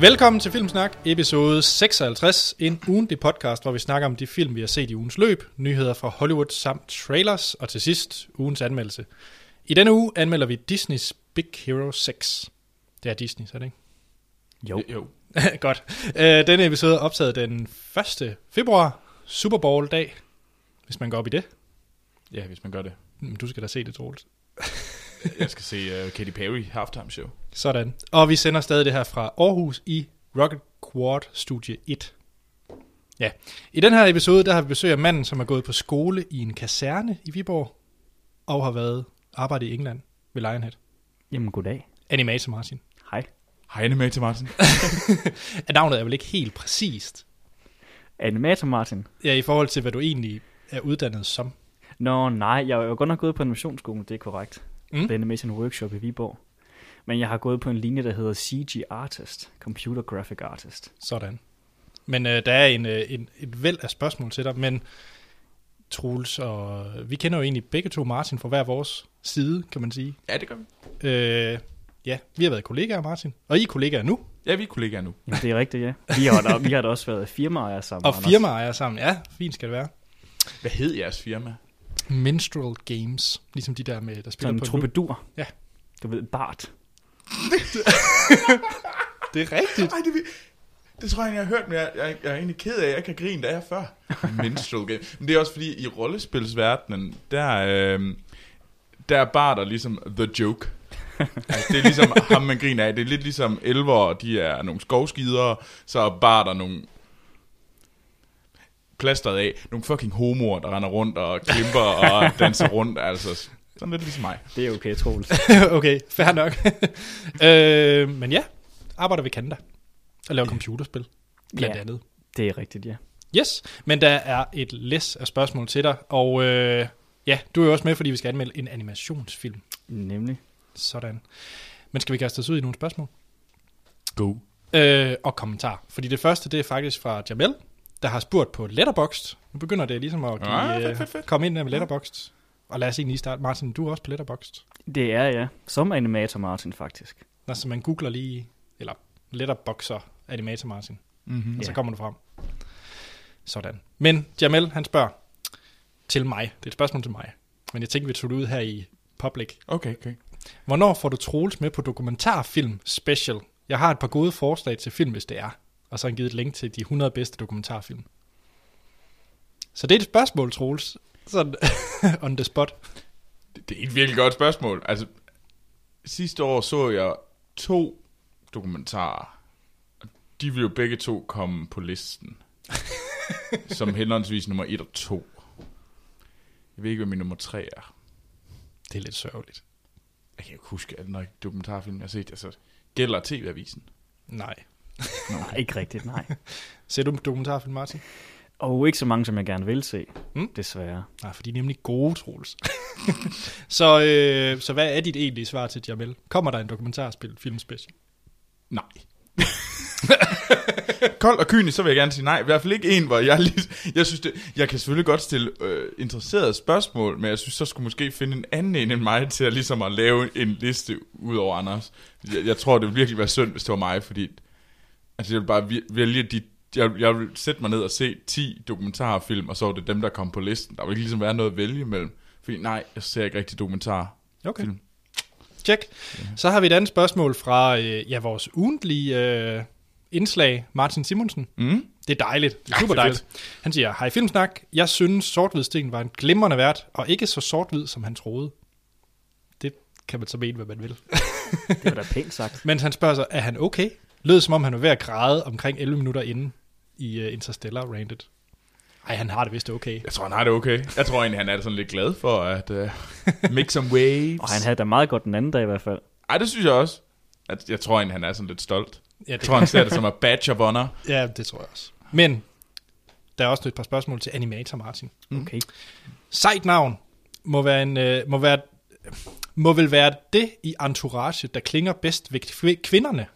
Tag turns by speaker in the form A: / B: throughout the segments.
A: Velkommen til Filmsnak, episode 56, en ugentlig podcast, hvor vi snakker om de film, vi har set i ugens løb, nyheder fra Hollywood samt trailers, og til sidst ugens anmeldelse. I denne uge anmelder vi Disneys Big Hero 6. Det er Disney, så er det
B: Jo.
A: ikke? Jo. Godt. Øh, denne episode er optaget den 1. februar, Super Bowl dag, hvis man går op i det.
B: Ja, hvis man gør det.
A: Mm, Du skal da se det, Troels.
B: Jeg skal se uh, Katy Perry halftime show.
A: Sådan. Og vi sender stadig det her fra Aarhus i Rocket Quad Studie 1. Ja, i den her episode, der har vi besøg af manden, som er gået på skole i en kaserne i Viborg, og har været arbejdet i England ved Lionhead.
C: Jamen, goddag.
A: Animator Martin.
C: Hej.
B: Hej, Anne til Martin.
A: Navnet er vel ikke helt præcist,
C: Animator Martin.
A: ja, i forhold til, hvad du egentlig er uddannet som.
C: Nå, nej, jeg er jo godt nok gået på animationsskolen, det er korrekt.
A: Mm.
C: Mm. The Animation Workshop i Viborg. Men jeg har gået på en linje, der hedder CG Artist, Computer Graphic Artist.
A: Sådan. Men øh, der er en, øh, en, et væld af spørgsmål til dig, men Troels og... Vi kender jo egentlig begge to Martin fra hver vores side, kan man sige.
B: ja, det gør vi.
A: Øh, ja, vi har været kollegaer, Martin. Og I er kollegaer nu.
B: Ja, vi er kollegaer nu.
C: Jamen, det er rigtigt, ja. Vi har da, vi har da også været firmaer sammen.
A: Og
C: Anders.
A: firmaer er sammen. Ja, fint skal det være.
B: Hvad hed jeres firma?
A: Minstrel Games. Ligesom de der, med, der spiller
C: Sådan en
A: på en loop.
C: troubadour.
A: Ja.
C: Du ved, Bart.
A: Det er rigtigt.
B: Nej, det, vi- det tror jeg, jeg har hørt, men jeg, jeg, jeg er egentlig ked af, at jeg ikke har grinet af jer før. Minstrel game. Men det er også fordi, i rollespilsverdenen, der, øh, der er barter ligesom the joke. Altså, det er ligesom ham, man griner af. Det er lidt ligesom elver, de er nogle skovskidere, så er barter nogle plasteret af, nogle fucking homoer, der render rundt og klimper og danser rundt, altså. Sådan lidt ligesom mig.
C: Det er okay, Troels.
A: okay, fair nok. øh, men ja, arbejder ved Canada. Og laver computerspil, blandt
C: Ja.
A: andet.
C: Det er rigtigt, ja.
A: Yes, men der er et læs af spørgsmål til dig. Og øh, ja, du er jo også med, fordi vi skal anmelde en animationsfilm.
C: Nemlig.
A: Sådan. Men skal vi kaste os ud i nogle spørgsmål?
B: Go.
A: Øh, og kommentar. Fordi det første, det er faktisk fra Jamel, der har spurgt på Letterboxd. Nu begynder det ligesom at give,
B: Ah, fedt,
A: øh,
B: fedt, fedt.
A: komme ind der med Letterboxd. Og lad os egentlig starte. Martin, du er også på Letterboxd.
C: Det er jeg. Som Animator Martin, faktisk.
A: Når så man googler lige, eller Letterboxer Animator Martin,
B: Mm-hmm.
A: og så
C: Ja.
A: kommer du frem. Sådan. Men Jamel, han spørger til mig. Det er et spørgsmål til mig. Men jeg tænker, vi tog det ud her i public.
B: Okay, okay.
A: Hvornår får du Troels med på dokumentarfilm special? Jeg har et par gode forslag til film, hvis det er. Og så har han givet et link til de 100 bedste dokumentarfilm. Så det er et spørgsmål, Troels. Sådan on the spot.
B: Det, det er et virkelig godt spørgsmål. Altså, sidste år så jeg to dokumentarer. og De vil jo begge to komme på listen. som henholdsvis nummer 1 og 2. Jeg ved ikke, hvad min nummer 3 er.
A: Det er lidt sørgeligt.
B: Jeg kan ikke huske, at når dokumentarfilm, jeg har set, altså, gælder TV-avisen.
A: Nej.
B: Nå,
C: Nej, ikke rigtigt, nej.
A: Ser du dokumentarfilm, Martin?
C: Og ikke så mange, som jeg gerne vil se,
A: Mm.
C: mm. desværre.
A: Nej, for de er nemlig gode, Troels. så, øh, så hvad er dit egentlige svar til Jamel? Kommer der en dokumentarspil film special?
B: Nej. Kold og kynisk, så vil jeg gerne sige nej. I hvert fald ikke en, hvor jeg lige... Jeg, synes det, jeg kan selvfølgelig godt stille øh, interesserede spørgsmål, men jeg synes, så skulle måske finde en anden en end mig til at, ligesom at lave en liste ud over Anders. Jeg, jeg tror, det ville virkelig være synd, hvis det var mig, fordi... Altså, jeg vil bare vir- vælge de... Jeg, jeg vil sætte mig ned og se 10 dokumentarfilm, og så var det dem, der kom på listen. Der vil ikke ligesom være noget at vælge imellem. Fordi nej, jeg ser ikke rigtig dokumentar.
A: Okay.
B: Film.
A: Check. Så har vi et andet spørgsmål fra øh, ja, vores ugentlige øh, indslag, Martin Simonsen.
B: Mm?
A: Det er dejligt. Det er
B: Ja,
A: super
B: det er
A: dejligt. Han siger, hej Filmsnak, jeg synes sort var en glimrende vært, og ikke så sort som han troede. Det kan man så mene, hvad man vil.
C: Det var da pænt sagt.
A: Men han spørger så, er han okay? Lød som om, han var ved at græde omkring 11 minutter inden i uh, Interstellar Rated. Ej, han har det vist okay.
B: Jeg tror, han har det okay. Jeg tror egentlig, han er sådan lidt glad for at uh, make some waves.
C: Og han havde da meget godt den anden dag i hvert fald.
B: Ej, det synes jeg også. At jeg tror egentlig, han er sådan lidt stolt.
A: Ja,
B: Jeg tror, han ser det som et badge of honor.
A: ja, det tror jeg også. Men der er også et par spørgsmål til Animator Martin.
C: Mm. Okay.
A: Sejt navn må, være en, øh, må, være, må vel være det i entourage, der klinger bedst ved kv- kvinderne.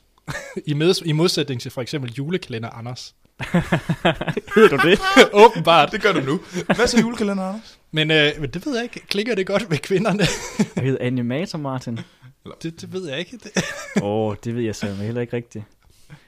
A: I, med, I modsætning til for eksempel julekalender Anders.
C: Hedder du det?
A: Åbenbart.
B: Det gør du nu. Hvad så julekalender, Anders?
A: Men, øh, men det ved jeg ikke. Klinger det godt ved kvinderne?
C: Jeg hedder Animator Martin.
A: Det, det ved jeg ikke. Det,
C: Åh, oh, det ved jeg så heller ikke rigtigt.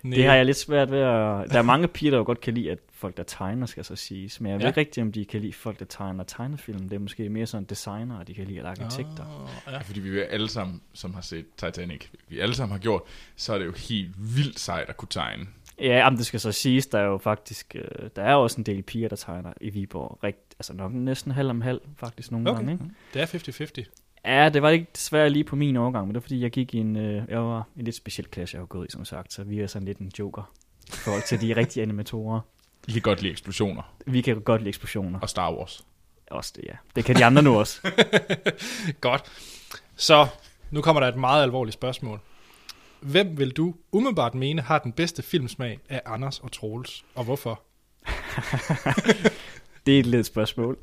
A: Næ.
C: Det har jeg lidt svært ved at... Der er mange piger, der jo godt kan lide, at folk, der tegner, skal så siges. Men jeg ved
A: Ja.
C: ja. ikke rigtigt, om de kan lide folk, der tegner tegnefilm. Det er måske mere sådan designer, de kan lide, eller arkitekter.
A: Oh, ja.
B: Ja, fordi vi er alle sammen, som har set Titanic, vi alle sammen har gjort, så er det jo helt vildt sejt at kunne tegne.
C: Ja, jamen, det skal så siges, der er jo faktisk, øh, der er jo også en del piger, der tegner i Viborg. Rigt, altså nok næsten halv om halv, faktisk nogle
A: Okay.
C: okay. gange. Ikke?
A: Det er 50-50.
C: Ja, det var ikke desværre lige på min overgang, men det var fordi, jeg gik i en, øh, jeg var i en lidt speciel klasse, jeg har gået i, som sagt, så vi er sådan lidt en joker i forhold til de rigtige animatorer.
B: I kan godt lide eksplosioner
C: Vi kan godt lide eksplosioner.
B: og Star Wars.
C: Også det, ja. Det kan de andre nu også.
A: Godt. Så nu kommer der et meget alvorligt spørgsmål. Hvem vil du umiddelbart mene har den bedste filmsmag af Anders og Troels, og hvorfor?
C: Det er et lidt spørgsmål.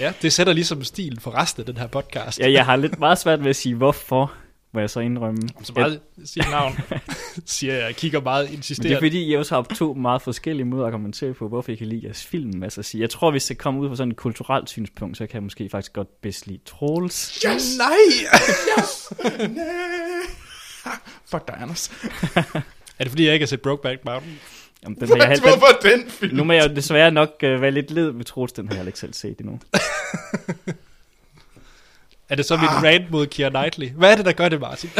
A: Ja, det sætter ligesom stilen for resten af den her podcast.
C: Ja, jeg har lidt meget svært ved at sige, hvorfor, må jeg så indrømme.
A: Så
C: Jeg-
A: meget sit navn, siger jeg, jeg kigger meget
C: Men det er
A: insisterende.
C: fordi, jeg også har to meget forskellige måder at kommentere på, hvorfor jeg kan lide jeres film. Altså, at sige. jeg tror, hvis det kommer ud fra sådan et kulturelt synspunkt, så kan jeg måske faktisk godt bedst lide Trolls.
B: Yes!
A: Nej!
B: Fuck dig, Anders.
A: Er det fordi, jeg ikke har set Brokeback Mountain?
C: Jamen, den har jeg halvt, den,
B: Hvorfor den film?
C: nu må jeg jo desværre nok øh, være lidt led ved Trolls, den har jeg ikke selv set endnu.
A: Er det så mit rant mod Keira Knightley? Hvad er det, der gør det, Martin?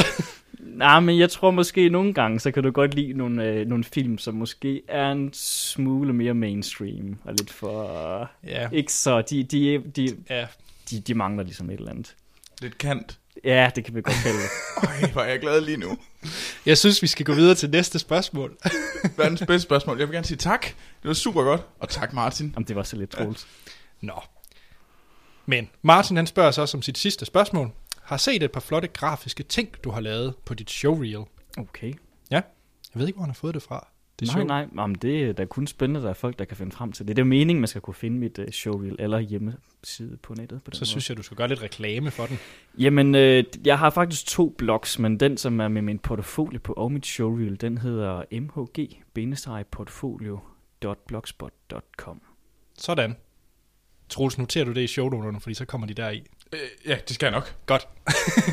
C: Nej, men jeg tror måske nogle gange, så kan du godt lide nogle, øh, nogle film, som måske er en smule mere mainstream, og lidt for... Øh,
A: ja,
C: ikke så, de, de, de,
A: ja.
C: de, de mangler ligesom et eller andet.
B: Lidt kant.
C: Ja, det kan vi godt kalde det.
B: Ej, hvor er jeg glad lige nu.
A: Jeg synes, vi skal gå videre til næste spørgsmål.
B: Verdens bedste spørgsmål. Jeg vil gerne sige tak. Det var super godt. Og tak, Martin.
C: Jamen, det var så lidt Trolls.
A: Nå. Men Martin han spørger så som sit sidste spørgsmål. Har set et par flotte grafiske ting, du har lavet på dit showreel.
C: Okay.
A: Jeg ved ikke, hvor han har fået det fra. Det er
C: nej,
A: sjovt.
C: nej, Jamen, det er da kun spændende, at der er folk, der kan finde frem til det. Det er jo meningen, man skal kunne finde mit uh, showreel eller hjemmeside på nettet. På den
A: Så synes jeg, du skal gøre lidt reklame for den.
C: jeg... Jamen, øh, jeg har faktisk to blogs, men den, som er med min portfolio på og mit showreel, den hedder mhg-portfolio.blogspot.com.
A: Sådan. Troels, noterer du det i shownoterne, fordi så kommer de der i.
B: Øh, ja, det skal jeg nok.
A: Godt.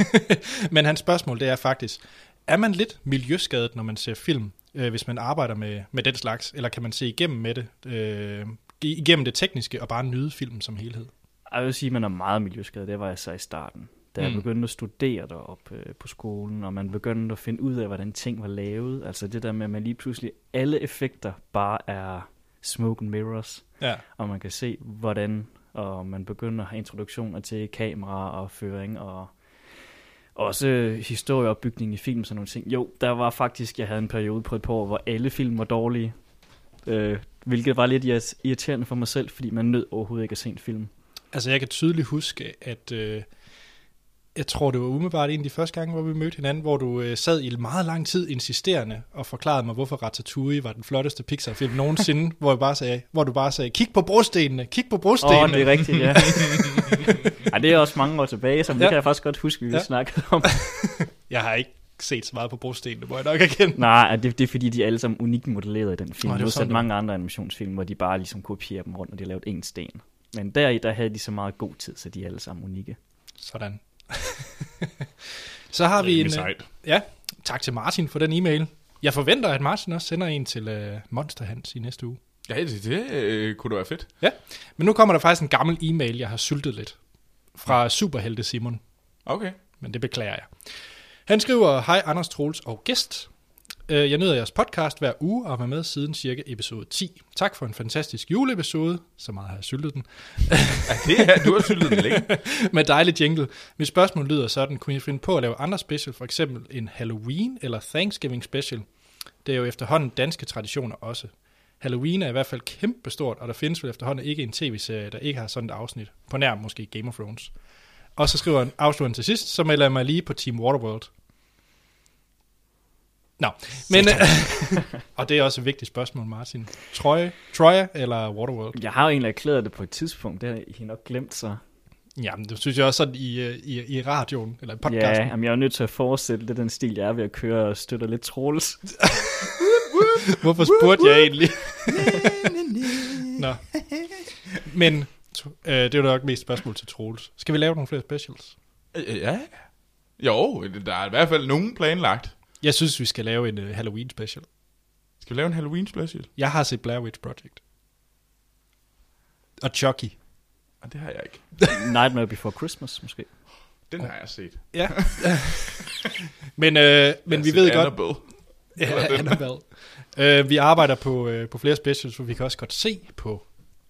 A: Men hans spørgsmål, det er faktisk, er man lidt miljøskadet, når man ser film, øh, hvis man arbejder med, med den slags? Eller kan man se igennem med det, øh, igennem det tekniske og bare nyde filmen som helhed?
C: Jeg vil sige, at man er meget miljøskadet. Det var jeg så i starten. Da jeg
A: Mm.
C: begyndte at studere derop øh, på skolen, og man begyndte at finde ud af, hvordan ting var lavet. Altså det der med, at man lige pludselig alle effekter bare er smoke and mirrors.
A: Ja.
C: og man kan se, hvordan og man begynder at have introduktioner til kamera og føring og også historieopbygning i film og sådan nogle ting. Jo, der var faktisk, jeg havde en periode på et par år, hvor alle film var dårlige, øh, hvilket var lidt irrit- irriterende for mig selv, fordi man nød overhovedet ikke at se en film.
A: Altså, jeg kan tydeligt huske, at øh, jeg tror, det var umiddelbart en af de første gange, hvor vi mødte hinanden, hvor du øh, sad i meget lang tid insisterende og forklarede mig, hvorfor Ratatouille var den flotteste Pixar-film nogensinde, hvor, jeg bare sagde, hvor du bare sagde, kig på brostenene, kig på brostenene.
C: Åh, oh, det er rigtigt, ja. Ej, det er også mange år tilbage, så det
A: Ja.
C: kan jeg faktisk godt huske, vi
A: Ja.
C: ja. snakkede om.
A: Jeg har ikke set så meget på brostenene, må jeg nok erkende.
C: Nej, det, det er fordi, de er alle sammen unikt modelleret i den film.
A: Nå,
C: Oh,
A: det var sådan, det
C: modsat
A: var.
C: mange andre animationsfilm, hvor de bare ligesom kopierer dem rundt, og de har lavet en sten. Men deri, der havde de så meget god tid, så de er alle sammen unikke.
A: Sådan. så har vi en... øh,
B: sejt.
A: Ja, tak til Martin for den e-mail. Jeg forventer, at Martin også sender en til øh, Monster Hans i næste uge.
B: Ja, det, det øh, kunne da være fedt.
A: Men nu kommer der faktisk en gammel e-mail, jeg har syltet lidt. Fra Superhelte Simon.
B: Okay.
A: men det beklager jeg. Han skriver, hej Anders Troels og gæst. Øh, Jeg nyder jeres podcast hver uge og har været med siden cirka episode 10. Tak for en fantastisk juleepisode. Så meget har jeg syltet den.
B: Ja, det er, du har syltet den længe.
A: Med dejlig jingle. Mit spørgsmål lyder sådan. Kunne I finde på at lave andre special, for eksempel en Halloween eller Thanksgiving special? Det er jo efterhånden danske traditioner også. Halloween er i hvert fald kæmpestort, og der findes vel efterhånden ikke en tv-serie, der ikke har sådan et afsnit. På nær måske Game of Thrones. Og så skriver han afslutteren til sidst, så melder jeg mig lige på Team Waterworld. Nå, men... og det er også et vigtigt spørgsmål, Martin. Troy, Troja eller Waterworld?
C: Jeg har jo egentlig erklæret det på et tidspunkt, det har I nok glemt så.
A: Jamen, det synes jeg også sådan i, øh, i, i radioen, eller i podcasten.
C: Ja, jamen, jeg er jo nødt til at fortsætte lidt den stil, jeg er ved at køre og støtter lidt trolls.
A: Hvorfor spurgte jeg egentlig? Nå. Men øh, det er jo nok mest spørgsmål til Troels. Skal vi lave nogle flere specials?
B: Øh, Ja. Jo, der er i hvert fald nogen planlagt.
A: Jeg synes, vi skal lave en uh, Halloween special.
B: Skal vi lave en Halloween special?
A: Jeg har set Blair Witch Project. Og Chucky.
B: Ah, det har jeg ikke.
C: Nightmare Before Christmas, måske.
B: Den har jeg set.
A: Ja. men øh, men vi ved godt...
B: godt.
A: Ja, Annabelle. Øh, vi arbejder på, øh, på flere specials, for vi kan også godt se på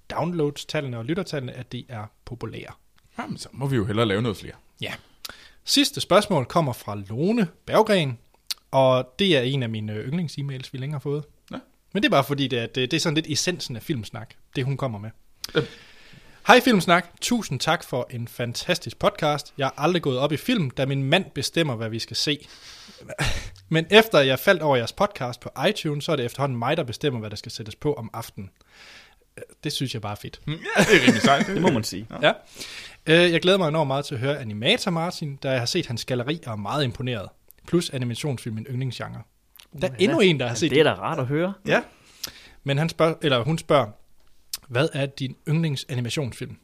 A: downloadstallene og lyttertallene, at det er populære.
B: Jamen, så må vi jo hellere lave noget flere.
A: Sidste spørgsmål kommer fra Lone Berggren, og det er en af mine øh, yndlings-emails, vi længere har fået.
B: Nå.
A: Men det er bare fordi, det er, det, det er sådan lidt essensen af Filmsnak, det hun kommer med.
B: Øhm.
A: Hej Filmsnak, tusind tak for en fantastisk podcast. Jeg er aldrig gået op i film, da min mand bestemmer, hvad vi skal se. Men efter jeg faldt over jeres podcast på iTunes, så er det efterhånden mig, der bestemmer, hvad der skal sættes på om aftenen. Øh, Det synes jeg bare er fedt.
B: Hm, Ja, det er rimelig sejt.
C: Det må man sige.
A: Ja. Øh, Jeg glæder mig enormt meget til at høre Animator Martin, da jeg har set hans galleri og er meget imponeret. Plus animationsfilm min yndlingsgenre. Der er endnu en, der har set
C: Det Uh, er da rart at høre.
A: Ja. Men han spørger, eller hun spørger, hvad er din yndlingsanimationsfilm?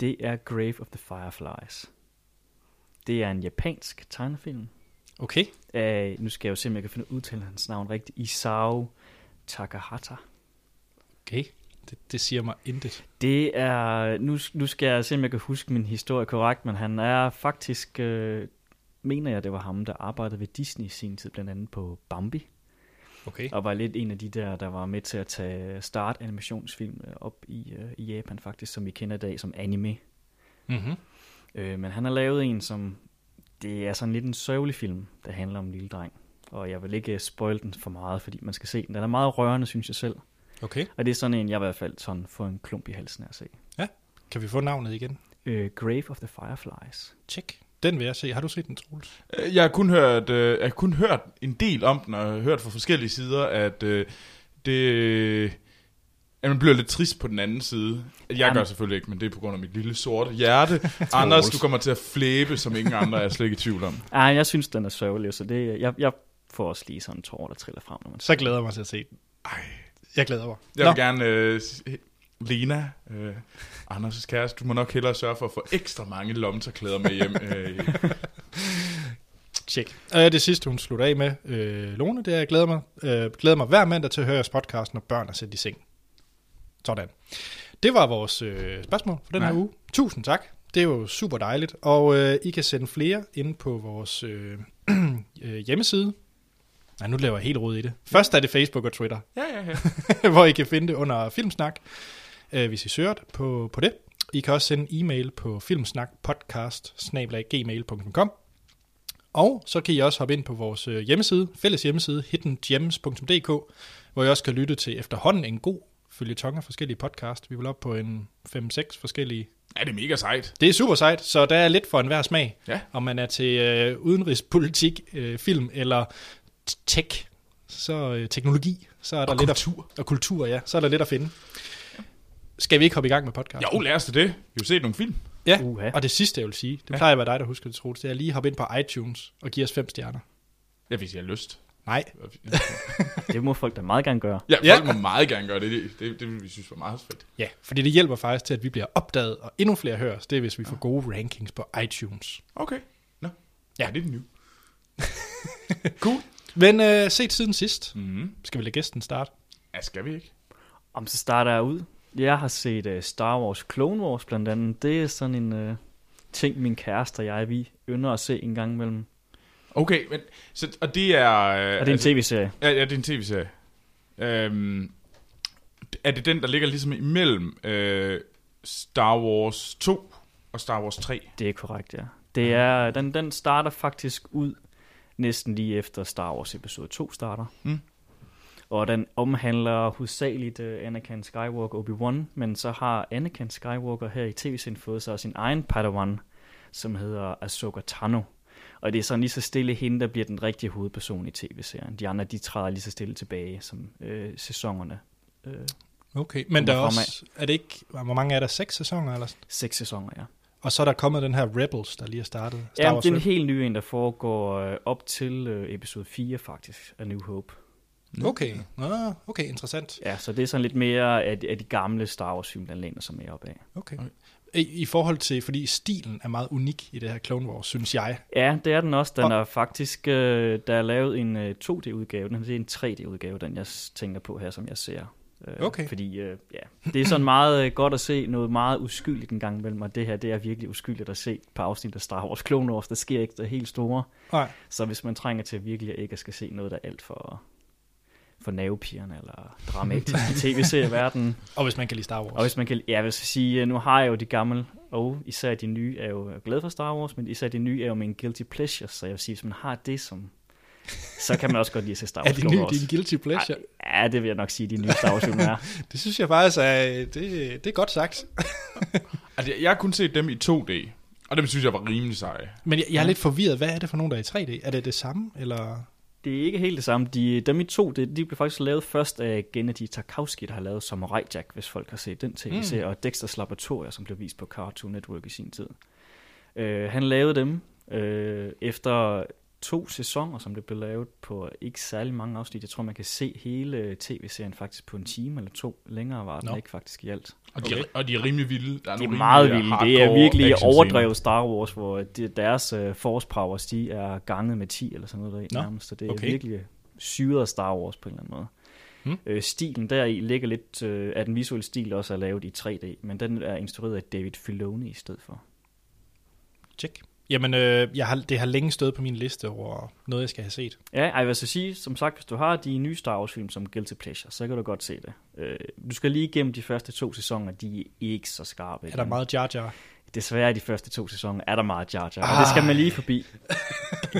C: Det er Grave of the Fireflies. Det er en japansk tegnefilm.
A: Okay.
C: Af, Øh, nu skal jeg jo se, om jeg kan finde ud udtale hans navn rigtigt. Isao Takahata.
A: Okay. Det, det siger mig intet.
C: Det er, nu, nu skal jeg se, om jeg kan huske min historie korrekt, men han er faktisk, øh, mener jeg, det var ham, der arbejdede ved Disney i sin tid, blandt andet på Bambi,
A: Okay.
C: og var lidt en af de der, der var med til at tage start animationsfilm øh, op i, øh, i Japan faktisk, som vi kender i dag som anime.
A: Mm-hmm.
C: Øh, men han har lavet en, som det er sådan lidt en sørgelig film, der handler om en lille dreng. Og jeg vil ikke øh, spoil den for meget, fordi man skal se den. Den er meget rørende, synes jeg selv.
A: Okay.
C: Og det er sådan en, jeg i hvert fald sådan får en klump i halsen af at se.
A: Kan vi få navnet igen?
C: Øh, Grave of the Fireflies.
A: Tjek. Den vil jeg se. Har du set den, Troels?
B: Øh, Jeg har kun hørt, øh, jeg har kun hørt en del om den, og jeg har hørt fra forskellige sider, at øh, det... At man bliver lidt trist på den anden side. Jeg Jamen. gør
C: Jamen.
B: selvfølgelig ikke, men det er på grund af mit lille sorte hjerte. Anders, du kommer til at flæbe, som ingen andre er slet ikke i tvivl om.
C: Ej, Ah, jeg synes, den er sørgelig, så det, jeg, jeg får også lige sådan en tår, der triller frem, når man
A: Så glæder jeg mig til at se den. Ej. Jeg glæder mig.
B: Jeg vil gerne... Øh, s- Lena, øh, Anders' kæreste, du må nok hellere sørge for at få ekstra mange lomterklæder med hjem. Øh,
A: Tjek. Og det sidste, hun slutter af med, øh, Lone, det er, jeg glæder mig, øh, glæder mig hver mandag til at høre jeres podcast, når børn er sendt i seng. Sådan. Det var vores øh, spørgsmål for den her
B: Nej.
A: uge. Tusind tak. Det er jo super dejligt. Og øh, I kan sende flere ind på vores øh, øh, hjemmeside. Nej, nu laver jeg helt rod i det. Først er det Facebook og Twitter,
B: ja, ja, ja.
A: hvor I kan finde det under Filmsnak, øh, hvis I søger det på, på det. I kan også sende en e-mail på filmsnakpodcast.gmail.com Og så kan I også hoppe ind på vores øh, hjemmeside, fælles hjemmeside, hiddengems.dk, hvor I også kan lytte til efterhånden en god følgetong af forskellige podcast. Vi er vel op på en 5-6 forskellige.
B: Ja, det er mega sejt.
A: Det er super sejt, så der er lidt for enhver smag.
B: Ja.
A: Om man er til øh, udenrigspolitik, øh, film eller t- tech, så øh, teknologi, så er der
B: Og
A: lidt at
B: kultur.
A: og kultur, ja. Så er der lidt at finde. Skal vi ikke hoppe i gang med podcasten?
B: Jo, lad os da det. Vi har jo set nogle film.
A: Ja,
C: Uha.
A: og det sidste, jeg vil sige, det plejer at være dig, der husker det, Troels, det er lige at hoppe ind på iTunes og give os fem stjerner.
B: Ja, hvis jeg har lyst.
A: Nej,
C: Det må folk da meget gerne gøre.
B: Ja,
A: Ja.
B: folk må meget gerne gøre det. Det, det, det vil vi synes var meget fedt.
A: ja, fordi det hjælper faktisk til, at vi bliver opdaget, og endnu flere hører os. Det er, hvis vi får gode rankings på iTunes.
B: Okay. Nå.
A: Ja.
B: Ja, det er det nye. cool.
A: Men øh, set siden sidst,
B: Mm-hmm.
A: skal vi lade gæsten starte?
B: Ja, skal vi ikke?
C: Om så starter jeg ud. Jeg har set uh, Star Wars Clone Wars blandt andet. Det er sådan en uh, ting, min kæreste og jeg, vi ynder at se en gang imellem.
B: Okay, men, så, og det er... øh, altså,
C: Og det er en tv-serie.
B: Ja, ja, det er en tv-serie. Øhm, er det den, der ligger ligesom imellem øh, Star Wars 2 og Star Wars 3?
C: Det er korrekt, ja. Det er, den, den starter faktisk ud næsten lige efter Star Wars episode 2 starter.
B: Mm.
C: Og den omhandler hovedsageligt uh, Anakin Skywalker og Obi-Wan, men så har Anakin Skywalker her i tv-serien fået sig sin egen Padawan, som hedder Ahsoka Tano. Og det er sådan lige så stille hende, der bliver den rigtige hovedperson i tv-serien. De andre, de træder lige så stille tilbage, som øh, sæsonerne. Øh,
A: Okay, men der er
C: Kommer
A: også, er det ikke, hvor mange er der, seks sæsoner eller sådan?
C: seks sæsoner, ja.
A: Og så er der kommet den her Rebels, der lige er startet. Star
C: Ja,
A: Wars
C: det er en
A: Rebels.
C: helt ny en, der foregår øh, op til øh, episode 4 faktisk af New Hope.
A: Okay, ah, okay, interessant.
C: Ja, så det er sådan lidt mere af, de- af de gamle Star Wars film, den læner sig mere op af.
A: Okay.
B: Okay.
A: i, i forhold til, fordi stilen er meget unik i det her Clone Wars, synes jeg.
C: Ja, det er den også. Den er faktisk, øh, der er lavet en øh, 2D-udgave, den er en 3D-udgave, den jeg s- tænker på her, som jeg ser. Øh,
A: Okay.
C: Fordi, øh, ja, det er sådan meget øh, godt at se noget meget uskyldigt en gang imellem, og det her, det er virkelig uskyldigt at se på afsnit af Star Wars Clone Wars, der sker ikke det helt store.
A: Nej,
C: Så hvis man trænger til virkelig ikke at skal se noget, der er alt for for nervepigerne eller dramatisk i tv-serieverdenen.
A: og hvis man kan lide Star Wars.
C: Og hvis man kan, ja, hvis jeg sige, øh, nu har jeg jo de gamle, og især de nye er jo jeg er glad for Star Wars, men især de nye er jo mine guilty pleasures, så jeg vil sige, hvis man har det som, så kan man også godt lide at se Star
A: er
C: Wars.
A: det
C: Clone
A: nye
C: Wars.
A: din guilty pleasure? Ej.
C: Ej, ja, det vil jeg nok sige, de nye Star Wars film er.
A: Det synes jeg faktisk er, det, det er godt sagt.
B: Altså, jeg, jeg har kun set dem i 2D, og dem synes jeg var rimelig seje.
A: Men jeg, jeg er lidt forvirret. Hvad er det for nogen, der er i 3D? Er det det samme, eller...
C: Det er ikke helt det samme. De, dem i to, det, de blev faktisk lavet først af Gennady Tarkovsky, der har lavet Samurai Jack, hvis folk har set den tv-serie, mm. og Dexters Laboratorium, som blev vist på Cartoon Network i sin tid. Øh, han lavede dem øh, efter to sæsoner, som det blev lavet på ikke særlig mange afsnit. Jeg tror, man kan se hele tv-serien faktisk på en time eller to. Længere var den
A: Nå.
C: ikke faktisk i alt.
B: Og de, okay. og de er rimelig vilde. Der er
C: Det er
B: nogle
C: meget
B: rimelig
C: vildt. Det er
B: hardcore
C: virkelig
B: actionscener.
C: overdrevet Star Wars, hvor de, deres uh, force powers, de er ganget med 10 eller sådan noget der
A: Nå,
C: nærmest. Så det er
A: okay.
C: okay. virkelig syret Star Wars på en eller anden måde.
A: Hmm.
C: Hmm. Øh, stilen deri ligger lidt, øh, at den visuelle stil også er lavet i 3D, men den er instrueret af David Filoni i stedet for.
A: Tjek. Jamen, øh, jeg har, det har længe stået på min liste over noget, jeg skal have set.
C: Ja, ej, jeg vil så sige, som sagt, hvis du har de nye Star Wars film som Guilty Pleasure, så kan du godt se det. Øh, du skal lige igennem de første to sæsoner, de er ikke så skarpe.
A: Er der
C: igen.
A: meget Jar Jar?
C: Desværre i de første to sæsoner er der meget Jar Jar, og det skal man lige forbi.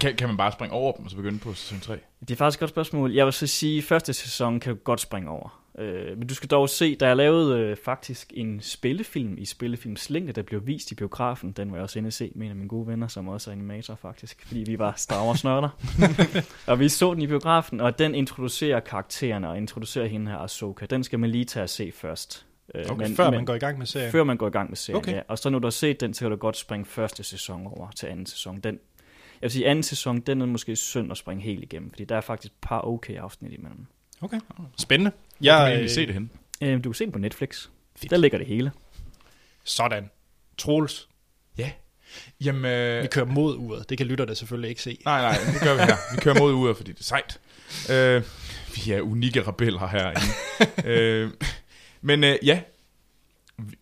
B: Kan, kan man bare springe over dem og så begynde på sæson 3?
C: Det er faktisk et godt spørgsmål. Jeg vil så sige, at første sæson kan du godt springe over. Øh, men du skal dog se, der er lavet øh, faktisk en spillefilm i spillefilmslængde, der blev vist i biografen. Den var jeg også inde at se med en af mine gode venner, som også er animator faktisk, fordi vi var Star Wars nørder. og vi så den i biografen, og den introducerer karaktererne og introducerer hende her Ahsoka. Den skal man lige tage at se først. Øh,
A: Okay, men, før man går i gang med serien?
C: før man går i gang med serien,
A: Okay.
C: okay. ja. Og så når du har set den, så kan du godt springe første sæson over til anden sæson. Den, jeg vil sige, anden sæson, den er måske synd at springe helt igennem, fordi der er faktisk et par okay afsnit imellem.
A: Okay, spændende.
B: Hvor kan man
A: øh,
B: egentlig se det hen?
C: Øh, du kan se den på Netflix. Der ligger det hele.
A: Sådan. Troels,
B: Ja. Jamen, øh,
A: vi kører mod uret. Det kan lytterne selvfølgelig ikke se.
B: nej, nej, det gør vi her. Vi kører mod uret, fordi det er sejt. Øh, vi er unikke rebeller herinde. øh, men øh, ja,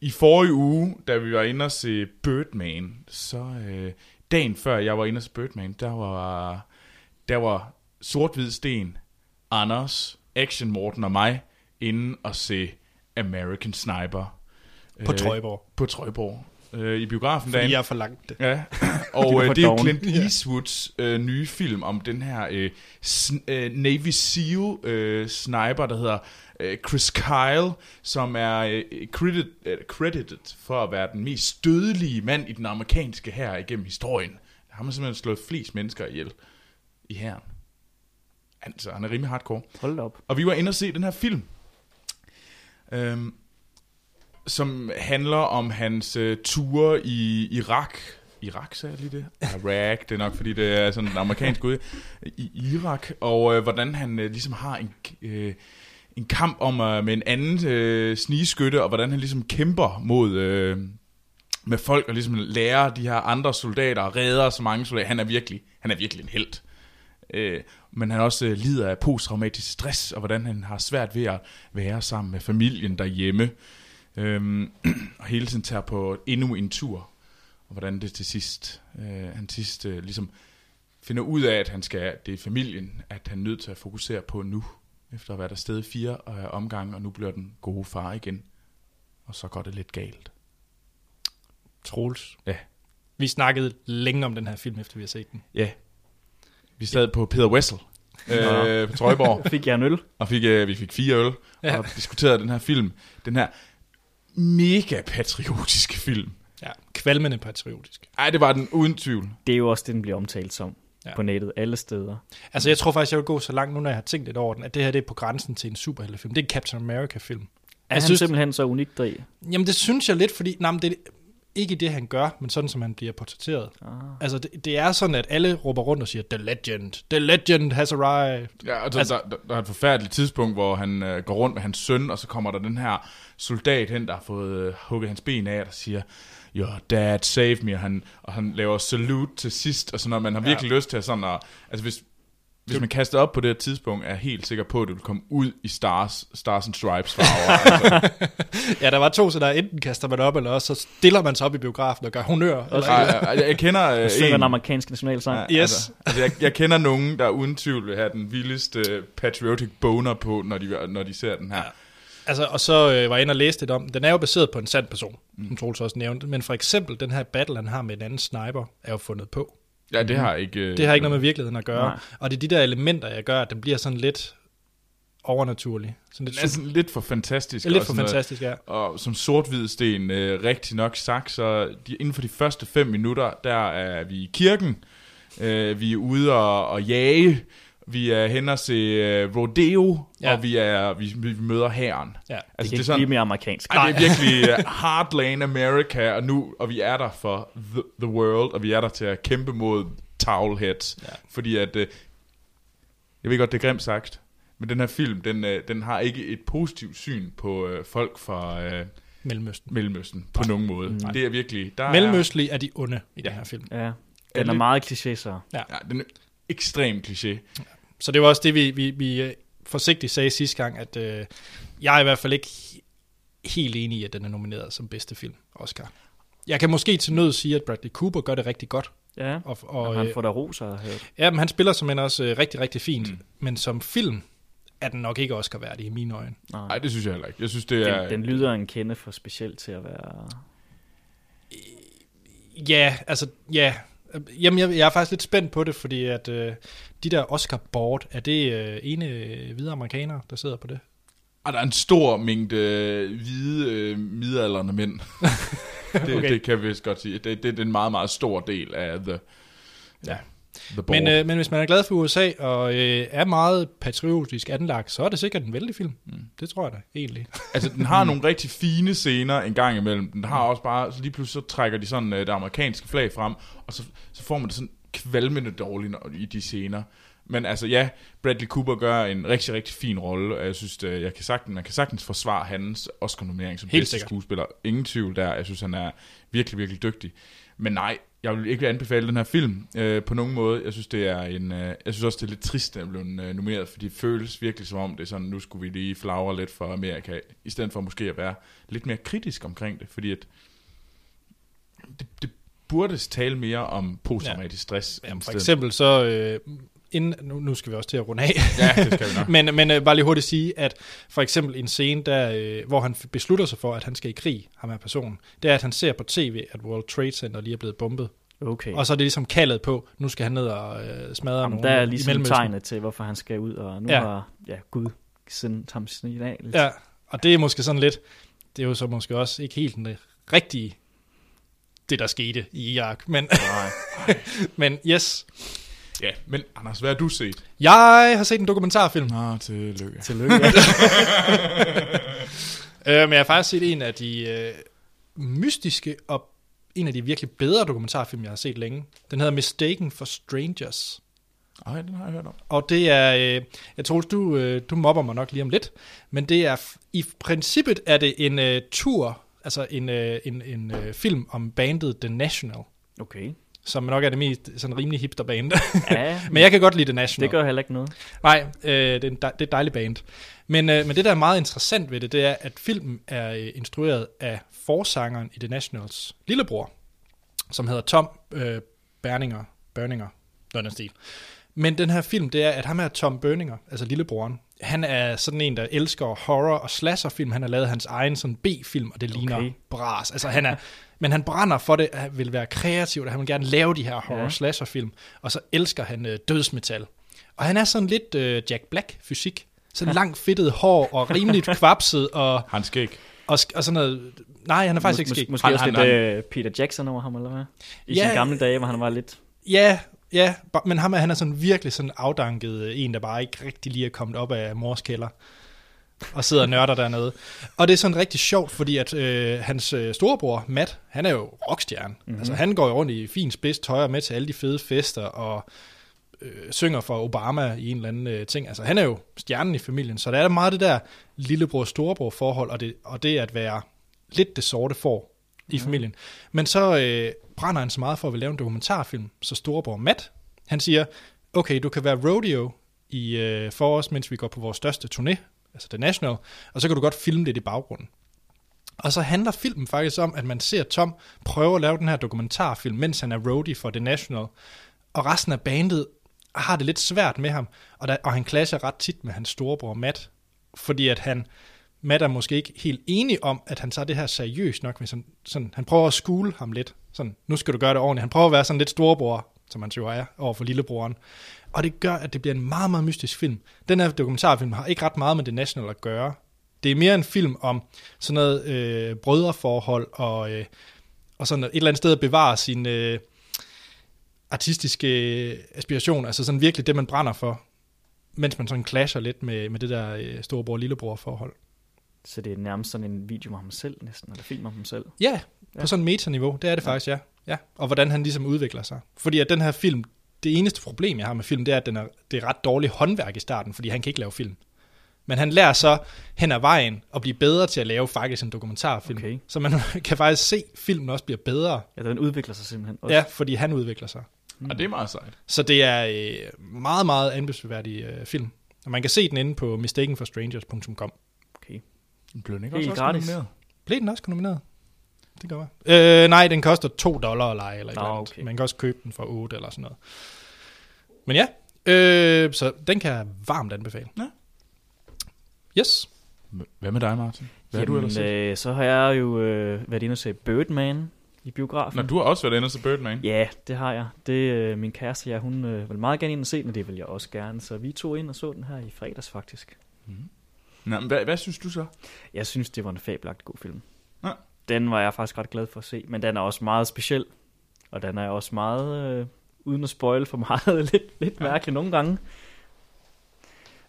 B: i forrige uge, da vi var inde og se Birdman, så øh, dagen før jeg var inde og se Birdman, der var, der var Sort-Hvid Sten, Anders, Action Morten og mig inde og se American Sniper.
A: På
C: Øh,
A: Trøjborg.
B: På Trøjborg. Øh, I biografen
A: Fordi
B: dagen
A: jeg har forlangt det.
B: Ja,
C: var
B: og
C: for
B: øh, det er
C: doven.
B: Clint Eastwoods øh, nye film om den her øh, sn- øh, Navy SEAL øh, sniper, der hedder øh, Chris Kyle, som er øh, credit, øh, credited for at være den mest dødelige mand i den amerikanske hær igennem historien. Han har simpelthen slået flest mennesker ihjel i hæren. Altså, han er rimelig hardcore.
C: Hold da op.
B: Og vi var inde og se den her film, øhm, som handler om hans øh, ture i Irak. Irak, sagde jeg lige det? Irak, det er nok, fordi det er sådan en amerikansk ud. I Irak, og øh, hvordan han øh, ligesom har en, øh, en kamp om øh, med en anden øh, snigeskytte, og hvordan han ligesom kæmper mod... Øh, med folk og ligesom lærer de her andre soldater og redder så mange soldater. Han er virkelig, han er virkelig en held. Øh, men han også øh, lider af posttraumatisk stress, og hvordan han har svært ved at være sammen med familien derhjemme. Øhm, og hele tiden tager på endnu en tur. Og hvordan det til sidst, øh, han til sidst øh, ligesom finder ud af, at han skal, det er familien, at han er nødt til at fokusere på nu. Efter at have været afsted fire øh, omgange, og nu bliver den gode far igen. Og så går det lidt galt.
A: Troels.
B: Ja.
A: Vi snakkede længe om den her film, efter vi har set den.
B: Ja. Vi sad på Peter Wessel øh, på Trøjborg.
C: Fik jeg en øl?
B: og fik, øh, vi fik fire øl,
A: Ja.
B: ja. og diskuterede den her film, den her mega patriotiske film.
A: Ja. Kvalmende patriotisk.
B: Ej, det var den uden tvivl.
C: Det er jo også det, den bliver omtalt som
A: Ja.
C: ja. på nettet alle steder.
A: Altså, jeg tror faktisk, jeg vil gå så langt nu, når jeg har tænkt lidt over den, at det her det er på grænsen til en superheltefilm. Det er en Captain America-film.
C: Er jeg han
A: synes-
C: synes... simpelthen så unik deri?
A: Jamen, det synes jeg lidt, fordi... Nej, men det, Ikke i det, han gør, men sådan, som han bliver portrætteret.
C: Ah.
A: Altså, det, det er sådan, at alle råber rundt og siger, The Legend, The Legend has arrived.
B: Ja, og
A: Altså-
B: der, altså, der, der er et forfærdeligt tidspunkt, hvor han øh, går rundt med hans søn, og så kommer der den her soldat hen, der har fået øh, hugget hans ben af, der siger, Your dad saved me, og han, og han laver salute til sidst, og sådan noget. Man har virkelig ja. lyst til at sådan at, altså hvis, hvis man kaster op på det her tidspunkt, er jeg helt sikker på, at det vil komme ud i Stars, stars and Stripes farver. altså.
A: Ja, der var to, så der enten kaster man op, eller også så stiller man sig op i biografen og gør honør. Eller,
B: Ej, jeg, jeg, jeg kender øh,
C: Jeg synger
B: en,
C: den amerikanske nationalsang. Ja.
A: Yes.
B: Altså, altså jeg, jeg kender nogen, der uden tvivl vil have den vildeste patriotic boner på, når de, når de ser den her.
A: altså, og så øh, var jeg inde og læste lidt om, den. den er jo baseret på en sand person, mm. som Troels også nævnte. Men for eksempel, den her battle, han har med en anden sniper, er jo fundet på.
B: Ja, det har ikke... øh,
A: Det har ikke noget med virkeligheden at gøre. Nej.
C: Nej.
A: Og det er de der elementer, jeg gør, at den bliver sådan lidt overnaturlig. Sådan lidt,
B: Den er sådan lidt for fantastisk.
A: super, lidt
B: altså, og
A: for
B: sådan noget.
A: fantastisk, ja.
B: Og som sort sten øh, rigtig nok sagt, så de, inden for de første fem minutter, der er vi i kirken. Øh, vi er ude og, og jage. Vi er hen og se øh, rodeo,
A: Ja.
B: ja. og vi, er, vi, vi møder hæren. Altså,
A: ja.
C: Det kan ikke blive mere amerikansk.
B: Ej, det er virkelig uh, Heartland America, og nu og vi er der for the, the world, og vi er der til at kæmpe mod Towelheads.
A: Ja.
B: Ja. Fordi at, uh, jeg ved godt, det er grimt sagt, men den her film, den, uh, den har ikke et positivt syn på uh, folk fra uh,
A: Mellemøsten.
B: Mellemøsten på nogen måde.
C: Nej.
B: Det er virkelig... Der
A: Mellemøstlige er de onde i ja.
B: Ja.
A: den her film.
C: Ja. Den er
B: lidt-
C: meget kliché, så.
B: Er, ja, den er ekstrem kliché.
A: Så det var også det, vi, vi, vi øh, forsigtigt sagde sidste gang, at øh, jeg er i hvert fald ikke he- helt enig i, at den er nomineret som bedste film, Oscar. Jeg kan måske til nød sige, at Bradley Cooper gør det rigtig godt.
C: Ja.
A: Og,
C: Og
A: og,
C: han
A: øh,
C: får da roser, har jeg hørt.
A: ja, men han spiller som en også øh, rigtig, rigtig fint. Mm.
B: Mm.
A: Men som film er den nok ikke Oscar-værdig i mine øjne.
B: Nej,
C: Nej.
B: det synes jeg heller ikke. Jeg synes, det er...
C: Den, den lyder en kende for specielt til at være...
A: Ja, altså, ja. Jamen, jeg, jeg er faktisk lidt spændt på det, fordi at øh, de der Oscar-board, er det øh, ene øh, hvide amerikanere, der sidder på det?
B: Og Ah, der er en stor mængde øh, hvide øh, midalderne mænd. det,
A: Okay.
B: okay. det kan vi vist godt sige. Det, det er en meget, meget stor del af the,
A: Ja.
B: the board.
A: Men,
B: Men, øh,
A: øh, men hvis man er glad for USA og øh, er meget patriotisk anlagt, så er det sikkert en vældig film. Mm. Det tror jeg da, egentlig.
B: altså, den
A: hmm.
B: har nogle rigtig fine scener en gang imellem. Den har også bare, så lige pludselig så trækker de sådan øh, det amerikanske flag frem, og så, så får man det sådan kvalmende dårligt når- i de scener. Men altså ja, Bradley Cooper gør en rigtig, rigtig fin rolle, og jeg synes, det, jeg kan sagtens, man kan sagtens forsvare hans Oscar-nominering som
A: Helt
B: bedste
A: sikkert.
B: skuespiller. Ingen tvivl der. Jeg synes, han er virkelig, virkelig dygtig. Men nej, jeg vil ikke anbefale den her film øh, på nogen måde. Jeg synes, det er en, øh, jeg synes også, det er lidt trist, at den blev øh, nomineret, fordi det føles virkelig som om, det er sådan, nu skulle vi lige flagre lidt for Amerika, i stedet for måske at være lidt mere kritisk omkring det, fordi at det, det burde tale mere om posttraumatisk stress.
A: Jamen,
B: i
A: for
B: stedet.
A: eksempel så... Øh, inden, nu, nu skal vi også til at runde af,
B: Ja, det skal vi nok.
A: men, men øh, bare lige hurtigt sige, at for eksempel en scene, der, øh, hvor han beslutter sig for, at han skal i krig, ham her personen, det er, at han ser på tv, at World Trade Center lige er blevet bombet.
C: Okay.
A: Og så er det ligesom kaldet på, nu skal han ned og øh, smadre
C: Jamen,
A: nogen
C: der er
A: i
C: ligesom
A: Mellemøsten.
C: tegnet til, hvorfor han skal ud, og nu
A: Ja.
C: ja. har ja, Gud sendt ham signalet.
A: Ja, og det er måske sådan lidt, det er jo så måske også ikke helt den rigtige, det der skete i Irak, men,
B: Nej.
A: men yes.
B: Ja, men Anders, hvad har du set?
A: Jeg har set en dokumentarfilm,
B: Nå, tillykke.
C: Tillykke. Ja.
A: øh, men jeg har faktisk set en af de øh, mystiske og en af de virkelig bedre dokumentarfilm, jeg har set længe. Den hedder Mistaken for Strangers.
B: Ej, den har jeg hørt om.
A: Og det er, øh, jeg tror, du, øh, du mobber mig nok lige om lidt, men det er, f- i princippet er det en øh, tur, altså en, øh, en, en øh, film om bandet The National.
C: Okay.
A: som nok er det mest sådan rimelig hipsterband.
C: Ja,
A: men jeg kan godt lide The National.
C: det gør heller ikke noget.
A: Nej, øh, det, er en dej, det er et dejligt band. Men, øh, men det, der er meget interessant ved det, det er, at filmen er øh, instrueret af forsangeren i The Nationals lillebror, som hedder Tom øh, Berninger. Berninger, noget af den stil. Men den her film, det er, at ham er Tom Berninger, altså lillebroren. Han er sådan en, der elsker horror og slasherfilm. Han har lavet hans egen sådan B-film, og det ligner okay.
C: Okay.
A: bras. Altså, han er, men han brænder for det, han vil være kreativ, og han vil gerne lave de her horror
C: Ja.
A: slasher film og så elsker han øh, dødsmetal. Og han er sådan lidt øh, Jack Black-fysik. Sådan langt fedtet hår og rimeligt kvapset og,
B: Har han skæg?
A: og, sk- og sådan noget. Nej, han er faktisk ikke
C: Mås-
A: skæg.
C: Måske
B: Han-
C: også
B: han-
C: lidt øh, Peter Jackson over ham, eller hvad? I
A: Ja.
C: ja. sine gamle dage, hvor han var lidt...
A: Ja, ja, ba- men ham er, han er sådan virkelig sådan afdanket øh, en, der bare ikke rigtig lige er kommet op af mors kælder. og sidder og nørder dernede. Og det er sådan rigtig sjovt, fordi at øh, hans øh, storebror, Matt, han er jo rockstjerne. Mm-hmm. Altså han går jo rundt i fint spids tøj og med til alle de fede fester og øh, synger for Obama i en eller anden øh, ting. Altså han er jo stjernen i familien, så der er meget det der lillebror-storebror forhold, og det, og det at være lidt det sorte får i familien. Men så øh, brænder han så meget for at vil lave en dokumentarfilm, så storebror Matt, han siger, okay, du kan være rodeo i øh, forårs, mens vi går på vores største turné, altså The National, og så kan du godt filme lidt i baggrunden. Og så handler filmen faktisk om, at man ser Tom prøve at lave den her dokumentarfilm, mens han er roadie for The National, og resten af bandet har det lidt svært med ham, og, der, og han clasher ret tit med hans storebror Matt, fordi at han, Matt er måske ikke helt enig om, at han tager det her seriøst nok, men sådan, sådan, han prøver at skule ham lidt, sådan, nu skal du gøre det ordentligt, han prøver at være sådan lidt storebror, som han jo er, over for lillebroren, og det gør, at det bliver en meget, meget mystisk film. Den her dokumentarfilm har ikke ret meget med The National at gøre. Det er mere en film om sådan noget øh, brødreforhold og, øh, og sådan et eller andet sted at bevare sin øh, artistiske aspiration, altså sådan virkelig det, man brænder for, mens man sådan clasher lidt med, med det der øh, storebror-lillebror forhold.
C: Så det er nærmest sådan en video med ham selv næsten, eller film om ham selv.
A: Ja, på
C: Ja.
A: sådan et metaniveau, det er det ja. faktisk, ja. ja. Og hvordan han ligesom udvikler sig. Fordi at den her film, det eneste problem, jeg har med film, det er, at den er, det er ret dårligt håndværk i starten, fordi han kan ikke lave film. Men han lærer så hen ad vejen at blive bedre til at lave faktisk en dokumentarfilm.
C: Okay.
A: Så man kan faktisk se, at filmen også bliver bedre,
C: Ja, den udvikler sig simpelthen også.
A: ja, fordi han udvikler sig.
B: Mm. Og det er meget sejt.
A: Så det er øh, meget, meget anbefalesværdig øh, film. Og man kan se den inde på mistakenforstrangers.com.
C: Okay.
B: Blev den ikke
C: Helt
B: også
C: gratis.
B: nomineret?
A: Blev den også nomineret? Det gør jeg. Øh, nej, den koster 2 dollar at lege, eller et
C: Nå,
A: eller andet.
C: okay.
A: Man kan også købe den for 8 eller sådan noget. Men ja, øh, så den kan jeg varmt anbefale.
B: Ja.
A: Yes.
B: Hvad med dig, Martin? Hvad har du ellers
C: Jamen,
B: set?
C: øh, så har jeg jo øh, været inde og se Birdman i biografen.
B: Nå, du har også været inde og se Birdman.
C: øh, Ja, det har jeg. Det øh, min kæreste, ja, hun øh, vil meget gerne ind og se den, og det vil jeg også gerne. Så vi tog ind og så den her i fredags faktisk.
B: Nå, men hvad, hvad synes du så?
C: Jeg synes, det var en fabelagtig god film.
B: Ja.
C: Den var jeg faktisk ret glad for at se, men den er også meget speciel. Og den er også meget, øh, uden at spoil for meget, lidt, lidt mærkelig nogle gange.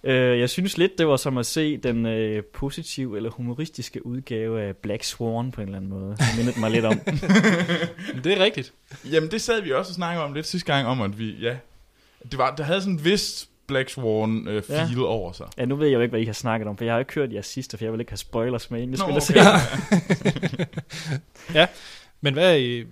C: Øh, jeg synes lidt, det var som at se den øh, positive eller humoristiske udgave af Black Swan på en eller anden måde. Det mindede mig lidt om.
A: Det er rigtigt.
B: Jamen, det sad vi også og snakkede om lidt sidste gang, om at vi, ja... Det var, der havde sådan en vis Black Swan-feel øh, ja. over sig.
C: Ja, nu ved jeg jo ikke, hvad I har snakket om, for jeg har jo ikke hørt jeres sidste, for jeg vil ikke have spoilers med, inden jeg
B: Nå,
C: spiller
B: okay.
C: okay.
A: Men hvad øh,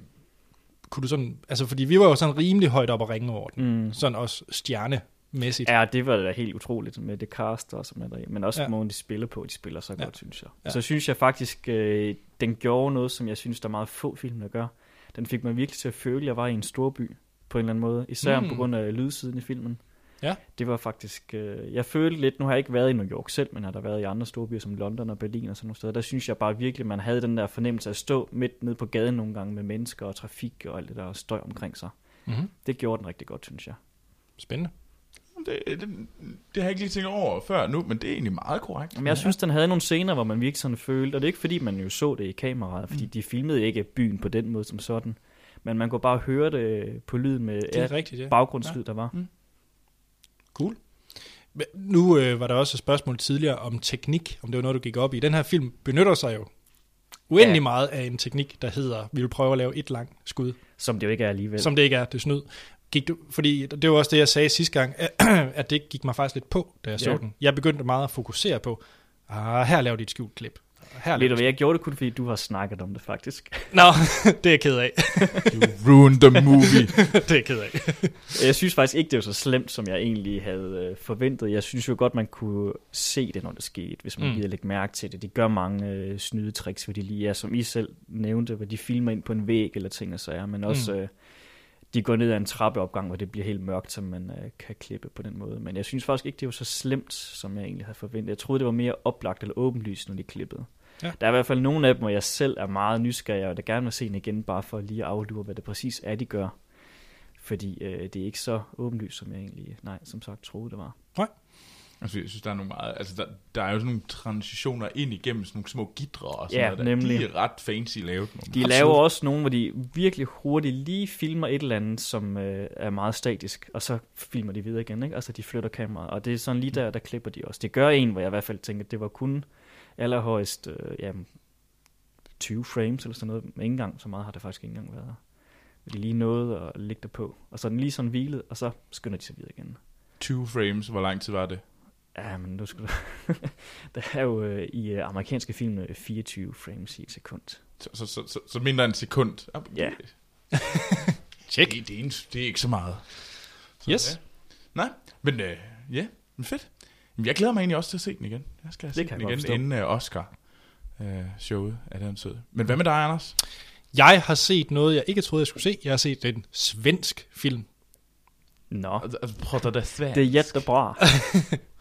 A: kunne du sådan... Altså, fordi vi var jo sådan rimelig højt op at ringe over den.
C: mm.
A: Sådan også stjernemæssigt.
C: Ja, det var da helt utroligt med det cast og som er deri. Men også
A: Ja.
C: ja. måden, de spiller på, de spiller så
A: Ja.
C: ja. godt, synes jeg.
A: Ja.
C: Ja. Så synes jeg faktisk, øh, den gjorde noget, som jeg synes, der er meget få film, der gør. Den fik mig virkelig til at føle, at jeg var i en storby på en eller anden måde. Især
A: Mm.
C: mm. på grund af lydsiden i filmen.
A: Ja.
C: Det var faktisk... Øh, jeg følte lidt... Nu har jeg ikke været i New York selv, men har der været i andre storbyer som London og Berlin og sådan nogle steder. Der synes jeg bare virkelig, man havde den der fornemmelse af at stå midt nede på gaden nogle gange med mennesker og trafik og alt det der støj omkring sig.
A: Mm-hmm.
C: Det gjorde den rigtig godt, synes jeg.
A: Spændende.
B: Det, det, det har jeg ikke lige tænkt over før nu, men det er egentlig meget korrekt.
C: Men jeg synes, den havde nogle scener, hvor man virkelig sådan følte, og det er ikke fordi, man jo så det i kameraet, fordi mm. de filmede ikke byen på den måde som sådan, men man kunne bare høre det på lyden med
A: Det er
C: ja,
A: rigtigt, ja.
C: baggrundslyd, der var.
A: Cool. Men Nu øh, var der også et spørgsmål tidligere om teknik, om det var noget, du gik op i. Den her film benytter sig jo uendelig ja.
C: Ja.
A: meget af en teknik, der hedder, vi vil prøve at lave et langt skud,
C: Som det jo ikke er alligevel.
A: som det ikke er, det er snyd. Gik du, fordi det var også det, jeg sagde sidste gang, at det gik mig faktisk lidt på, da jeg så
C: Ja.
A: den. Jeg begyndte meget at fokusere på, ah, her laver de et skjult klip. Ah, Her
C: Ved du
A: laver de...
C: hvad, jeg gjorde det kun fordi du har snakket om det faktisk.
A: Nå, det er jeg ked af.
B: You ruined the movie.
A: det er jeg ked af.
C: Jeg synes faktisk ikke, det var så slemt, som jeg egentlig havde øh, forventet. Jeg synes jo godt, man kunne se det, når det skete, hvis man
A: Mm.
C: mm. gider lægge mærke til det. De gør mange øh, snydetricks, hvor de lige er, som I selv nævnte, hvor de filmer ind på en væg eller ting og sager, men også...
A: Mm.
C: Mm. Øh, de går ned ad en trappeopgang, hvor det bliver helt mørkt, så man øh, kan klippe på den måde. Men jeg synes faktisk ikke, det var så slemt, som jeg egentlig havde forventet. Jeg troede, det var mere oplagt eller åbenlyst, når de klippede.
A: Ja.
C: Der er i hvert fald nogle af dem, hvor jeg selv er meget nysgerrig, og der gerne vil se den igen, bare for lige at aflure, hvad det præcis er, de gør. Fordi øh, det er ikke så åbenlyst, som jeg egentlig, nej, som sagt, troede, det var.
B: Altså, jeg synes, der er nogle meget... Altså, der, der er jo sådan nogle transitioner ind igennem sådan nogle små gitre og sådan
C: Ja,
B: noget. der.
C: nemlig.
B: De er ret fancy lavet. må man
C: De
B: sige.
C: laver også nogle, hvor de virkelig hurtigt lige filmer et eller andet, som øh, er meget statisk, og så filmer de videre igen, ikke? Altså, de flytter kameraet, og det er sådan lige der, der klipper de også. Det gør en, hvor jeg i hvert fald tænker, at det var kun allerhøjst øh, jamen, 20 frames eller sådan noget, men ikke engang så meget har det faktisk ikke engang været. De lige nåede at ligge det på, og så er den lige sådan hvilet, og så skynder de sig videre igen.
B: 20 frames, hvor lang tid var det?
C: Ja, men nu skal du... der er jo øh, i øh, amerikanske film øh, 24 frames i et sekund.
B: Så, så, så, så, så mindre end en sekund. Ah,
C: Ja.
B: Det,
A: Tjek.
B: det, det, er, en- det er ikke så meget. Så,
A: Yes.
B: Ja. Nej, men øh, ja, men fedt. Jamen, jeg glæder mig egentlig også til at se den igen. Jeg skal have
C: Det
B: set
C: kan
B: den
C: jeg
B: igen
C: godt forstå.
B: inden øh, Oscar-showet af den tid. Men hvad med dig, Anders?
A: Jeg har set noget, jeg ikke troede, jeg skulle se. Jeg har set en svensk film.
C: Nå,
B: Altså, prøv at da svært.
C: det er jättebra.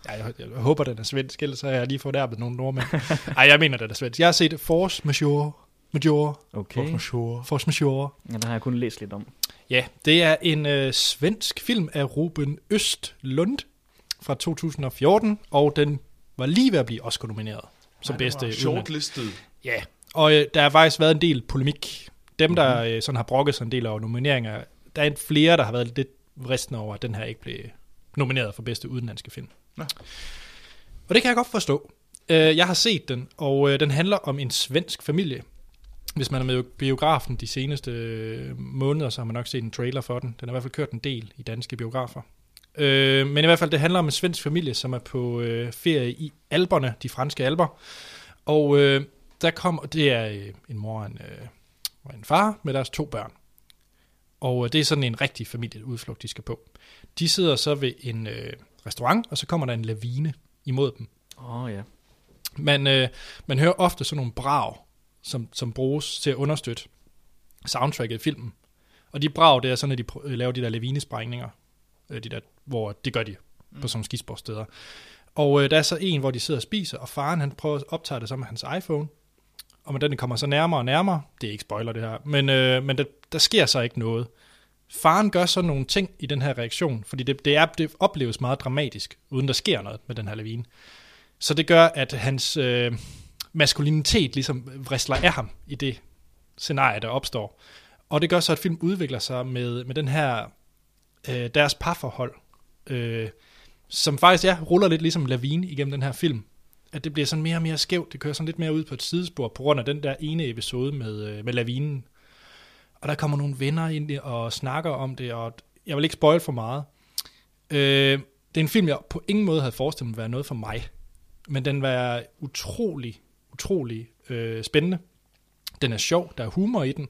A: Ja, jeg, jeg håber, den er svensk, ellers har jeg lige fornærmet nogle nordmænd. Nej, jeg mener, den er svensk. Jeg har set Force Majeure. Majeure.
C: Okay.
A: Force Majeure.
C: Ja, den har jeg kun læst lidt om.
A: Ja, det er en øh, svensk film af Ruben Østlund fra 2014, og den var lige ved at blive Oscar-nomineret som
C: øh,
A: bedste udenland.
B: Shortlisted.
A: Ja, og øh, der har faktisk været en del polemik. Dem, der øh, sådan har brokket sig en del over nomineringer, der er en flere, der har været lidt vristende over, at den her ikke blev nomineret for bedste udenlandske film.
B: Nå.
A: Og det kan jeg godt forstå. Øh, jeg har set den, og øh, den handler om en svensk familie. Hvis man er med i biografen de seneste øh, måneder, så har man nok set en trailer for den. Den har i hvert fald kørt en del i danske biografer. Øh, men i hvert fald, det handler om en svensk familie, som er på øh, ferie i alberne, de franske alber. Og øh, der kom, og det er øh, en mor og en, øh, og en far med deres to børn. Og øh, det er sådan en rigtig familieudflugt, de skal på. De sidder så ved en øh, restaurant, og så kommer der en lavine imod dem.
C: Åh oh, ja.
A: Man, øh, man hører ofte sådan nogle brag, som, som bruges til at understøtte soundtracket i filmen. Og de brag, det er sådan, at de pr- øh, laver de der lavinesprængninger, øh, de der, hvor det gør de på sådan nogle skisportsteder. Og øh, der er så en, hvor de sidder og spiser, og faren han prøver at optage det så med hans iPhone. Og men den kommer så nærmere og nærmere. Det er ikke spoiler det her, men, øh, men der, der sker så ikke noget. Faren gør så nogle ting i den her reaktion, fordi det, det, er, det opleves meget dramatisk, uden der sker noget med den her lavine. Så det gør, at hans øh, maskulinitet ligesom vristler af ham i det scenarie, der opstår. Og det gør så, at film udvikler sig med, med den her, øh, deres parforhold, øh, som faktisk ja, ruller lidt ligesom en lavine igennem den her film. At det bliver sådan mere og mere skævt, det kører sådan lidt mere ud på et sidespor, på grund af den der ene episode med, øh, med lavinen. Og der kommer nogle venner ind og snakker om det, og jeg vil ikke spoil for meget. Øh, det er en film, jeg på ingen måde havde forestillet mig være noget for mig men den var utrolig, utrolig øh, spændende. Den er sjov, der er humor i den,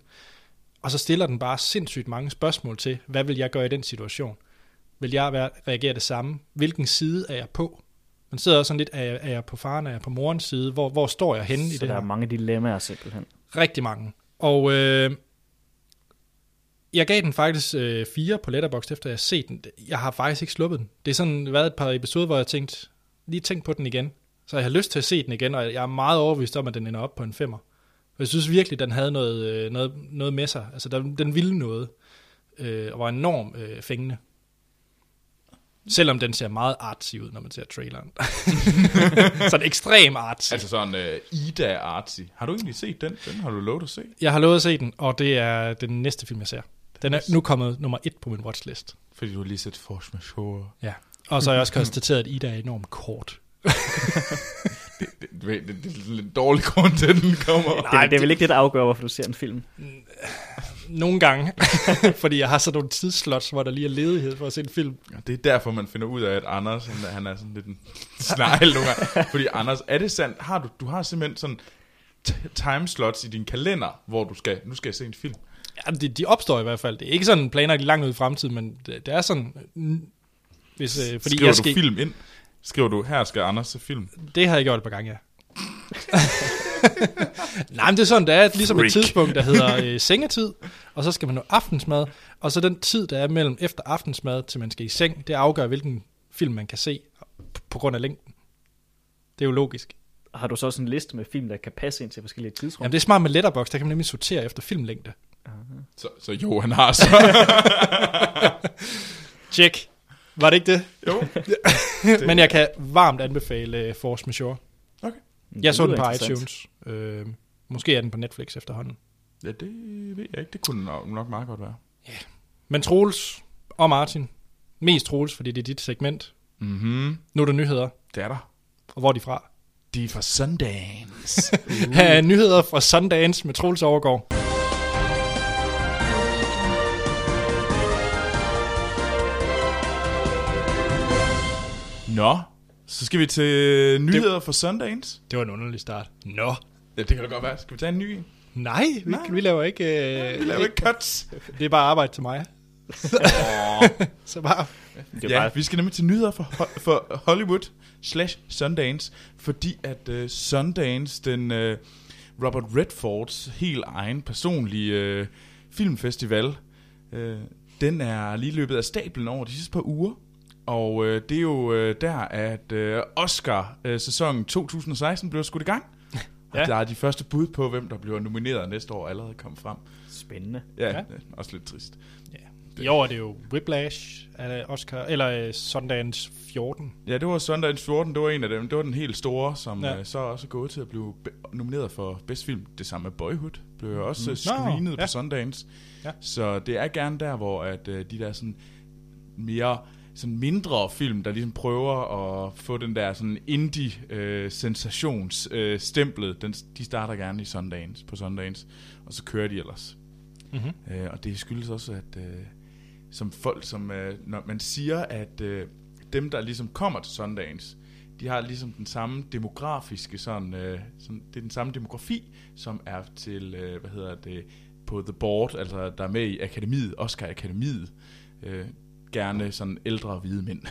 A: og så stiller den bare sindssygt mange spørgsmål til, hvad vil jeg gøre i den situation? Vil jeg være, reagere det samme? Hvilken side er jeg på? Man sidder også sådan lidt, er jeg, er jeg på faren, er jeg på morens side? Hvor, hvor står jeg henne i
C: Så
A: det
C: der
A: her?
C: er mange dilemmaer simpelthen.
A: Rigtig mange. Og øh, jeg gav den faktisk øh, fire på Letterboxd, efter jeg har set den. Jeg har faktisk ikke sluppet den. Det er sådan været et par episoder, hvor jeg tænkte, lige tænk på den igen. Så jeg har lyst til at se den igen, og jeg er meget overbevist om, at den ender op på en femmer. For jeg synes virkelig, den havde noget, øh, noget, noget med sig. Altså, den, den ville noget, øh, og var enormt øh, fængende. Selvom den ser meget artsy ud, når man ser traileren. sådan ekstrem artsy.
B: Altså sådan øh, Ida Artsy. Har du egentlig set den? Den har du lovet at se.
A: Jeg har lovet at se den, og det er den næste film, jeg ser. Den er nu kommet nummer et på min watchlist.
B: Fordi du har lige set Force Majeure.
A: Ja. Og så har jeg også konstateret, at Ida er enormt kort.
B: Det, det, det, det er sådan en dårlig grund til, at den kommer.
C: Nej, det, det er vel ikke det, der afgør, hvorfor du ser en film.
A: Nogle gange, fordi jeg har sådan nogle tidsslots, hvor der lige er ledighed for at se en film.
B: Og Det er derfor, man finder ud af, at Anders, han, er- han er sådan lidt en snegl nogle gange. Fordi Anders, er det sandt? Har du, du har simpelthen sådan t- timeslots i din kalender, hvor du skal, nu skal jeg se en film.
A: Ja, de, de opstår i hvert fald. Det er ikke sådan planlagt langt ud i fremtiden, men det, det er sådan... mm, Hvis, øh, fordi
B: Skriver
A: jeg skal,
B: du film ind? Skriver du, her skal Anders se film?
A: Det har jeg gjort et par gange, ja. Nej, men det er sådan, der er et- ligesom Freak.
B: Freak.
A: et tidspunkt, der hedder øh, sengetid, og så skal man nå aftensmad, og så den tid, der er mellem efter aftensmad, til man skal i seng, det afgør, hvilken film man kan se p- på grund af længden. Det er jo logisk.
C: Har du så også en liste med film, der kan passe ind til forskellige tidsrum?
A: Jamen, det er smart med letterbox, der kan man nemlig sortere efter filmlængde.
B: Så, så jo, han har så.
A: Tjek. Var det ikke det?
B: Jo.
A: Men jeg kan varmt anbefale øh, Force Majeure.
C: Men
A: Jeg
C: Mm, det
A: så den
C: lyder
A: på
C: interessant.
A: iTunes. Øh, måske er den på Netflix efterhånden.
B: Ja, det ved jeg ikke. Det kunne nok, nok meget godt være.
A: Men Troels og Martin. Mest Troels, fordi det er dit segment.
B: Mhm.
A: Nu er der nyheder.
B: Det er der.
A: Og hvor er de fra?
B: De er fra Sundance.
A: Uh. Her er nyheder fra Sundance med Troels Overgaard.
B: Nå, så skal vi til nyheder fra Sundance.
A: Det var en underlig start. Nå.
B: Ja, det kan da godt være. Skal vi tage en ny en?
A: Nej, vi,
B: Nej.
A: vi laver ikke... Øh,
B: Vi laver ikke cuts.
A: Det er bare arbejde til mig.
B: Åh.
A: Så bare...
C: Det er
B: ja,
C: bare-
B: vi skal nemlig til nyheder for, Ho- for Hollywood slash Sundance, fordi at uh, Sundance, den uh, Robert Redfords helt egen personlige uh, filmfestival, uh, den er lige løbet af stablen over de sidste par uger. Og uh, det er jo uh, der, at uh, Oscar-sæsonen 2016 blev skudt i gang. Og
A: Ja.
B: der er de første bud på, hvem der bliver nomineret næste år allerede kommet frem.
C: Spændende.
B: Ja,
A: Ja.
B: ja. også lidt trist.
A: I år er det jo Whiplash, er det Oscar, eller øh, Sundance 14.
B: Ja, det var Sundance 14, det var en af dem. Det var den helt store, som
A: Ja.
B: ja. øh, så også er gået til at blive be- nomineret for bedst film. Det samme med Boyhood blev jo også mm. screenet
A: Nå,
B: på
A: ja.
B: Sundance.
A: Ja.
B: Så det er gerne der, hvor at, øh, de der sådan mere sådan mindre film, der ligesom prøver at få den der sådan indie-sensations-stemplet, øh, stemplet, den, de starter gerne i Sundance, på Sundance, og så kører de ellers.
A: Mm-hmm.
B: Øh, og det skyldes også, at øh, som folk, som øh, når man siger, at øh, dem, der ligesom kommer til Sundance, de har ligesom den samme demografiske sådan, øh, sådan det er den samme demografi, som er til, øh, hvad hedder det, på The Board, altså der er med i akademiet, Oscar Akademiet, øh, gerne sådan ældre hvide mænd.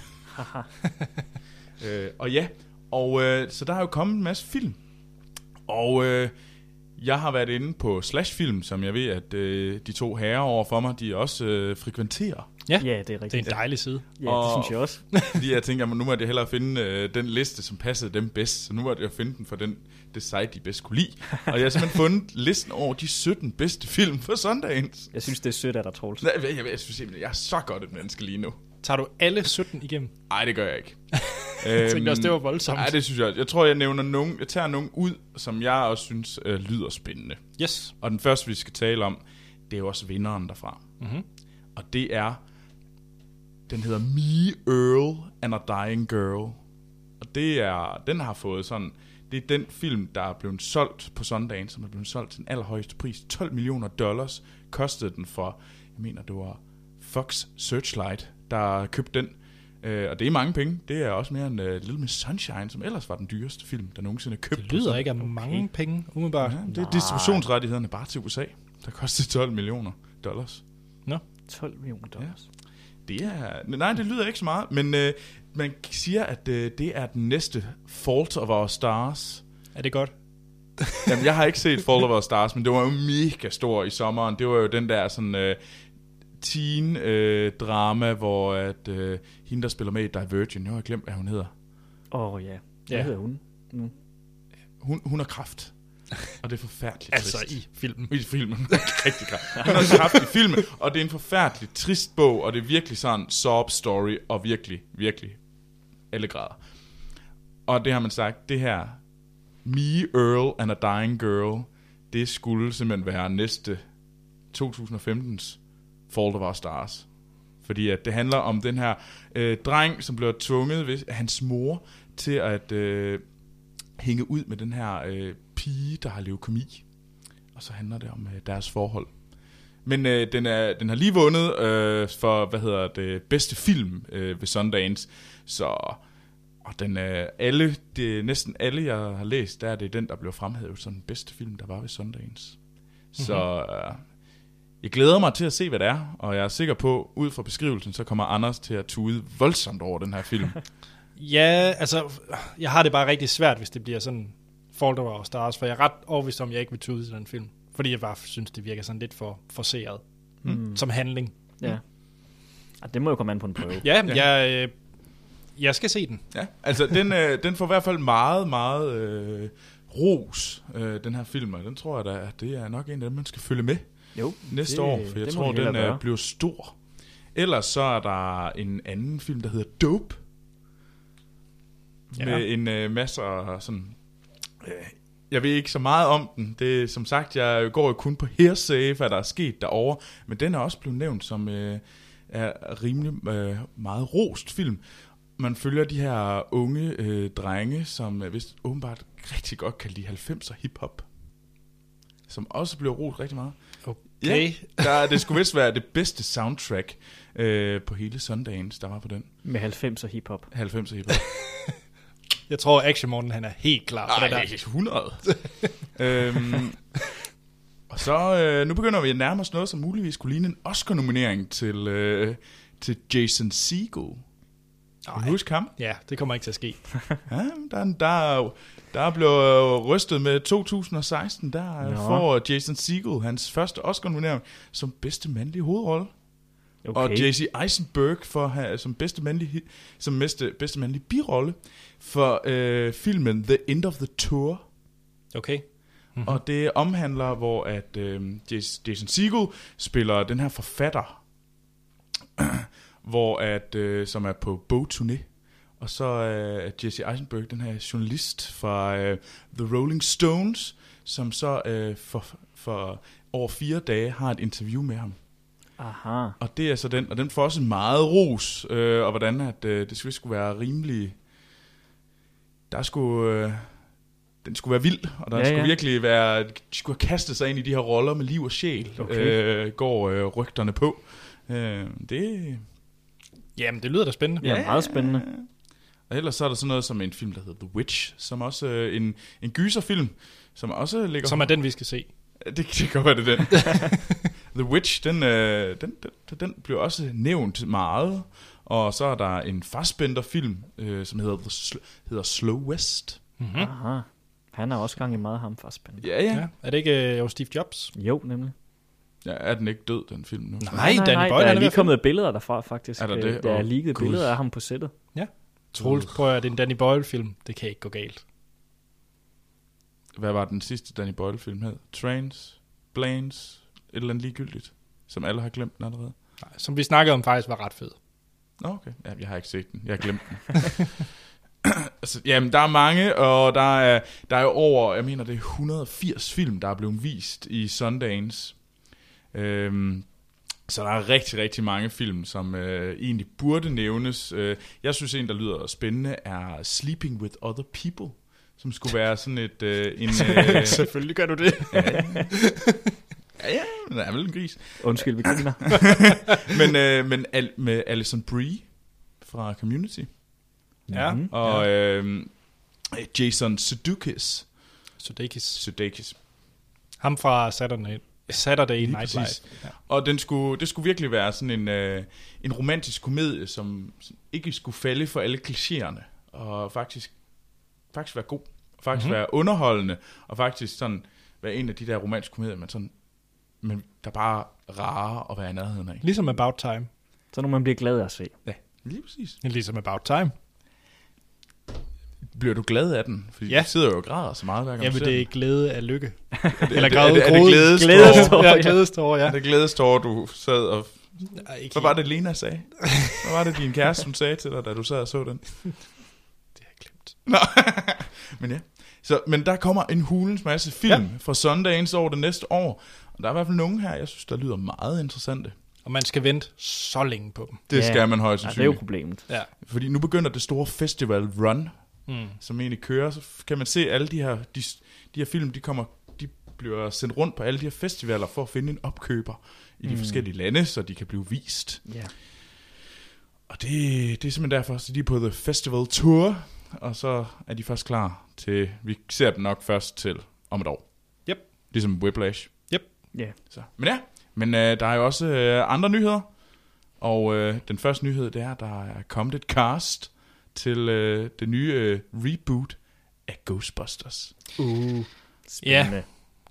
B: øh, og ja, og øh, så der er jo kommet en masse film, og øh, jeg har været inde på Slashfilm, som jeg ved, at øh, de to herrer over for mig, de også øh, frekventerer.
A: Ja.
C: Ja, det er
A: Det er
C: rigtigt.
A: en dejlig side.
C: Ja, det
B: Og-
C: synes jeg også.
B: Fordi jeg tænker, nu må jeg hellere finde øh, den liste, som passede dem bedst. Så nu må jeg finde den for den, det site, de bedst kunne lide. Og jeg har simpelthen fundet listen over de 17 bedste film for Sundance.
C: Jeg synes, det er sødt af dig, Troels.
B: Nej, jeg, jeg, jeg, synes simpelthen, jeg er så godt et menneske lige nu.
A: Tager du alle 17 igennem?
B: Nej, det gør jeg ikke.
A: Jeg tænkte også, det var voldsomt.
B: Nej, det synes jeg også. Jeg tror, jeg nævner nogen, jeg tager nogen ud, som jeg også synes øh, lyder spændende.
A: Yes.
B: Og den første, vi skal tale om, det er jo også vinderen derfra.
A: Mhm.
B: Og det er, den hedder Me Earl and a Dying Girl. Og det er, den har fået sådan, det er den film, der er blevet solgt på Sundance, som er blevet solgt til den allerhøjeste pris. 12 millioner dollars kostede den for, jeg mener, det var Fox Searchlight, der købte den. Øh, og det er mange penge. Det er også mere end uh, Little Miss Sunshine, som ellers var den dyreste film, der nogensinde er købt.
A: Det
B: på
A: lyder ikke af mange penge, umiddelbart.
B: Ja, det er distributionsrettighederne bare til USA, der koster 12 millioner dollars.
C: 12 millioner dollars.
B: Det er... Nej, det lyder ikke så meget, men øh, man siger, at øh, det er den næste Fault of Our Stars.
A: Er det godt?
B: Jamen, jeg har ikke set Fault of Our Stars, men det var jo mega stor i sommeren. Det var jo den der sådan... Øh, teen-drama, øh, drama, hvor at, øh, hende, der spiller med i Divergent, nu har jeg glemt, hvad hun hedder.
C: Åh oh, ja. Hvad
A: Ja.
C: hedder hun? Nu?
B: Hun, hun har kraft. Og det er forfærdeligt
A: Altså
B: trist.
A: i filmen.
B: I filmen. Rigtig kraft. Hun har kraft i filmen, og det er en forfærdelig trist bog, og det er virkelig sådan sob story, og virkelig, virkelig alle grader. Og det har man sagt, det her, Me, Earl and a Dying Girl, det skulle simpelthen være næste 2015's Fault of Our Stars. Fordi at det handler om den her øh, dreng, som bliver tvunget ved hans mor til at øh, hænge ud med den her øh, pige, der har leukemi. Og så handler det om øh, deres forhold. Men øh, den, er, den har lige vundet øh, for, hvad hedder det, bedste film øh, ved Sundance. Så og den, øh, alle, det, næsten alle, jeg har læst, der er det den, der blev fremhævet som den bedste film, der var ved Sundance. Så øh, jeg glæder mig til at se, hvad det er, og jeg er sikker på, ud fra beskrivelsen, så kommer Anders til at tude voldsomt over den her film.
A: Ja, altså, jeg har det bare rigtig svært, hvis det bliver sådan Fault of Our Stars, for jeg er ret overbevist om, at jeg ikke vil tude til den film. Fordi jeg bare synes, det virker sådan lidt for forseret mm. som handling.
C: Ja. Og det må jo komme an på en prøve.
A: Mm. Ja,
B: Ja.
A: ja. Jeg, øh, jeg skal se den.
B: Ja, altså den, øh, den får i hvert fald meget, meget øh, ros, øh, den her film, og den tror jeg da, at det er nok en af dem, man skal følge med
C: Jo,
B: næste
C: det-
B: år, for jeg
C: det må
B: tror,
C: vi hellere
B: den øh,
C: gøre.
B: bliver stor. Ellers så er der en anden film, der hedder Dope.
A: Ja.
B: Ja. Med en øh, masse af sådan... Øh, jeg ved ikke så meget om den. Det er, som sagt, jeg går jo kun på hearsay, hvad der er sket derovre. Men den er også blevet nævnt som øh, er rimelig øh, meget rost film. Man følger de her unge øh, drenge, som øh, vist åbenbart rigtig godt kan lide 90'er hiphop. Som også bliver rost rigtig meget.
A: Okay. Ja.
B: Der, det skulle vist være det bedste soundtrack øh, på hele Sundagens, der var på den.
C: Med 90'er hiphop.
B: 90'er hiphop.
A: Jeg tror, Action Morten han er helt klar på det
B: Ej,
A: der.
B: 100. øhm, og så, øh, nu begynder vi at nærme os noget, som muligvis kunne ligne en Oscar-nominering til, øh, til Jason Segel. Kan du huske ham?
A: Ja, det kommer ikke til at ske.
B: Ja, der, er en- der, der blev øh, rystet med 2016, der
C: Nå.
B: Nå. får Jason Segel hans første Oscar-nominering som bedste mandlige hovedrolle.
C: Okay.
B: Okay. Og J.C. Eisenberg for at have som bedste mandlige, hi- som bedste, bedste mandlige birolle for øh, filmen The End of the Tour.
A: Okay.
B: Mm-hmm. Og det omhandler, hvor at øh, Jas- Jason Segel spiller den her forfatter, hvor at, øh, som er på bogturné. Og så er øh, Jesse Eisenberg, den her journalist fra øh, The Rolling Stones, som så øh, for, for over fire dage har et interview med ham.
C: Aha.
B: Og det er så den, og den får også meget ros, øh, og hvordan at, øh, det skulle, skulle være rimelig... Der skulle... Øh, den skulle være vild, og der
C: Ja,
B: ja, skulle
C: ja.
B: ja. virkelig være... De skulle have kastet sig ind i de her roller med liv og sjæl,
C: Okay.
B: okay. øh, går øh, rygterne på. Øh, det,
A: Jamen, det lyder da spændende.
C: Ja, meget spændende.
B: og ellers så er der sådan noget som en film, der hedder The Witch, som også øh, en, en gyserfilm, som også ligger...
A: Som er den, vi skal se.
B: Det, det kan godt være, det er den. The Witch, den, øh, den, den, den blev også nævnt meget. Og så er der en Fassbender-film, øh, som hedder, The Sl- hedder Slow West.
A: Mm-hmm.
C: Aha. Han har også gang i meget ham for spændende.
B: Ja, ja.
A: Ja. Er det ikke øh, jo Steve Jobs?
C: Jo, nemlig.
B: ja. Er den ikke død, den film nu?
A: Nej, Danny Boyle,
C: der
A: han
C: er
A: er
C: lige
A: ved at
C: kommet billeder derfra, faktisk.
B: Er der
C: Øh,
B: det?
C: Der er
B: Åh,
C: ligget
B: Gud.
C: billeder af ham på sættet.
A: Troels, prøv at det er en Danny Boyle-film. Det kan ikke gå galt.
B: Hvad var den sidste Danny Boyle-film hed? Trains? Planes? Et eller andet ligegyldigt, som alle har glemt den allerede.
A: Nej, som vi snakkede om faktisk var ret fed.
B: Nå, okay. Ja, jeg har ikke set den. Jeg har glemt den. altså, jamen, der er mange, og der er, der er jo over, jeg mener, det er 180 film, der er blevet vist i Sundance. Øhm, så der er rigtig, rigtig mange film, som øh, egentlig burde nævnes. Øh, jeg synes, en, der lyder spændende, er Sleeping with Other People, som skulle være sådan et... Øh, en, øh,
A: Selvfølgelig gør du det.
B: ja, ja, den er vel en gris.
C: Undskyld, vi griner.
B: Men, øh, men al, med Alison Brie fra Community.
A: Ja.
C: Mhm.
B: Og ja. øh, Jason Sudeikis.
A: Sudeikis.
B: Sudeikis.
A: Ham fra Saturday, Saturday
B: Lige
A: Night
B: præcis.
A: Live. Ja.
B: Og den skulle, det skulle virkelig være sådan en, øh, en romantisk komedie, som som ikke skulle falde for alle klichéerne. Og faktisk, faktisk være god. Faktisk
A: Mhm.
B: mm-hmm. være underholdende. Og faktisk sådan være en af de der romantiske komedier, man sådan, men der bare er rare at være i nærheden af.
A: Ligesom About Time.
C: Så nu man bliver glad af at se.
B: Ja, lige præcis.
A: Ligesom About Time.
B: Bliver du glad af den? Fordi
A: Ja.
B: ja. du sidder jo og græder så meget hver gang
A: Jamen,
B: du ser
A: det er
B: den.
A: glæde af lykke.
B: er
A: Eller
B: det-
A: græde
B: er det- er det
A: gråde-
B: glædestårer?
A: glædestårer,
C: Ja.
A: Ja, glædestår, ja.
B: Er det glædestår, du sad og
A: Ej, ikke
B: Hvad var det, Lena sagde? Hvad var det, din kæreste hun sagde til dig, da du sad og så den?
A: helt. Det har jeg glemt.
B: Nå. men ja. Så, men der kommer en hulens masse film ja. fra Sundagens over det næste år. Og der er i hvert fald nogen her, jeg synes, der lyder meget interessante.
A: Og man skal vente så længe på dem.
B: Det
C: Ja.
B: ja. skal man højst
C: Ja, det er jo
B: sandsynligt.
C: problemet.
A: Ja.
B: Fordi nu begynder det store festival run,
A: Mm.
B: som egentlig kører. Så kan man se alle de her, de, de her film, de kommer de bliver sendt rundt på alle de her festivaler for at finde en opkøber i de
C: Mm.
B: mm. forskellige lande, så de kan blive vist.
C: Ja.
B: Og det, det er simpelthen derfor, så de er på The Festival Tour, og så er de først klar til, vi ser dem nok først til om et år.
A: Yep.
B: Ligesom Whiplash.
C: Ja.
B: Så. Men ja, men øh, der er jo også øh, andre nyheder, og øh, den første nyhed, det er, at der er kommet et cast til øh, det nye øh, reboot af Ghostbusters.
C: Uh. Spændende.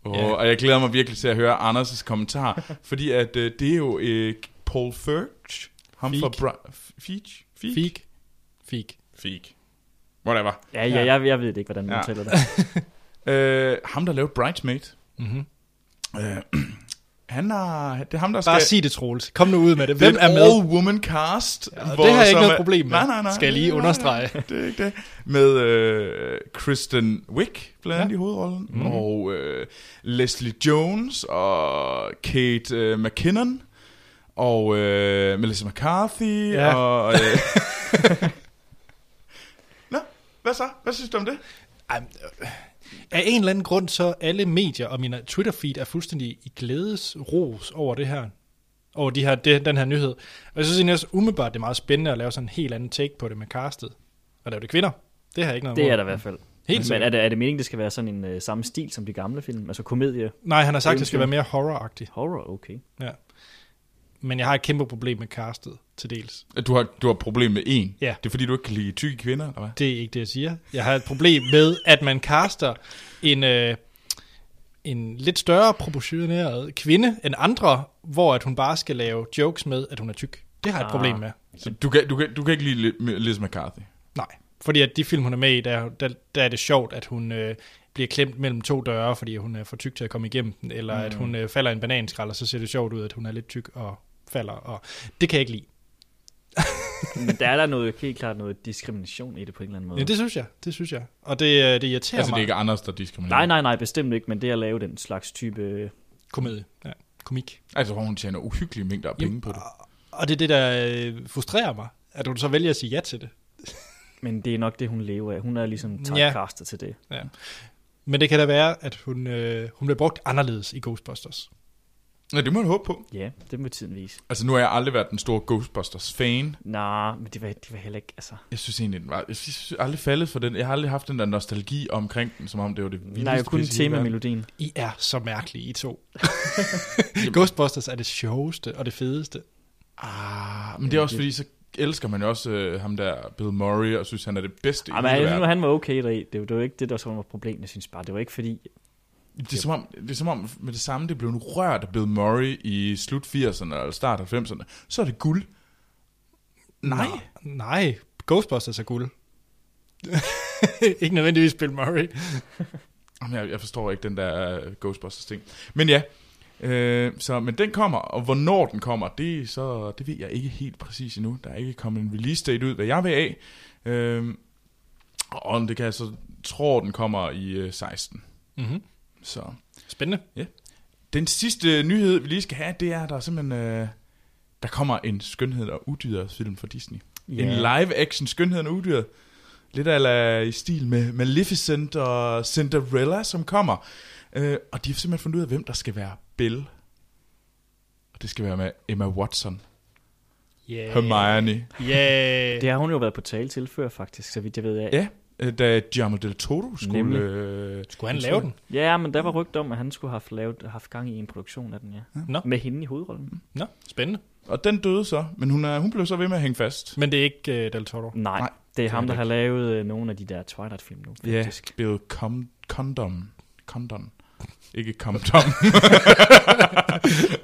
B: Og,
A: Ja.
B: og jeg glæder mig virkelig til at høre Anders' kommentar, fordi at øh, det er jo øh, Paul Feig, ham
A: Feig.
B: fra Bra- Feig? Feig?
A: Fik. Fik.
B: Feig. Whatever.
C: Ja, ja, jeg, jeg ved det ikke, hvordan man
B: Ja.
C: tæller det.
B: Øh, ham, der lavede Bridesmaid,
A: Mm-hmm.
B: øh, Han har, det er ham, der
A: Bare
B: skal...
A: sig det, Troels. Kom nu ud med det.
B: Det
A: Hvem er med?
B: all woman cast.
A: Ja, og
B: hvor-
A: det har jeg ikke
B: som
A: noget
B: er-
A: problem med.
B: Nej, nej, nej.
A: Skal jeg lige
B: Nej, nej,
A: understrege.
B: nej, Det er ikke det. Med øh, Kristen Wiig blandt andet i hovedrollen. Mm. Og øh, Leslie Jones og Kate øh, McKinnon. Og øh, Melissa McCarthy.
A: Ja.
B: Og, øh... Nå, hvad så? Hvad synes du om det?
A: Ej, men, øh, Af en eller anden grund, så er alle medier og min Twitter-feed er fuldstændig i glædes ros over det her. Over de her, det, den her nyhed. Og jeg synes egentlig også umiddelbart, det er meget spændende at lave sådan en helt anden take på det med castet. Og lave det kvinder. Det har jeg ikke noget
C: Det
A: imod.
C: er der i hvert fald.
A: Helt
C: Men
A: sikkert.
C: er det, er det meningen, det skal være sådan en øh, samme stil som de gamle film? Altså komedie,
A: Nej, han har sagt, at det skal
C: Eventyr.
A: være mere horroragtigt.
C: horror, okay.
A: Ja. Men jeg har et kæmpe problem med castet, til dels.
B: Du har, du har et problem med en.
A: Ja.
B: Det er fordi, du ikke kan lide tykke kvinder, eller hvad?
A: Det er ikke det, jeg siger. Jeg har et problem med, at man kaster en, øh, en lidt større proportioneret kvinde end andre, hvor at hun bare skal lave jokes med, at hun er tyk. Det har jeg et
C: Ah.
A: problem med.
B: Så du kan, du kan, du kan ikke lide Le- Melissa McCarthy.
A: Nej. Fordi at de film, hun er med i, der, der, der er det sjovt, at hun øh, bliver klemt mellem to døre, fordi hun er for tyk til at komme igennem den, eller mm. at hun øh, falder i en bananskrald, og så ser det sjovt ud, at hun er lidt tyk og falder. Og det kan jeg ikke lide.
B: Mm.
C: Men der er der noget, helt klart noget diskrimination i det på en eller anden måde.
A: Ja, det synes jeg. Det synes jeg. Og det, øh, det irriterer
B: Altså, det
A: mig.
B: er ikke Anders, der diskriminerer.
C: Nej, nej, nej, bestemt ikke, men det at lave den slags type... øh,
A: Komedie. Ja. Komik.
B: Altså, hvor hun tjener uhyggelige mængder af penge
A: Jamen, ah.
B: på det.
A: Og det er det, der øh, frustrerer mig, at hun så vælger at sige ja til det.
C: Men det er nok det, hun lever af. Hun er ligesom
A: Ja.
C: typecaster til det.
A: Men det kan da være, at hun, øh, hun bliver brugt anderledes i Ghostbusters.
B: Ja, det må man håbe på.
C: Ja, det må tiden vise.
B: Altså, nu har jeg aldrig været den store Ghostbusters-fan.
C: Nej, men det var, det var heller ikke... Altså,
B: Jeg synes egentlig, den var... Jeg synes, jeg er aldrig faldet for den. Jeg har aldrig haft den der nostalgi omkring den, som om det var det vildeste.
C: nej, kun
B: pis i hele verden.
C: temamelodien.
A: I er så mærkelige, I to. Ghostbusters er det sjoveste og det fedeste.
B: Ah, men det er også fordi, så elsker man jo også øh, ham der Bill Murray, og synes, han er det bedste
C: Ej,
B: i hele
C: men jeg synes nu,
B: verden.
C: han var okay deri. Det var, det var ikke det, der så var problemet, jeg synes bare. Det var ikke fordi...
B: Det er, som om, det er som om, med det samme, det blev nu rørt af Bill Murray i slut 80'erne eller start 90'erne. Så er det guld. Nej.
A: Nå, nej, Ghostbusters er guld. Ikke nødvendigvis Bill Murray.
B: Jamen, jeg, jeg forstår ikke den der øh, Ghostbusters-ting. Men ja, øh, så, men den kommer, og hvornår den kommer, det, er så, det ved jeg ikke helt præcis endnu. Der er ikke kommet en release date ud, hvad jeg ved af. Øh, og om det kan jeg så tror, den kommer i øh, 16.
A: Mm-hmm.
B: Så
A: Spændende.
B: den sidste nyhed, vi lige skal have, det er, at der er simpelthen... Øh, der kommer en skønhed og udyret film fra Disney. Yeah. En live-action skønhed og udyret. Lidt ala i stil med Maleficent og Cinderella, som kommer. Øh, og de har simpelthen fundet ud af, hvem der skal være Belle. Og det skal være med Emma Watson.
A: Yeah.
B: Hermione.
A: Yeah.
C: Det har hun jo været på tale til før, faktisk, så vidt jeg ved af.
B: Ja, øh, da Guillermo del Toro skulle...
C: Nemlig.
B: Øh,
A: Skulle han lave den?
C: Ja, men der var rygt om, at han skulle have haft, lavet, haft gang i en produktion af den, ja.
A: Nå.
C: Med hende i hovedrollen.
A: Nå, spændende.
B: Og den døde så, men hun, er, hun blev så ved med at hænge fast.
A: Men det er ikke uh, Del Toro.
C: Nej,
B: Nej,
C: Nej det er ham,
B: det
C: der
B: er
C: har lavet øh, nogle af de der Twilight-film nu,
B: Ja,
C: faktisk. Yeah.
B: Bill Com- Condom. Condom. Ikke Comdom.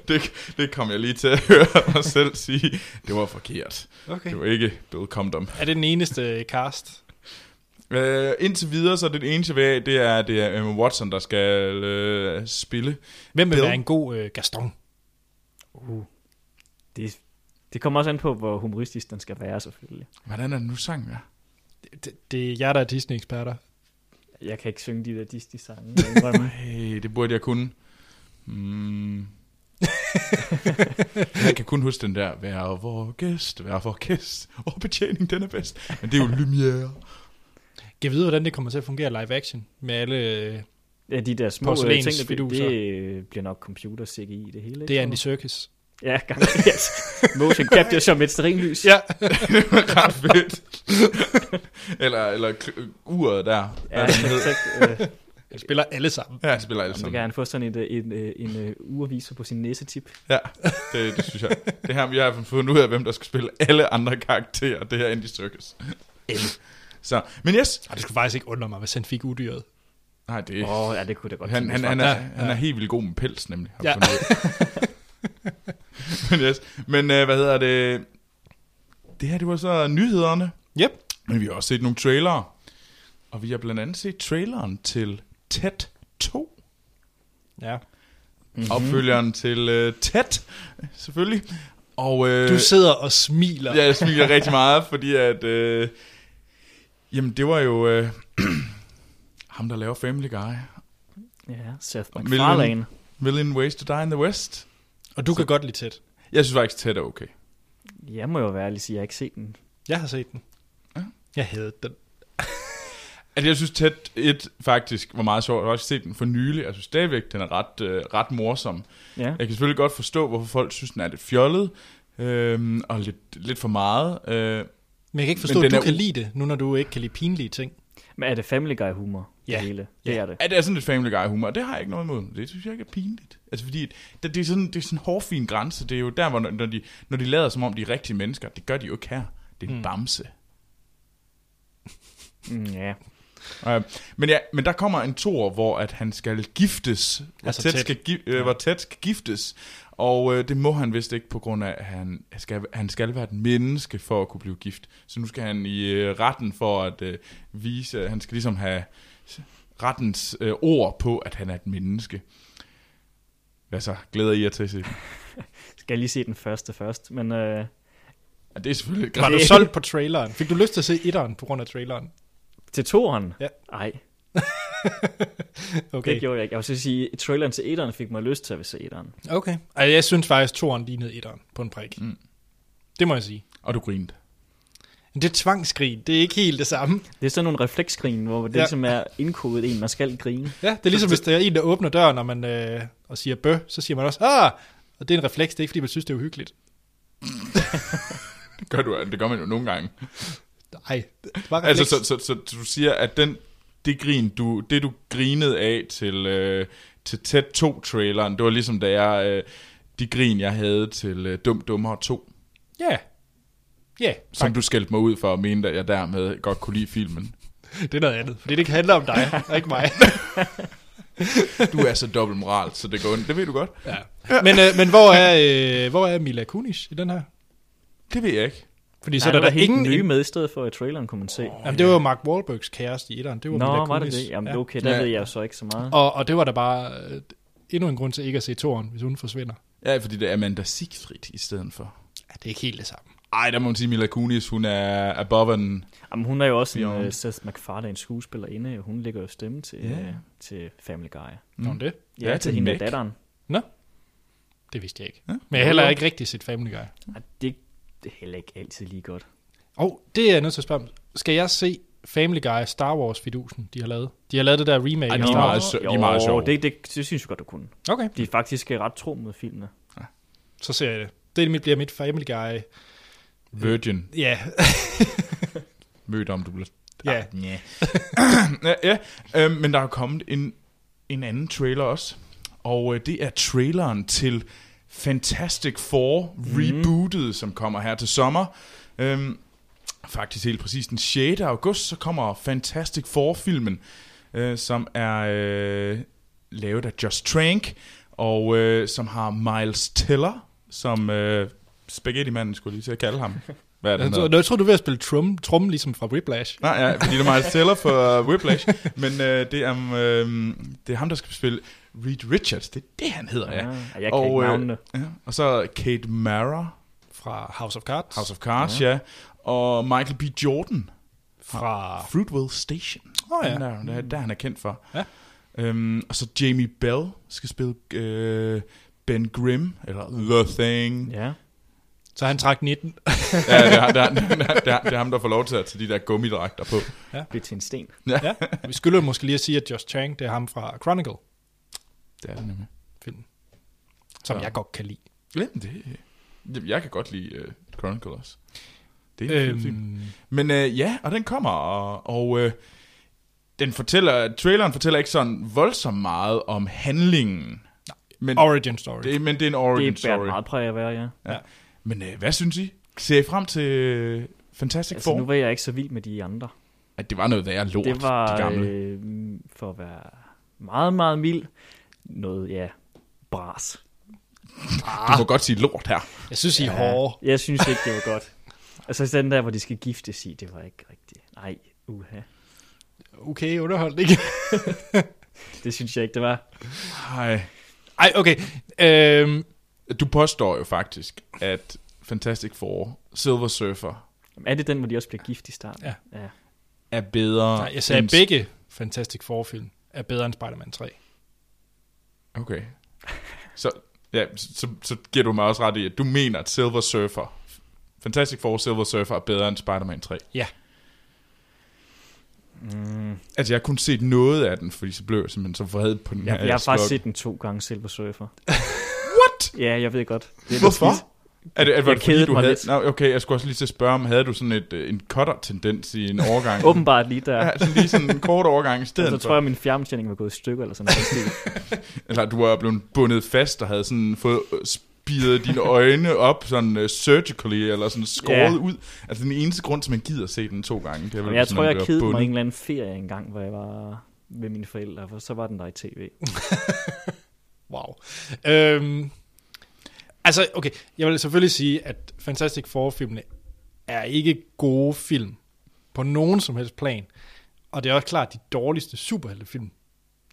B: det, det kom jeg lige til at høre mig selv sige. Det var forkert.
A: Okay.
B: Det var ikke Bill Comdom.
A: Er det den eneste cast?
B: Øh, indtil videre, så er det den eneste vej, det er, det er Emma Watson, der skal øh, spille.
A: Hvem vil
B: Bill.
A: være en god øh, Gaston?
C: Uh. Det, det kommer også an på, hvor humoristisk den skal være, selvfølgelig.
B: Hvordan er den nu sang, ja?
A: Det, det er jer, der er Disney-eksperter.
C: Jeg kan ikke synge de der Disney-sange. jeg indrømmer.
B: Hey, det burde jeg kunne. Mm. jeg kan kun huske den der, vær vor gæst, vær vor gæst, og betjening, den er bedst. Men det er jo Lumière.
A: Kan vide, hvordan det kommer til at fungere live action med alle... Øh,
C: ja, de der små øh, ting,
A: Porcelæns
C: der, det,
A: fiduser.
C: det øh, bliver nok computer CGI i det hele. ikke?
A: det er Andy Serkis.
C: Ja, gang. Yes. Motion capture som et steringlys.
A: Ja.
B: Ret fedt. eller eller k- uret der.
C: Ja,
B: Hvad
C: ja
B: den hed.
C: perfekt. Øh,
A: Han spiller alle sammen.
B: Ja, han spiller alle
C: så kan
B: sammen.
C: han få sådan et, øh, en, øh, en, en ureviser på sin næsetip.
B: Ja, det, det synes jeg. Det her, jeg har fundet ud af, hvem der skal spille alle andre karakterer. Det her Andy Circus. Så, men yes.
A: Og det skulle faktisk ikke undre mig, hvis han fik udyret.
B: Nej, det
C: Åh, oh, ja, det kunne da godt
B: han,
C: tænkes,
B: han, han,
C: faktisk.
B: er,
A: Ja,
B: han
A: ja.
B: er helt vildt god med pels, nemlig. Har
A: Ja.
B: ja. men yes. men øh, hvad hedder det? Det her, det var så nyhederne.
A: Yep.
B: Men vi har også set nogle trailere. Og vi har blandt andet set traileren til Ted 2.
A: Ja.
C: Mhm.
B: mm-hmm. opfølgeren til øh, Ted, selvfølgelig. Og, øh,
A: Du sidder og smiler.
B: Ja, jeg smiler rigtig meget, fordi at... Øh, jamen, det var jo øh, ham, der laver Family Guy.
C: Ja, Seth
B: Og Millen.
C: MacFarlane.
B: Million Ways to Die in the West.
A: Og du kan godt lide tæt.
B: Jeg synes faktisk, Ted er okay.
C: Jeg må jo være ærlig sige, jeg har ikke set den.
A: Jeg har set den.
B: Ja.
A: Jeg havde den.
B: At Altså, jeg synes, Ted 1 faktisk var meget sjovt. Jeg har også set den for nylig. Jeg synes stadigvæk, den er ret, øh, ret morsom.
C: Ja.
B: Jeg kan selvfølgelig godt forstå, hvorfor folk synes, den er lidt fjollet. Øh, og lidt, lidt for meget. Øh,
A: Men jeg kan ikke
B: Men
A: forstå,
B: den
A: at du
B: er u-
A: kan lide det, nu når du ikke kan lide pinlige ting.
C: Men er det Family Guy humor? det
A: Ja.
C: Hele?
A: Ja.
C: Det er det.
B: at det er sådan lidt family guy humor, og det har jeg ikke noget imod. Det synes jeg ikke er pinligt. Altså fordi, det, det er sådan det er sådan en hårfin grænse. Det er jo der, hvor når de, når de lader som om, de er rigtige mennesker, det gør de jo ikke her. Det er en
A: Mm.
B: mm. bamse.
C: Mm, ja.
B: Øh, men, ja, men der kommer en tor, hvor at han skal giftes. Hvor
A: Altså
B: altså tæt,
A: tæt.
B: tæt. Skal, gi- øh, hvor tæt skal giftes. Og øh, det må han vist ikke, på grund af, at han skal, han skal være et menneske for at kunne blive gift. Så nu skal han i øh, retten for at øh, vise, at han skal ligesom have rettens øh, ord på, at han er et menneske. Hvad så? Glæder I jer til at se den?
C: Skal jeg lige se den første først, men øh,
B: ja, Det er selvfølgelig
A: Var
B: gratis.
A: du
C: Det-
A: solgt på traileren? Fik du lyst til at se etteren på grund af traileren?
C: til toeren?
A: Ja.
C: Ej, okay.
A: Okay.
C: det gjorde jeg ikke. Jeg vil så sige, at traileren til etteren fik mig lyst til at se etteren.
A: okay. Ej, jeg synes faktisk, toeren lignede etteren på en prik. Mm.
B: Mm.
A: Det må jeg sige.
B: Og du grinte.
A: Men det er tvangskrig. Det er ikke helt det samme.
C: Det er sådan nogle refleksgrin, hvor det
A: Ja.
C: ja. ligesom er indkodet en, man skal grine.
A: Ja, det er ligesom, hvis der er en, der åbner døren når man, øh, og siger bø, så siger man også, ah, og det er en refleks, det er ikke, fordi man synes, det er uhyggeligt.
B: Det gør, du, det gør man jo nogle gange.
A: Nej, det var refleks.
B: Altså, så, så, så, du siger, at den, det, grin, du, det du grinede af til, øh, til Tæt 2-traileren, det var ligesom da jeg, øh, de grin, jeg havde til øh, Dum Dummere 2,
A: Ja. Ja,
B: som du skældte mig ud for og mente, at jeg dermed godt kunne lide filmen.
A: det er noget andet, fordi det ikke handler om dig, og ikke mig.
B: Du er så dobbeltmoral, så det går ondt. Det ved du godt.
A: Ja. Men, øh, men hvor, er, øh, hvor er Mila Kunis i den her?
B: Det ved jeg ikke.
A: Fordi
C: Nej,
A: så er der, der
C: helt
A: ingen...
C: nye med i stedet for i traileren, kunne man se. Oh,
A: Jamen, det var jo Mark Wahlbergs kæreste i etteren. Det var
C: Nå,
A: Mila Kunis.
C: var det det? Jamen
A: ja.
C: okay, der
B: Ja.
C: ved jeg jo så ikke så meget.
A: og, og det var da bare øh, endnu en grund til ikke at se toren, hvis hun forsvinder.
B: Ja, fordi det er Amanda Siegfried i stedet for.
A: Ja, det er ikke helt det samme.
B: Ej, der må man sige, Mila Kunis, hun er above and...
C: Jamen, hun er jo også en
B: Beyond.
C: uh, Seth MacFarlane skuespillerinde, og hun lægger jo stemme til,
B: Ja.
C: yeah. til Family Guy.
A: Mm. Nå, men det,
C: Ja, ja til
B: til
C: hende og
B: Meg.
C: datteren.
A: det vidste jeg ikke.
B: Ja.
A: Men jeg har heller ikke rigtig set Family Guy.
C: Ej, det, det er heller ikke altid lige godt.
A: Og det er jeg nødt til at spørge om. Skal jeg se Family Guy Star Wars fidusen, de har lavet? De har lavet det der remake.
B: Ej,
A: af
B: de er
A: Star
B: meget
A: Wars.
B: sø- de er meget sjove.
C: Det, det, det synes jeg godt, du kunne.
A: Okay,
C: De er faktisk øh, ret tro mod filmene.
A: så ser jeg det. Det mit- bliver mit Family Guy.
B: Virgin.
A: Ja,
B: Mødt om, du bliver
A: ja.
B: Ja. ja, ja. Øh, men der er kommet en, en anden trailer også. Og øh, det er traileren til Fantastic Four Rebooted,
A: Mm.
B: som kommer her til sommer. Øhm, faktisk helt præcis den 6. august, så kommer Fantastic Four-filmen, øh, som er øh, lavet af Josh Trank, og øh, som har Miles Teller, som øh, Spaghetti-manden skulle jeg lige til at kalde ham. Hvad er
A: Jeg
B: han
A: tror,
B: hedder?
A: jeg tror, du er ved at spille trum, trum ligesom fra Whiplash.
B: Nej, ja, fordi det er Miles Teller for Whiplash, men øh, det, er, øh, det er ham, der skal spille Reed Richards. Det er det, han hedder, ja.
C: Ah, jeg kan og, ikke
B: Og, øh,
C: navnene.
B: ja. Og så Kate Mara,
A: Fra House of Cards.
B: House of Cards, ja. ja. Og Michael B. Jordan, Ah.
A: Fra...
B: Fruitvale Station.
A: Åh, ja.
B: Den Der, der, der han er kendt for.
A: Ja.
B: Øhm, og så Jamie Bell skal spille øh, Ben Grimm, eller The Thing. Ja,
C: Ja.
A: Så han trak 19.
B: ja det, er, det, er, det, er, det, er, det er ham, der får lov til at tage de der gummidragter på.
C: Blev til en sten.
A: ja. Vi skylder måske lige at sige, at Josh Chang, det er ham fra Chronicle-filmen.
B: Det er det nemlig.
A: Som
B: Ja.
A: jeg godt kan lide.
B: Glem det. Jamen, Jeg kan godt lide uh, Chronicle også. Det er en øhm. film.
A: Øhm,
B: Men uh, ja, og den kommer, og, og uh, den fortæller, traileren fortæller ikke sådan voldsomt meget om handlingen. Men,
A: origin story.
B: det, men det er en
C: Det
B: origin
C: bærer
B: story.
C: meget præg af at være, ja.
B: Men uh, hvad synes I? Ser I frem til uh, Fantastic
C: Altså,
B: Four?
C: nu var jeg ikke så vild med de andre.
B: At det var noget værre lort,
C: Det
B: de
C: var,
B: gamle.
C: øh, for at være meget, meget mild, noget, ja, bras.
B: Du
C: ah.
B: må godt sige lort her.
A: Jeg synes, I er hårde.
C: Jeg synes ikke, det var godt. Altså den der, hvor de skal giftes i, det var ikke rigtigt. Nej, uha.
A: Okay, underholdt, ikke?
C: Det synes jeg ikke, det var.
B: Ej.
A: Ej, okay. Øhm,
B: Du påstår jo faktisk, at Fantastic Four, Silver Surfer,
C: Jamen, er det den, hvor de også bliver gift i starten?
A: Ja.
C: ja.
B: er bedre
A: nej, jeg sagde,
B: end-
A: at begge Fantastic Four-film er bedre end Spider-Man 3.
B: Okay. Så, ja, så, så, så giver du mig også ret i, at du mener, at Silver Surfer, Fantastic Four Silver Surfer er bedre end Spider-Man 3.
A: Ja.
C: Mm.
B: Altså, jeg har kun set noget af den, fordi så blev jeg simpelthen så vred på den her.
C: Jeg, jeg har faktisk
B: slok.
C: set den to gange, Silver Surfer.
B: What?
C: Ja, jeg ved godt. Det er
B: Hvorfor?
C: lidt-
B: Er det, er det, var
C: Jeg
B: det fordi,
C: kedede
B: du
C: mig
B: havde...
C: lidt.
B: Nå, okay, jeg skulle også lige til at spørge om, havde du sådan et, øh, en cutter-tendens i en overgang?
C: Åbenbart lige der.
B: Ja, sådan lige sådan en kort overgang i stedet
C: så
B: for.
C: tror jeg, at min fjernbetjening var gået i stykker eller sådan noget.
B: Eller du var blevet bundet fast og havde sådan fået øh, spidet dine øjne op sådan uh, surgically, eller sådan skåret
C: Ja.
B: ud. Altså den eneste grund til, man gider se den to gange, det er vel,
C: Men jeg
B: hvis
C: tror,
B: man
C: jeg
B: bliver
C: kedede mig
B: bundet.
C: i en eller anden ferie engang, hvor jeg var med mine forældre, for så var den der i tv.
A: Wow. Øhm, altså, okay, jeg vil selvfølgelig sige, at Fantastic Four-filmene er ikke gode film på nogen som helst plan. Og det er også klart de dårligste superheltefilm,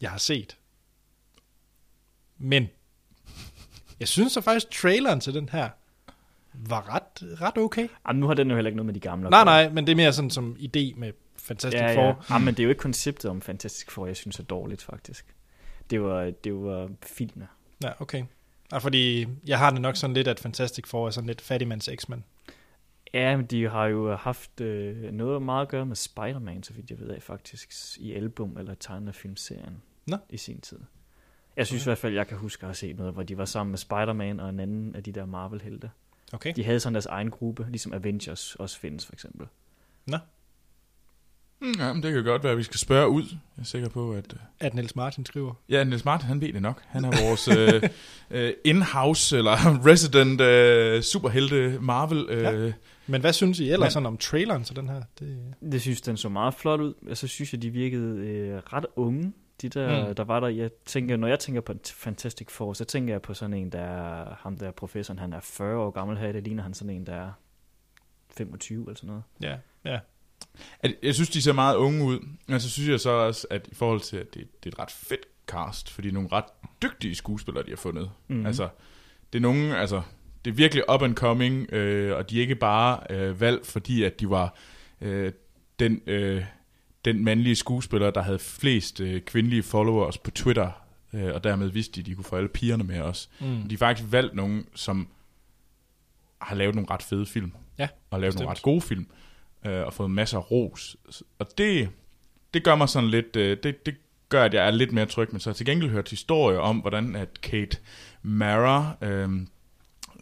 A: jeg har set. Men jeg synes så faktisk, traileren til den her var ret, ret okay.
C: Jamen, nu har den jo heller ikke noget med de gamle. at
A: Nej,
C: gøre.
A: nej, men det er mere sådan som idé med Fantastic
C: ja,
A: Four.
C: Ja. Jamen, men det er jo ikke konceptet om Fantastic Four, jeg synes er dårligt, faktisk. Det var, det var filmene.
A: Ja, okay. Og fordi jeg har det nok sådan lidt, at Fantastic Four er sådan lidt fattigmands X-Men.
C: Ja, men de har jo haft øh, noget meget at gøre med Spider-Man, så vidt jeg ved af, faktisk i album eller tegnefilmserien
A: Nå.
C: i sin tid. Jeg synes i hvert fald, jeg kan huske at have set noget, hvor de var sammen med Spider-Man og en anden af de der Marvel-helte.
A: Okay.
C: De havde sådan deres egen gruppe, ligesom Avengers også findes for eksempel.
B: Mm, ja, men det kan godt være, at vi skal spørge ud. Jeg er sikker på, at... øh,
A: At Niels Martin skriver.
B: Ja, Niels Martin, han ved det nok. Han er vores øh, øh, in-house, eller resident øh, superhelte Marvel. Øh, ja.
A: Men hvad synes I ellers
B: Men-
A: sådan om traileren til den her? Det...
C: Det synes den så meget flot ud, og så synes jeg, de virkede øh, ret unge, de der,
A: Mm.
C: mm. der var der. Jeg tænker, når jeg tænker på en t- Fantastic Four, så tænker jeg på sådan en, der er, ham der er professoren, han er 40 år gammel her, det ligner han sådan en, der er 25 eller sådan noget.
A: Ja, ja.
B: At, jeg synes, de ser meget unge ud. Men så synes jeg så også, at i forhold til, at det, det er et ret fedt cast, fordi nogle ret dygtige skuespillere, de har fundet.
C: Mm.
B: Mm. Altså, det er nogen, altså, det er virkelig up and coming, øh, og de er ikke bare øh, valgt, fordi at de var øh, den, øh, den mandlige skuespiller, der havde flest øh, kvindelige followers på Twitter, øh, og dermed vidste de, at de kunne få alle pigerne med os.
A: Mm.
B: De har faktisk valgt nogen, som har lavet nogle ret fede film.
A: Ja,
B: Og lavet
A: bestemt.
B: nogle ret gode film. Øh, og fået masser af ros. Og det, det gør mig sådan lidt... Øh, det, det gør, at jeg er lidt mere tryg. Men så har jeg til gengæld hørt historier om, hvordan at Kate Mara... Øh,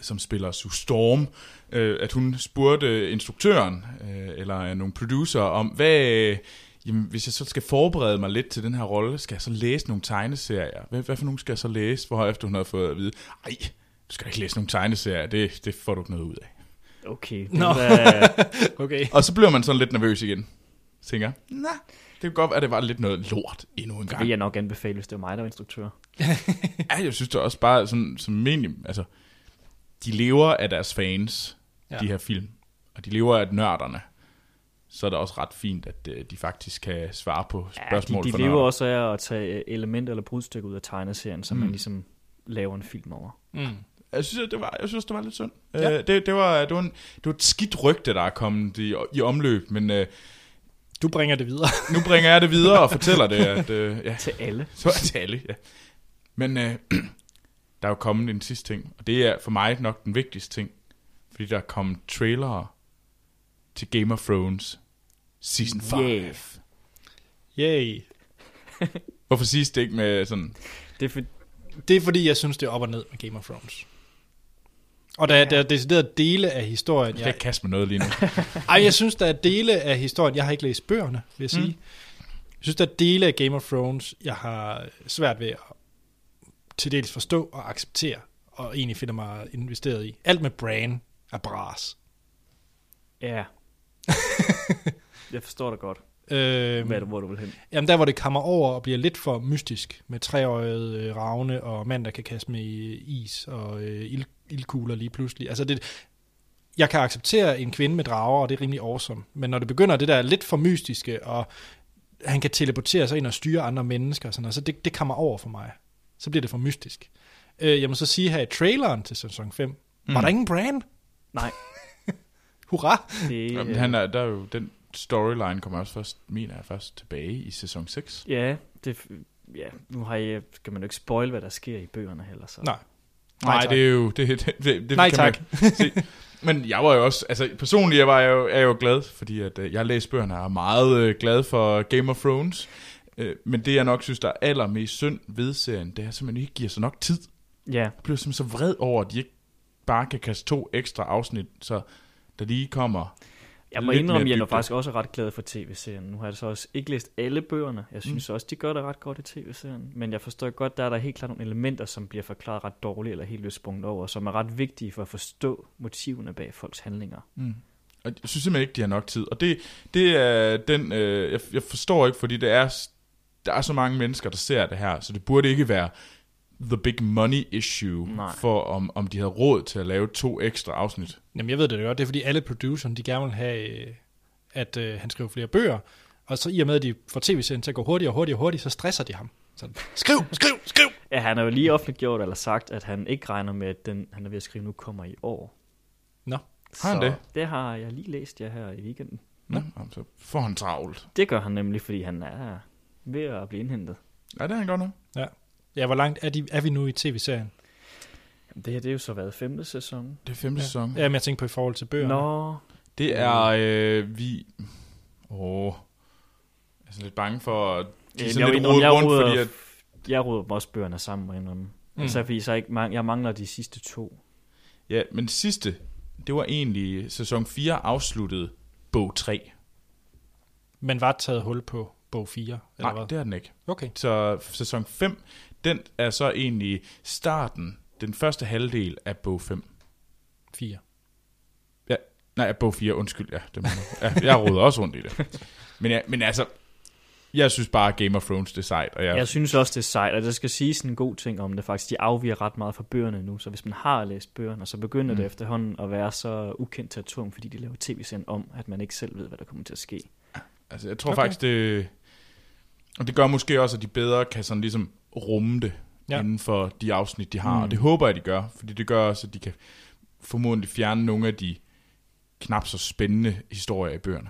B: som spiller Sue Storm, øh, at hun spurgte instruktøren øh, eller nogle producer om, hvad, øh, jamen, hvis jeg så skal forberede mig lidt til den her rolle, skal jeg så læse nogle tegneserier? Hvad, hvad for nogle skal jeg så læse? Hvor efter hun havde fået at vide, ej, du skal ikke læse nogle tegneserier, det, det får du ikke noget ud af.
C: Okay.
A: Nå.
C: No. Der,
A: Okay.
B: Og så bliver man sådan lidt nervøs igen. Tænker, nej, det kan godt være, at det var lidt noget lort endnu en gang.
C: vil jeg nok anbefale, hvis det var mig, der var instruktør.
B: Ja, jeg synes det også bare, sådan, som minimum, altså, de lever af deres fans,
A: Ja.
B: ja. de her film, og de lever af nørderne. Så er det også ret fint, at øh, de faktisk kan svare på
C: Ja, de,
B: spørgsmål
C: de
B: fra
C: lever
B: nørder.
C: også af at tage øh, elementer eller brudstykker ud af tegneserien, som mm. man
B: Mm.
C: ligesom laver en film over.
A: Mm.
B: Jeg synes, at det var, jeg synes, det var lidt synd.
A: Ja.
B: Ja. Øh, det, det, var, det, var en, det var et skidt rygte, der er kommet i, i omløb, men øh,
A: Du bringer det videre.
B: nu bringer jeg det videre og fortæller det, at øh, ja,
C: Til alle.
B: Så er det alle, ja. Men øh, der er jo kommet en sidste ting, og det er for mig nok den vigtigste ting, fordi der er kommet trailere til Game of Thrones Season 5.
C: Yeah.
B: Yeah.
A: Yay.
B: Hvorfor siges det ikke med sådan...
C: Det er for,
A: Det er fordi, jeg synes, det er op og ned med Game of Thrones. Og der, ja. der er decideret dele af historien.
B: Jeg kan
A: Jeg,
B: ikke kaste mig noget lige nu.
A: ej, jeg synes, der er dele af historien. Jeg har ikke læst bøgerne, vil jeg sige. Mm. Jeg synes, der er dele af Game of Thrones, jeg har svært ved at til dels forstå og acceptere, og egentlig finder mig investeret i. Alt med Bran er bras.
C: ja. jeg forstår dig godt,
A: Øhm,
C: hvad, du- hvor du vil hen.
A: Jamen der, hvor det kommer over og bliver lidt for mystisk, med treøjede øh, ravne og mand, der kan kaste med øh, is og øh, ild, ildkugler lige pludselig. Altså det, jeg kan acceptere en kvinde med drager, og det er rimelig awesome. Men når det begynder det der lidt for mystiske, og han kan teleportere sig ind og styre andre mennesker, og sådan noget, så det, det kommer over for mig. Så bliver det for mystisk. Øh, jeg må så sige her i traileren til sæson 5, mm. var der ingen Bran?
C: Nej,
A: Hurra!
C: det er...
B: Jamen,
C: øh,
B: han er, der er jo, den storyline kommer også først, mener jeg, først tilbage i sæson 6.
C: Ja, det, ja, nu har jeg, skal man jo ikke spoil, hvad der sker i bøgerne heller. Så.
A: Nej.
B: Nej,
A: tak.
B: det er jo... Det, det, det, det
A: Nej,
B: kan man jo se. Men jeg var jo også... Altså, personligt jeg var jeg jo, er jeg jo glad, fordi at, øh, jeg læste bøgerne og er meget øh, glad for Game of Thrones. Øh, men det, jeg nok synes, der er allermest synd ved serien, det er simpelthen ikke giver så nok tid.
C: Ja,
B: Jeg blev simpelthen så vred over, at de ikke bare kan kaste to ekstra afsnit, så der lige kommer...
C: jeg må
B: Lidt
C: indrømme,
B: mere
C: jeg er
B: dybde.
C: faktisk også ret glad for tv-serien. Nu har jeg så også ikke læst alle bøgerne. Jeg synes mm. også, de gør det ret godt i tv-serien. Men jeg forstår godt, der er der helt klart nogle elementer, som bliver forklaret ret dårligt eller helt løsprunget over, som er ret vigtige for at forstå motiverne bag folks handlinger.
B: Mm. Og jeg synes simpelthen ikke, de har nok tid. Og det, det er den... Øh, jeg, jeg forstår ikke, fordi det er, s- der er så mange mennesker, der ser det her, så det burde ikke være the big money issue
C: Nej.
B: for, om, om de havde råd til at lave to ekstra afsnit.
A: Jamen, jeg ved det godt. Det er, fordi alle producerne, de gerne vil have, øh, at øh, han skriver flere bøger. Og så i og med, at de får tv-serien til at gå hurtigere og hurtigere og hurtigere, så stresser de ham. Sådan, skriv, skriv, skriv!
C: Ja, han har jo lige offentliggjort eller sagt, at han ikke regner med, at den, han er ved at skrive nu, kommer i år.
A: Nå,
B: Har han
C: så
B: det?
C: Det har jeg lige læst ja, her i weekenden.
B: Nå, jamen, så får han travlt.
C: Det gør han nemlig, fordi han er ved at blive indhentet.
B: Ja, det er han godt nok.
A: ja. Ja, hvor langt er, de, er vi nu i tv-serien?
C: Jamen, det her, det er jo så været femte sæson.
B: Det er femte ja. sæson.
A: Jamen, jeg tænker på i forhold til bøgerne.
C: Nå,
B: Det er øh, vi... Åh... Jeg er sådan lidt bange for... at De er
C: Jamen,
B: sådan
C: jeg,
B: lidt
C: indrømmer,
B: rodet
C: jeg,
B: rundt,
C: ruder,
B: fordi at...
C: jeg ruder dem også bøgerne sammen og indrømme. Mm. Altså, fordi så er ikke mang- jeg mangler de sidste to.
B: Ja, men sidste, det var egentlig sæson 4 afsluttet bog 3.
A: Men var taget hul på bog 4, eller
B: Nej,
A: hvad?
B: det er den ikke.
A: Okay.
B: Så sæson 5, den er så egentlig starten, den første halvdel af bog 5.
A: 4.
B: Ja, nej, af bog 4, undskyld. Ja, det må jeg. ja, jeg roder også rundt i det. Men, ja, men altså, jeg synes bare Game of Thrones det er sejt, og jeg,
C: Ja. Jeg synes også, det er sejt, og der skal siges en god ting om det faktisk. De afviger ret meget fra bøgerne nu, så hvis man har læst bøgerne, så begynder mm. det efterhånden at være så ukendt territorium, fordi de laver tv-serien om, at man ikke selv ved, hvad der kommer til at ske.
B: Altså, jeg tror
A: Okay.
B: okay. faktisk, det... Og det gør måske også, at de bedre kan sådan ligesom rumme det
A: Ja.
B: ja. inden for de afsnit, de har. Mm. Og det håber jeg, de gør, fordi det gør også, at de kan formodentlig fjerne nogle af de knap så spændende historier i bøgerne.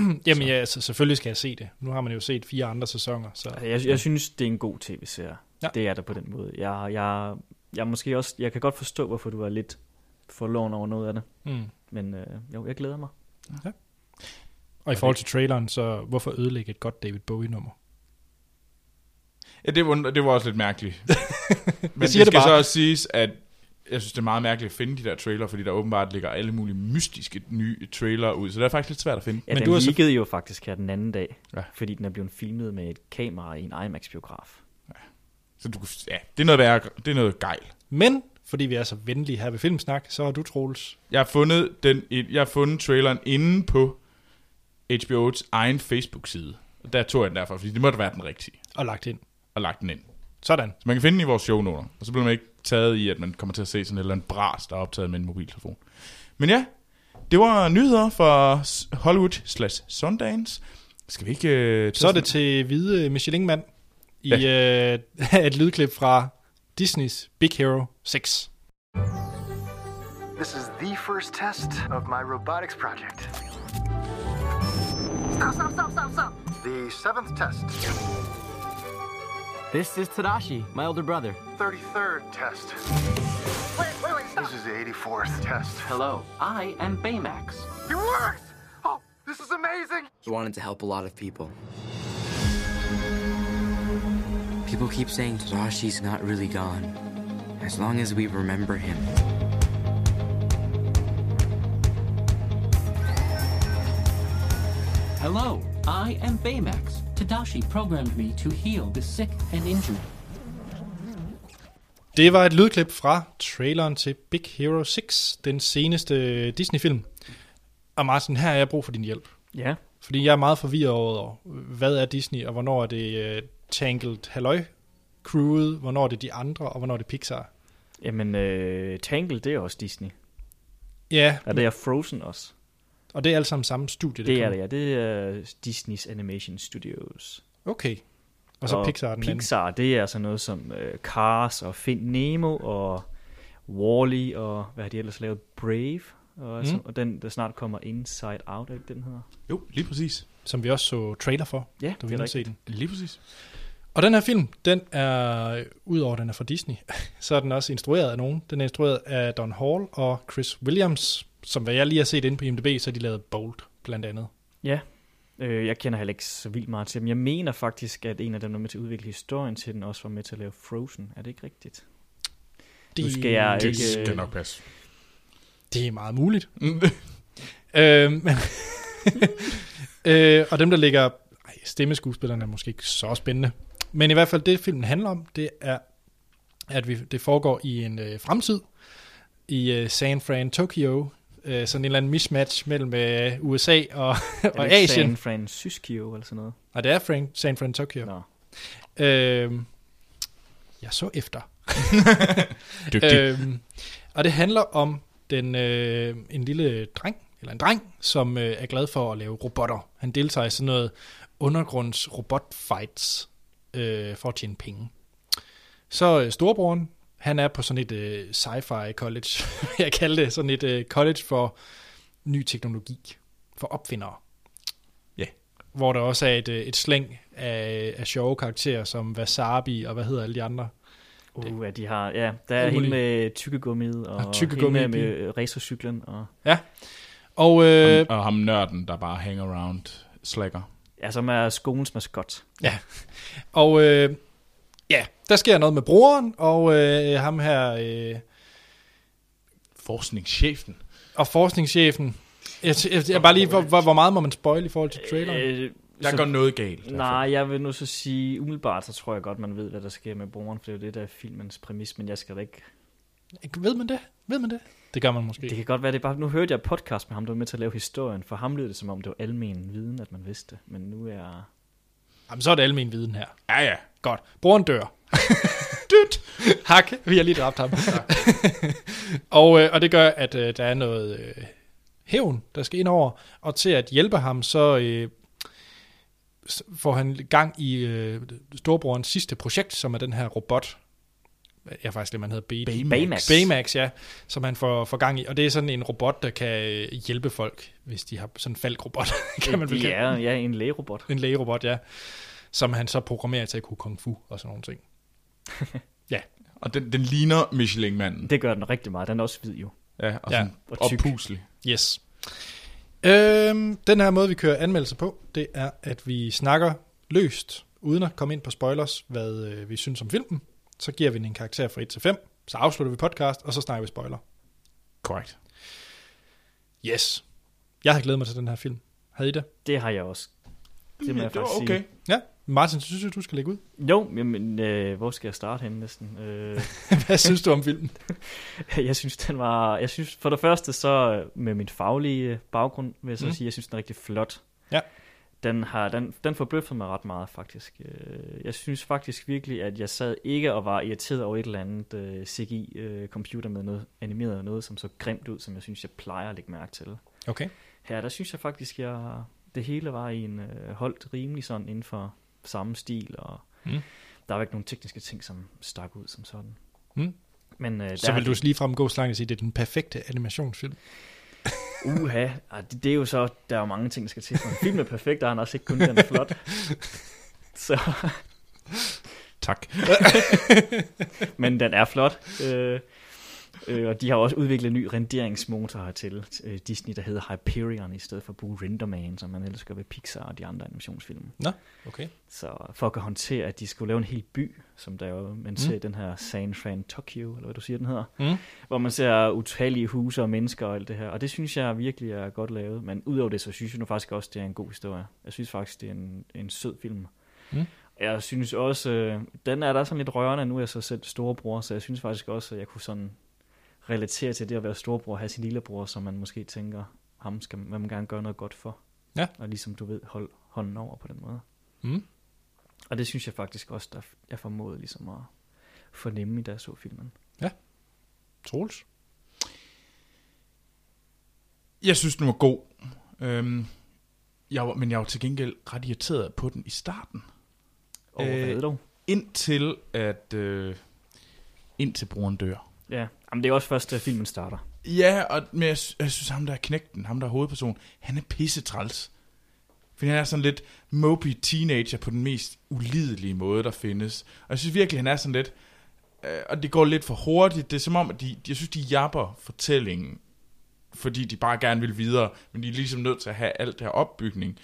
A: Jamen, ja, så selvfølgelig skal jeg se det. Nu har man jo set fire andre sæsoner, så...
C: Altså, jeg, jeg synes, det er en god tv-serie.
A: Ja.
C: Ja. Det er der på den måde. Jeg, jeg, jeg, er måske også, jeg kan godt forstå, hvorfor du er lidt forloven over noget af det.
A: Mm.
C: Men øh, jo, jeg glæder mig.
A: Og i forhold til traileren, så hvorfor ødelægge et godt David Bowie-nummer?
B: Ja, det var, det var også lidt mærkeligt. Men det
A: siger det
B: skal det så
A: bare.
B: også siges, at jeg synes, det er meget mærkeligt at finde de der trailer, fordi der åbenbart ligger alle mulige mystiske nye trailer ud, så det er faktisk lidt svært at finde.
C: Ja,
A: Men
C: men den
A: du
C: du
A: har så-
C: liggede jo faktisk her den anden dag,
B: Ja.
C: ja. fordi den er blevet filmet med et kamera i en IMAX-biograf.
B: Så du, kan- ja, det er noget, værre, det er noget gejl.
A: Men, fordi vi er så venlige her ved Filmsnak, så har du, Troels,
B: Jeg har fundet, den, jeg har fundet traileren inde på HBO's egen Facebook-side. Og Der tog jeg den derfra, fordi det måtte være den rigtige,
A: og lagt ind.
B: og lagt den ind.
A: Sådan.
B: Så man kan finde den i vores shownoter, og så bliver man ikke taget i, at man kommer til at se sådan en eller anden bras, der er optaget med en mobiltelefon. Men ja, det var nyheder fra s- Hollywood slash Sundance. Skal vi ikke... Øh, tage
A: Så er
B: sådan-
A: det til hvide Michelin-mand i ja. øh, et lydklip fra Disney's Big Hero 6.
D: This is the first test of my robotics project. Stop, stop, stop, stop, stop! The seventh test,
E: This is Tadashi, my older brother.
D: 33rd test. Wait, wait, wait, stop! This is the 84th test.
E: Hello, I am Baymax.
D: It works! Oh, this is amazing!
E: He wanted to help a lot of people. People keep saying Tadashi's not really gone. As long as we remember him. Hello, I am Baymax. Tadashi programmed me to heal the sick and injured.
A: Det var et lydklip fra traileren til Big Hero 6, den seneste Disney-film. Og Martin, her har jeg brug for din hjælp.
C: Ja.
A: Fordi jeg er meget forvirret over, hvad er Disney, og hvornår er det uh, Tangled Halløj crewet, hvornår er det de andre, og hvornår er det Pixar.
C: Jamen, øh, Tangled, det er også Disney.
A: Ja,
C: Og det er Frozen også.
A: og det er alt sammen samme studie.
C: Det er
A: kom-
C: det, ja. Det er Disney's Animation Studios.
A: Okay. Og så Pixar den anden.
C: Pixar, det er sådan noget som øh, Cars og Find Nemo og Wall-E og hvad har de ellers lavet? Brave. Og, altså,
A: Mm.
C: og den, der snart kommer Inside Out, er det ikke den hedder?
B: Jo, lige præcis.
A: Som vi også så trailer for,
C: Ja,
A: da vi havde set den.
B: Lige præcis.
A: Og den her film, den er, udover at den er fra Disney, så er den også instrueret af nogen. Den er instrueret af Don Hall og Chris Williams, som hvad jeg lige har set inde på IMDb, så har de lavet Bolt, blandt andet.
C: Ja, øh, jeg kender heller ikke så vildt meget til dem. Jeg mener faktisk, at en af dem, der var med til at udvikle historien til den, også var med til at lave Frozen. Er det ikke rigtigt?
A: Det,
C: Nu skal jeg
A: det,
B: Det
C: ikke- øh,
B: skal nok passe.
A: det er meget muligt.
C: Øhm,
A: Øh, men øh, og dem, der ligger... Ej, stemmeskuespillerne er måske ikke så spændende. Men i hvert fald det, filmen handler om, det er, at vi, det foregår i en øh, fremtid i øh, San Fran, Tokyo. Øh, sådan en eller anden mismatch mellem øh, USA og,
C: er
A: og
C: det ikke
A: Asien.
C: San Francisco eller sådan noget?
A: Nej, det er Fran- San Fran, Tokyo.
C: Nå.
A: Øhm, jeg så efter.
B: Dygtig.
C: Øh.
A: Øhm, og det handler om den øh, en lille dreng, eller en dreng, som øh, er glad for at lave robotter. Han deltager i sådan noget undergrunds robotfights øh, for at tjene penge. Så øh, storebroren, han er på sådan et øh, sci-fi college, vil jeg kalder det, sådan et øh, college for ny teknologi, for opfindere.
B: Ja.
A: Hvor der også er et, øh, et slæng af, af sjove karakterer, som Wasabi og hvad hedder alle de andre.
C: Uh, ja, de har, ja, der er
A: Alt
C: hende
A: muligt.
C: med tykkegummiet, og, og
A: tykkegummi i
C: hende med øh, racercyklen, og
A: Og øh,
B: Øh, og ham nørden, der bare hang around slacker.
C: ja, som er skolens maskot.
A: Og øh, ja, der sker noget med broren og øh, ham her øh,
B: Forskningschefen.
A: og forskningschefen. Jeg, t- jeg, jeg bare lige, hvor, hvor, hvor meget må man spoil i forhold til traileren? Øh,
C: Øh,
B: Der
C: så-
B: går noget galt.
C: Nej, jeg vil nu så sige, umiddelbart, så tror jeg godt, man ved, hvad der sker med broren, for det er jo det, der er filmens præmis, men jeg skal da ikke...
A: Ved man det? Ved man det? Øh. Det gør man måske.
C: Det
A: Det.
C: kan godt være, det er bare... Nu hørte jeg podcast med ham, der var med til at lave historien, for ham lød det, som om det var almen viden, at man vidste det, men nu er...
A: Jamen, så er det almen viden her.
B: Ja, ja.
A: Godt. Broren dør. Dyt! Hak, vi har lige dræbt ham. og, øh, og det gør, at øh, der er noget øh, hævn, der skal ind over. Og til at hjælpe ham, så øh, s- får han gang i øh, storebrorens sidste projekt, som er den her robot. Jeg er faktisk det, man hedder Beta.
C: Baymax.
A: Baymax, ja, som han får, får gang i. Og det er sådan en robot, der kan øh, hjælpe folk, hvis de har sådan en falkrobot, kan man vel
C: de
A: kalde
C: er, ja, en lægerobot.
A: en lægerobot, ja. Som han så programmerer til at kunne kung fu og sådan nogle ting. ja,
B: Og den, den ligner Michelin-manden.
C: Det gør den rigtig meget, den er også hvid jo.
B: Ja, og,
A: Ja,
B: sådan,
C: og
B: og
C: tyk.
B: puslig.
A: yes. Øhm, den her måde, vi kører anmeldelser på, det er, at vi snakker løst, uden at komme ind på spoilers, hvad øh, vi synes om filmen. Så giver vi den en karakter fra 1 til 5, så afslutter vi podcast, og så snakker vi spoiler.
B: Korrekt.
A: Yes. Jeg havde glædet mig til den her film. Havde I det?
C: Det har jeg også. Det må jeg
B: det var
C: faktisk sige.
B: okay.
A: Ja. Martin, synes jeg, du skal lægge ud?
C: Jo, jamen, øh, hvor skal jeg starte henne næsten? Øh,
A: Hvad synes du om filmen?
C: jeg synes, den var... Jeg synes, for det første så, øh, med min faglige baggrund, vil jeg så
A: Mm.
C: mm. sige, jeg synes, den er rigtig flot.
A: Ja.
C: Den, har, den, den forbløffede mig ret meget, faktisk. Øh, Jeg synes faktisk virkelig, at jeg sad ikke og var irriteret over et eller andet øh, CGI-computer med noget animeret og noget, som så grimt ud, som jeg synes, jeg plejer at lægge mærke til.
A: Okay.
C: Her, der synes jeg faktisk, jeg det hele var i en øh, holdt rimelig sådan inden for samme stil, og
A: Mm.
C: mm. der var ikke nogen tekniske ting, som stak ud som sådan.
A: Mm.
C: Men, øh, der
A: Så
C: har
A: vil
C: de-
A: du lige frem gå så langt og sige, at det er den perfekte animationsfilm.
C: Uha, Ej, det, det er jo så, der er jo mange ting, der skal til. For en film er perfekt, der er han også ikke kun, den er flot. Så,
B: Tak.
C: men den er flot. Øh, øh, og de har også udviklet en ny renderingsmotor hertil. Øh, Disney, der hedder Hyperion, i stedet for at bruge Renderman, som man ellers gør ved Pixar og de andre animationsfilm.
A: Okay.
C: Så for at kunne håndtere, at de skulle lave en hel by, som der jo, man ser i den her San Fran Tokyo, eller hvad du siger, den hedder,
A: Mm.
C: hvor man ser utallige huse og mennesker og alt det her. Og det synes jeg virkelig er godt lavet. Men udover det, så synes jeg nu faktisk også, det er en god historie. Jeg synes faktisk, det er en, en sød film.
A: Mm.
C: Jeg synes også, øh, den er der sådan lidt rørende, nu er jeg så selv storebror, så jeg synes faktisk også, at jeg kunne sådan relatere til det at være storebror og have sin lillebror, som man måske tænker, ham skal man vil gerne gøre noget godt for.
A: Ja.
C: Og ligesom du ved, holde hånden over på den måde.
A: Mm.
C: Og det synes jeg faktisk også, der jeg formåede ligesom at fornemme, da jeg så filmen.
A: Troels?
B: Jeg synes, den var god. Øhm, jeg var, men jeg var til gengæld ret irriteret på den i starten.
C: Og øh, hvad
B: Øh,
C: dog?
B: Indtil at... Øh, indtil broren dør.
C: Ja, Jamen, det er også først, da filmen starter.
B: Ja, og, men jeg, sy- jeg synes, ham der er knægten, ham der er hovedpersonen, han er pissetræls. Fordi han er sådan lidt mopey teenager på den mest ulidelige måde, der findes. Og jeg synes virkelig, han er sådan lidt... Øh, og det går lidt for hurtigt. Det er som om, at de, jeg synes, de japper fortællingen, fordi de bare gerne vil videre. Men de er ligesom nødt til at have alt det her opbygning.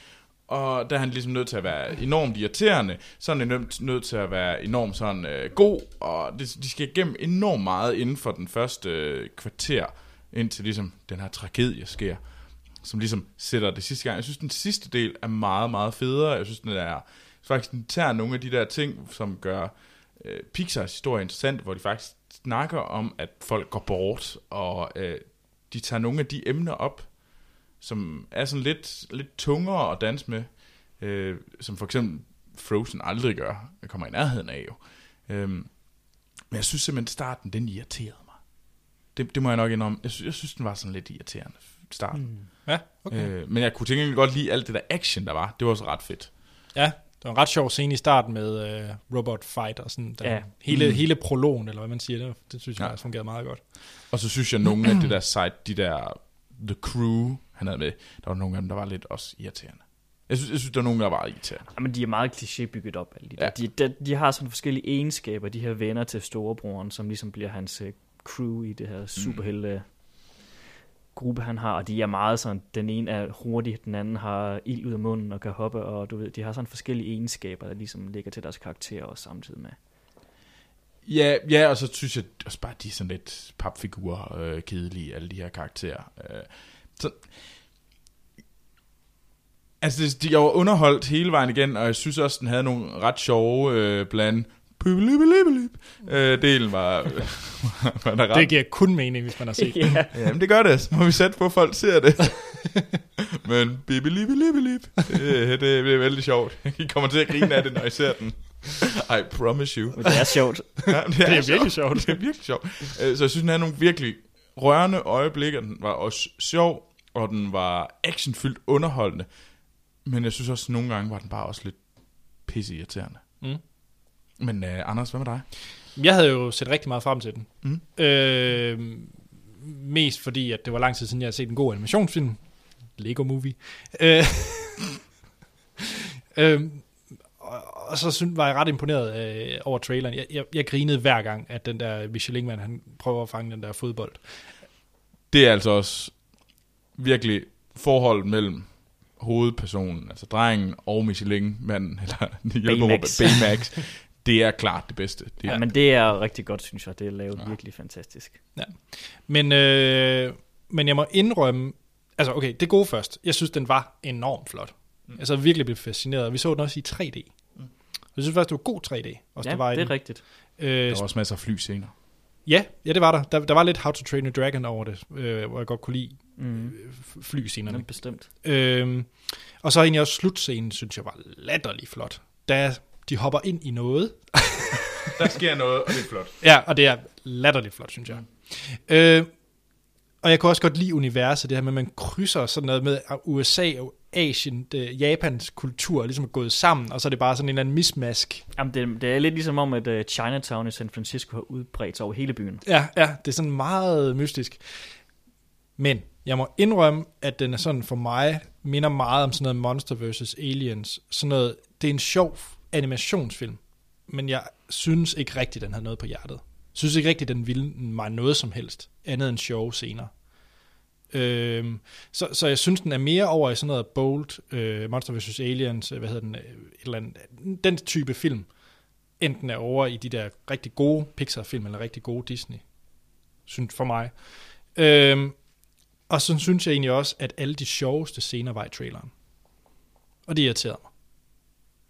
B: Og der er han ligesom nødt til at være enormt irriterende. Så er han nødt, nødt til at være enormt sådan øh, god. Og det, de skal igennem enormt meget inden for den første øh, kvarter, indtil ligesom den her tragedie sker. Som ligesom sætter det sidste gang. Jeg synes, den sidste del er meget, meget federe. Jeg synes, den er faktisk den tager nogle af de der ting, som gør øh, Pixars historie interessant, hvor de faktisk snakker om, at folk går bort, og øh, de tager nogle af de emner op, som er sådan lidt, lidt tungere at danse med, øh, som for eksempel Frozen aldrig gør, jeg kommer i nærheden af jo. Øhm, men jeg synes simpelthen, starten, den irriterede mig. Det, det må jeg nok indrømme. Jeg synes, jeg synes den var sådan lidt irriterende, starten. Mm,
A: Ja, okay. Øh.
B: øh, men jeg kunne tænke godt lide alt det der action, der var. Det var også ret fedt.
A: Ja, det var en ret sjov scene i starten med øh, Robot Fight og sådan. Den, ja.
C: Ja.
A: hele, mm. hele prologen, eller hvad man siger, det, det synes jeg
B: Ja.
A: ja. faktisk fungerede meget godt.
B: Og så synes jeg, nogle af det der site, de der The Crew, han havde med, der var nogle af dem, der var lidt også irriterende. Jeg synes, jeg synes der var nogle, der var irriterende.
C: Jamen, de er meget klichébygget op, alle de der.
B: Ja.
C: Ja. De, de, de har sådan forskellige egenskaber, de her venner til storebroren, som ligesom bliver hans øh, crew i det her superhelte øh, gruppe, han har, og de er meget sådan, den ene er hurtig, den anden har ild ud af munden og kan hoppe, og du ved, de har sådan forskellige egenskaber, der ligesom ligger til deres karakterer også samtidig med.
B: Ja, ja, og så synes jeg også bare, de er sådan lidt papfigurer, øh, kedelige, alle de her karakterer. Øh, så, altså, det, de, jeg var underholdt hele vejen igen, og jeg synes også, den havde nogle ret sjove øh, blandt... Øh, delen var, var der ret
A: Det giver kun mening, hvis man har set
C: ja,
B: Ja, men det gør det. Så må vi sætte på, at folk ser det. men bibilibelibelib. Det, det bliver vældig sjovt. I kommer til at grine af det, når I ser den. I promise you.
C: men det er sjovt.
B: Ja, det,
A: Det er
B: sjovt.
A: virkelig sjovt.
B: Det er virkelig sjovt. Øh, Så jeg synes, den havde nogle virkelig rørende øjeblikke, og den var også sjov, og den var actionfyldt underholdende. Men jeg synes også, nogle gange var den bare også lidt pisseirriterende.
A: Mm.
B: Men uh, Anders, hvad med dig?
A: Jeg havde jo set rigtig meget frem til den.
B: Mm.
A: Øh, mest fordi, at det var lang tid siden, jeg havde set en god animationsfilm. Lego Movie. Øh, øh, og, og så synes, var jeg ret imponeret øh, over traileren. Jeg, jeg, jeg grinede hver gang, at den der Michelin-mand, han prøver at fange den der fodbold.
B: det er altså også virkelig forholdet mellem hovedpersonen, altså drengen og Michelin-manden, eller
C: Baymax.
B: hjælper Baymax, det er klart det bedste. Det er,
C: Ja, men det er rigtig godt, synes jeg. Det er lavet ja. virkelig fantastisk.
A: Men, øh, men jeg må indrømme, altså okay, det gode først. Jeg synes, den var enormt flot. Mm. Altså jeg virkelig blev fascineret. Vi så den også i 3D. Mm. Jeg synes faktisk, det var god 3D. Også
C: Ja,
A: var i
C: det
A: den.
C: er rigtigt.
A: Øh,
B: der er også masser af flyscener.
A: ja, ja, det var der. der. Der var lidt How to Train Your Dragon over det, øh, hvor jeg godt kunne lide
C: Mm.
A: f- flyscenerne.
C: Jamen, bestemt.
A: Øhm, og så egentlig også slutscenen, synes jeg var latterlig flot. Da de hopper ind i noget.
B: Der sker noget, og det er flot.
A: Ja, og det er latterligt flot, synes jeg. Øh, og jeg kunne også godt lide universet, det her med, at man krydser sådan noget med at USA og Asien, det, Japans kultur ligesom er gået sammen, og så er det bare sådan en eller anden mismask.
C: Jamen, det, det er lidt ligesom om, at øh, Chinatown i San Francisco har udbredt sig over hele byen.
A: Ja, ja, det er sådan meget mystisk. Men jeg må indrømme, at den er sådan for mig, minder meget om sådan noget Monster vs. Aliens. Sådan noget, det er en sjov animationsfilm, men jeg synes ikke rigtigt, den havde noget på hjertet. synes ikke rigtigt, den ville mig noget som helst, andet end sjove scener. Øhm, så, så jeg synes, den er mere over i sådan noget Bold, øh, Monster vs. Aliens, øh, hvad hedder den, øh, et eller andet, den type film, enten er over i de der rigtig gode Pixar-film, eller rigtig gode Disney, synes for mig. Øhm, og så synes jeg egentlig også, at alle de sjoveste scener var i traileren. Og det irriterede mig.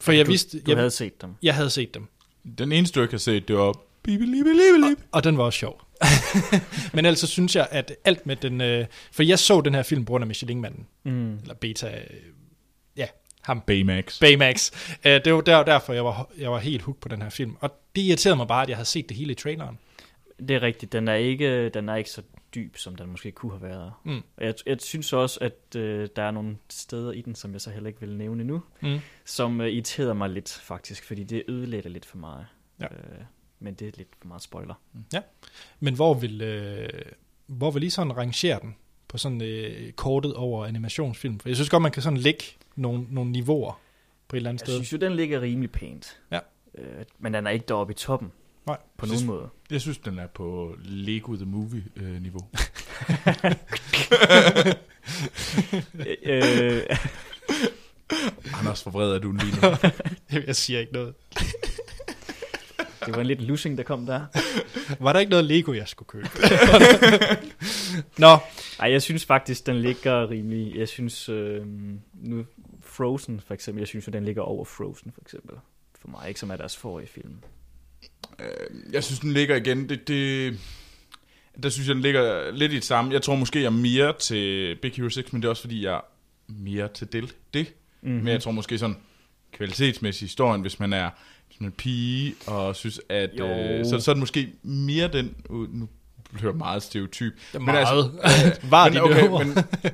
A: For jeg
C: du,
A: vidste,
C: Du
A: jeg,
C: havde set dem.
A: jeg havde set dem.
B: Den eneste, jeg kan se, det var... Bibilibelibelib.
A: Og den var også sjov. Men ellers så synes jeg, at alt med den... Øh, for jeg så den her film på grund af Michelin-manden. Mm. Eller Beta... Øh, ja, ham.
B: Baymax.
A: Baymax. Øh, det var der, derfor, jeg var, jeg var helt hooked på den her film. Og det irriterede mig bare, at jeg havde set det hele i traileren.
C: Det er rigtigt. Den er ikke, den er ikke så dyb, som den måske kunne have været.
A: Mm.
C: Og Jeg, jeg synes også, at øh, der er nogle steder i den, som jeg så heller ikke vil nævne nu,
A: Mm.
C: som øh, irriterede mig lidt faktisk, fordi det ødelagde det lidt for meget.
A: Ja.
C: Øh, men det er lidt for meget spoiler.
A: Men hvor vil, øh, hvor vil I sådan rangere den på sådan øh, kortet over animationsfilm? For jeg synes godt, man kan sådan lægge nogle, nogle niveauer på et eller andet
C: Jeg
A: sted.
C: synes jo, den ligger rimelig pænt.
A: Ja.
C: Øh, men den er ikke deroppe i toppen,
A: Nej.
C: på
B: Jeg
C: nogen
B: synes-
C: måde.
B: Jeg synes, den er på Lego The Movie-niveau.
C: øh,
B: Anders, hvor vred er du lige nu?
A: Jeg siger ikke noget.
C: det var en lidt lussing, der kom der.
A: Var der ikke noget Lego, jeg skulle købe? Nå,
C: Ej, jeg synes faktisk, den ligger rimelig... Jeg synes, øh, nu Frozen for eksempel, jeg synes jo, den ligger over Frozen for eksempel. For mig, ikke som er deres forrige film.
B: Øh, jeg synes, den ligger igen. Det, det, der synes jeg, den ligger lidt i det samme. Jeg tror måske, jeg er mere til Big Hero 6, men det er også fordi, jeg er mere til del, det. Mm-hmm. Men jeg tror måske sådan kvalitetsmæssigt historien, hvis man er hvis man er pige og synes, at...
C: Jo.
B: Øh, så, så er det måske mere den... Uh, nu bliver jeg meget stereotyp.
A: det er
B: Men altså,
A: meget. Var
B: men,
A: de
B: okay,
A: okay, øh, men...
B: men,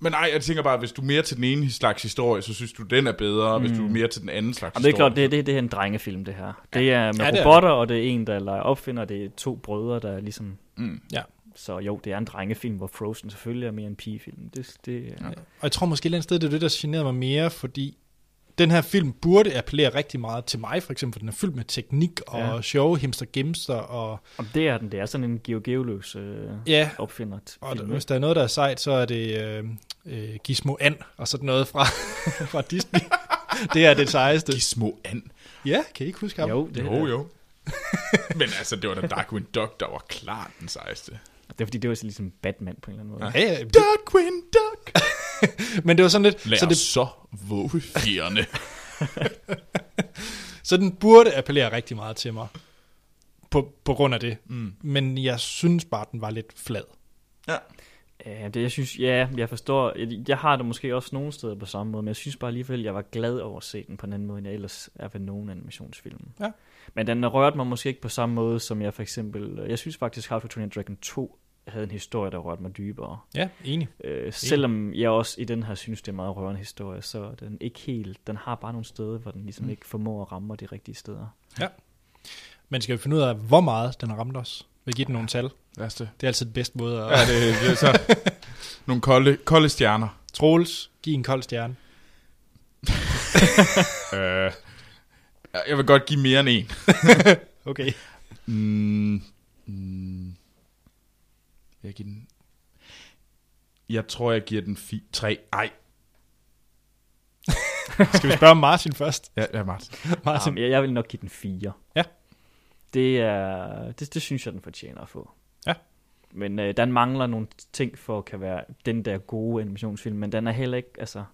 B: men nej, jeg tænker bare, hvis du er mere til den ene slags historie, så synes du, den er bedre, mm. hvis du er mere til den anden slags
C: Og det er klart,
B: historie.
C: det, det, det er en drengefilm, det her. Det er med
A: Ja,
C: ja,
A: det er
C: robotter, og det er en, der leger opfinder, det er to brødre, der er ligesom...
B: Mm.
A: Ja.
C: Så jo, det er en drengefilm, hvor Frozen selvfølgelig er mere en pigefilm. Det, det, øh, ja.
A: Og jeg tror måske et eller andet sted, det er det, der generer mig mere, fordi den her film burde appellere rigtig meget til mig, for eksempel, for den er fyldt med teknik og ja.
C: Ja.
A: sjove himster gemster og
C: Om det er den, det er sådan en Geo Geoløs øh,
A: ja,
C: opfinder.
A: og der, hvis der er noget, der er sejt, så er det øh, øh, Gizmo An og sådan noget fra, fra Disney. det er det sejeste.
B: Gizmo An.
A: Ja, kan I ikke huske ham?
C: Jo, det,
B: Jo,
C: er,
B: jo. Men altså, det var da Darkwing Duck, der var klart den sejeste.
C: det er fordi, det var sådan ligesom Batman på en eller anden måde.
A: Ja, ja, det-
B: Darkwing Duck!
A: men det var sådan lidt...
B: Lad
A: Så,
B: så,
A: det,
B: det... så våge fjerne.
A: så den burde appellere rigtig meget til mig. På, på grund af det. Mm. Men jeg synes bare, den var lidt flad.
B: ja.
C: Ja, det, jeg synes, ja, jeg forstår. Jeg, jeg har det måske også nogle steder på samme måde, men jeg synes bare alligevel, jeg var glad over at se den på en anden måde, end jeg ellers er ved nogen animationsfilm.
A: Ja.
C: Men den rørte mig måske ikke på samme måde, som jeg for eksempel... Jeg synes faktisk, House of Train Dragon 2 havde en historie, der rørte mig dybere.
A: Ja, enig.
C: Øh, selvom jeg også i den her synes, det er en meget rørende historie, så er den ikke helt... Den har bare nogle steder, hvor den ligesom mm. ikke formår at ramme mig de rigtige steder.
A: Men skal vi finde ud af, hvor meget den har ramt os? Vi giver den nogle tal.
B: Lad os det.
A: Det er altid den bedste måde at...
B: Ja, det, det er så nogle kolde, kolde stjerner.
A: Troels, giv en kold stjerne.
B: Uh, jeg vil godt give mere end en.
A: Okay.
B: Mm, mm, jeg giver den... Jeg tror, jeg giver den 3. Ej,
A: Skal vi spørge Martin først?
B: ja, ja, Martin.
A: Martin.
C: Jamen, jeg, jeg vil nok give den 4.
A: Altså- Ja.
C: Det, er, det, det synes jeg, den fortjener at få.
A: Ja.
C: Men øh, den mangler nogle ting for at kan være den der gode animationsfilm, men den er heller ikke, altså,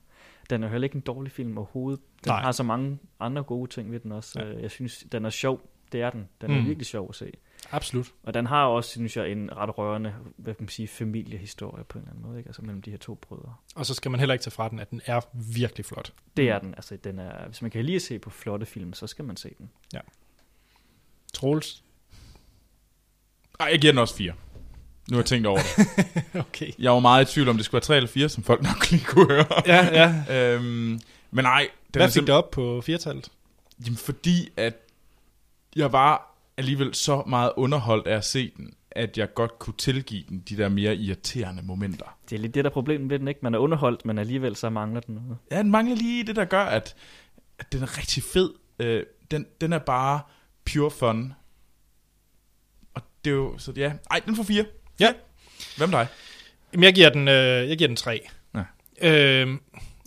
C: den er heller ikke en dårlig film overhovedet. Den
A: Nej.
C: har så mange andre gode ting ved den også.
A: Ja.
C: Ja. Jeg synes, den er sjov. Det er den. Den er
A: Mm.
C: virkelig sjov at se.
A: Absolut.
C: Og den har også, synes jeg, en ret rørende, hvad kan man sige, familiehistorie på en eller anden måde, ikke? Altså mellem de her to brødre.
A: Og så skal man heller ikke tage fra den, at den er virkelig flot.
C: Det er den. Altså, den er, hvis man kan lige se på flotte film, så skal man se den.
A: Troels.
B: Ej, jeg giver den også 4. Nu har jeg tænkt over det.
A: Okay.
B: Jeg var meget i tvivl om, det skulle være 3 eller 4, som folk nok lige kunne høre.
A: Ja, ja.
B: Øhm, men nej, den
A: Hvad
B: er
A: fik det op på firtallet?
B: Jamen, fordi at jeg var alligevel så meget underholdt af at se den, at jeg godt kunne tilgive den de der mere irriterende momenter.
C: Det er lidt det, der er problemet ved den, ikke? Man er underholdt, men alligevel så mangler den noget.
B: Ja, den mangler lige det, der gør, at, at den er rigtig fed. Øh, den, den er bare pure fun. Og det er jo, så ja. Ej, den får fire.
A: Ja.
B: Hvem dig?
A: Jamen, jeg giver den, øh, jeg giver den tre.
B: Ja.
A: Øhm,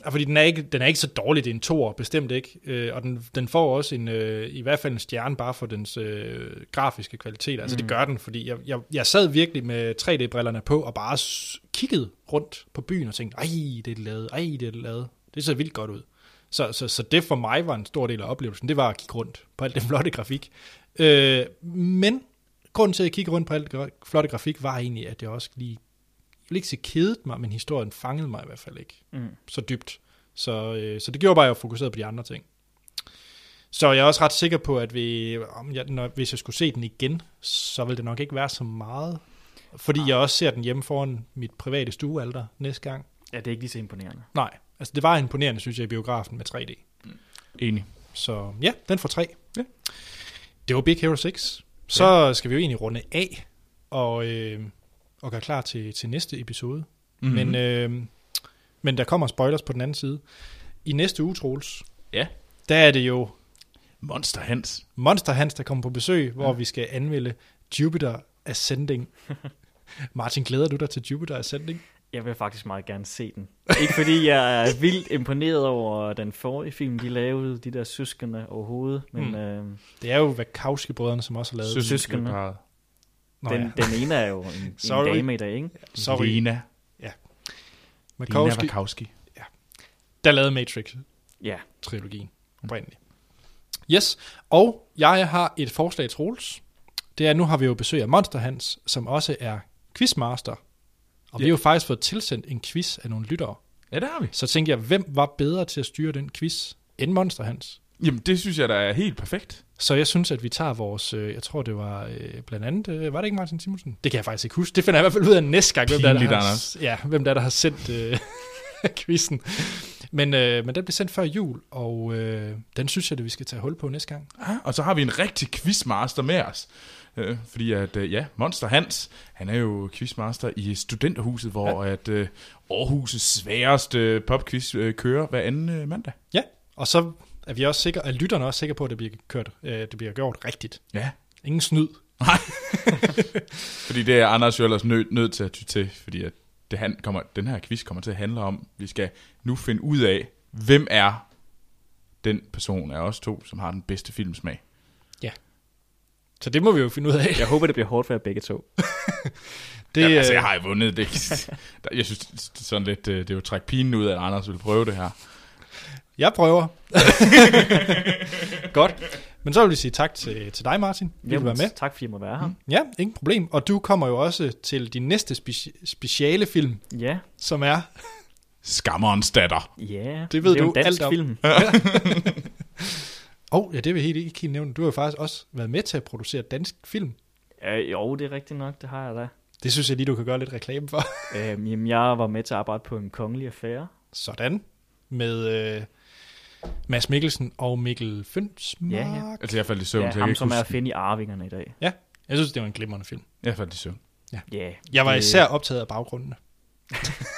A: og fordi den er, ikke, den er ikke så dårlig, det er en toer, bestemt ikke. Øh, og den, den får også en, øh, i hvert fald en stjerne bare for dens øh, grafiske kvalitet. Altså mm. det gør den, fordi jeg, jeg, jeg sad virkelig med 3D-brillerne på og bare s- kiggede rundt på byen og tænkte, ej, det er det lavet, ej, det er det lavet. Det ser vildt godt ud. Så, så, så det for mig var en stor del af oplevelsen, det var at kigge rundt på alt det flotte grafik. Øh, men grunden til at kigge rundt på alt det gra- flotte grafik var egentlig, at jeg også lige jeg vil ikke sige kedet mig, men historien fangede mig i hvert fald ikke
C: Mm.
A: så dybt. Så, øh, så det gjorde bare, at jeg fokuserede på de andre ting. Så jeg er også ret sikker på, at vi, om jeg, når, hvis jeg skulle se den igen, så ville det nok ikke være så meget Fordi jeg også ser den hjemme foran mit private stuealter næste gang.
C: Ja, det er ikke lige så imponerende.
A: Nej, altså det var imponerende, synes jeg, i biografen med 3D.
B: Enig.
A: Så ja, den får 3.
B: Ja.
A: Det var Big Hero 6. Så ja. skal vi jo egentlig runde af og, øh, og gøre klar til, til næste episode. Mm-hmm. Men, øh, men der kommer spoilers på den anden side. I næste uge, Troels,
B: Ja.
A: der er det jo
B: Monster Hans.
A: Monster Hans, der kommer på besøg, hvor ja. vi skal anmelde Jupiter Ascending. Martin, glæder du dig til Jupiter Ascending?
C: Jeg vil faktisk meget gerne se den. Ikke fordi jeg er vildt imponeret over den forrige film, de lavede, de der søskende overhovedet, men
A: Mm.
C: mm. øh,
A: Det er jo Vakowski-brødrene, som også har lavet
C: Søs- søskende.
B: Søskendeparret.
A: Nå,
C: den,
A: ja.
C: den ene er jo en, en
A: Sorry.
C: dame i dag, ikke?
A: Sorry,
B: Lena. Lena
A: Wachowski,
B: Vakowski.
A: der lavede Matrix-trilogien
C: Ja,
A: oprindeligt. Yes, og jeg har et forslag, Troels. Det er, nu har vi jo besøg af Monster Hans, som også er quizmaster. Og ja. vi har jo faktisk fået tilsendt en quiz af nogle lyttere.
B: Ja, det har vi.
A: Så tænkte jeg, hvem var bedre til at styre den quiz end Monster Hans?
B: Jamen, det synes jeg, der er helt perfekt.
A: Så jeg synes, at vi tager vores, øh, jeg tror det var øh, blandt andet, øh, var det ikke Martin Simonsen? Det kan jeg faktisk ikke huske. Det finder jeg i hvert fald ud af næste gang, hvem der, er, der,
B: Pinligt,
A: har,
B: Anders.
A: ja, hvem der, er, der har sendt øh, quizzen. Men, øh, men den blev sendt før jul, og øh, den synes jeg, at vi skal tage hul på næste gang.
B: Ah, og så har vi en rigtig quizmaster med os. Øh, fordi at, øh, ja, Monster Hans, han er jo quizmaster i Studenterhuset, hvor ja. at øh, Aarhus' sværeste popquiz øh, kører hver anden øh, mandag.
A: Ja, og så er vi også sikre, er lytterne også sikre på, at det bliver, kørt, øh, det bliver gjort rigtigt.
B: Ja,
A: Ingen snyd.
B: fordi det er Anders jo ellers nødt nød til at ty til, fordi at det han kommer, den her quiz kommer til at handle om, vi skal nu finde ud af, hvem er den person af os to, som har den bedste filmsmag.
A: Så det må vi jo finde ud af.
C: jeg håber, det bliver hårdt for jer begge to.
A: Det,
B: Jamen, altså,
A: øh,
B: jeg har jo vundet det. Der- Jeg synes, det er sådan lidt, øh, det er jo at trække pinen ud, at Anders vil prøve det her.
A: jeg prøver. Godt. Men så vil vi sige tak til, til dig, Martin. Vi vil være med.
C: Tak fordi jeg må være her. Mm.
A: Ja, ingen problem. Og du kommer jo også til din næste speci- speciale film,
C: Ja,
A: som er...
B: Skammerens datter.
C: ja.
A: Det ved
C: det er jo
A: du
C: en dansk
A: alt om.
C: film.
A: Åh, oh, ja, det vil jeg helt ikke helt nævne. Du har jo faktisk også været med til at producere dansk film.
C: Øh, jo, det er rigtigt nok, det har jeg da.
A: Det synes jeg lige, du kan gøre lidt reklame for.
C: Øh, jamen, jeg var med til at arbejde på en kongelig affære.
A: Sådan. Med øh, Mads Mikkelsen og Mikkel Fønsmark.
C: Ja, ja.
B: Altså, jeg faldt i søvn,
C: Ja,
B: så jeg kan
C: ham,
B: ikke
C: som
B: huske.
C: er at finde i Arvingerne i dag.
A: ja, jeg synes, det var en glimrende film.
B: Jeg faldt i søvn.
C: Ja,
A: Jeg var
C: det-
A: især optaget af baggrundene.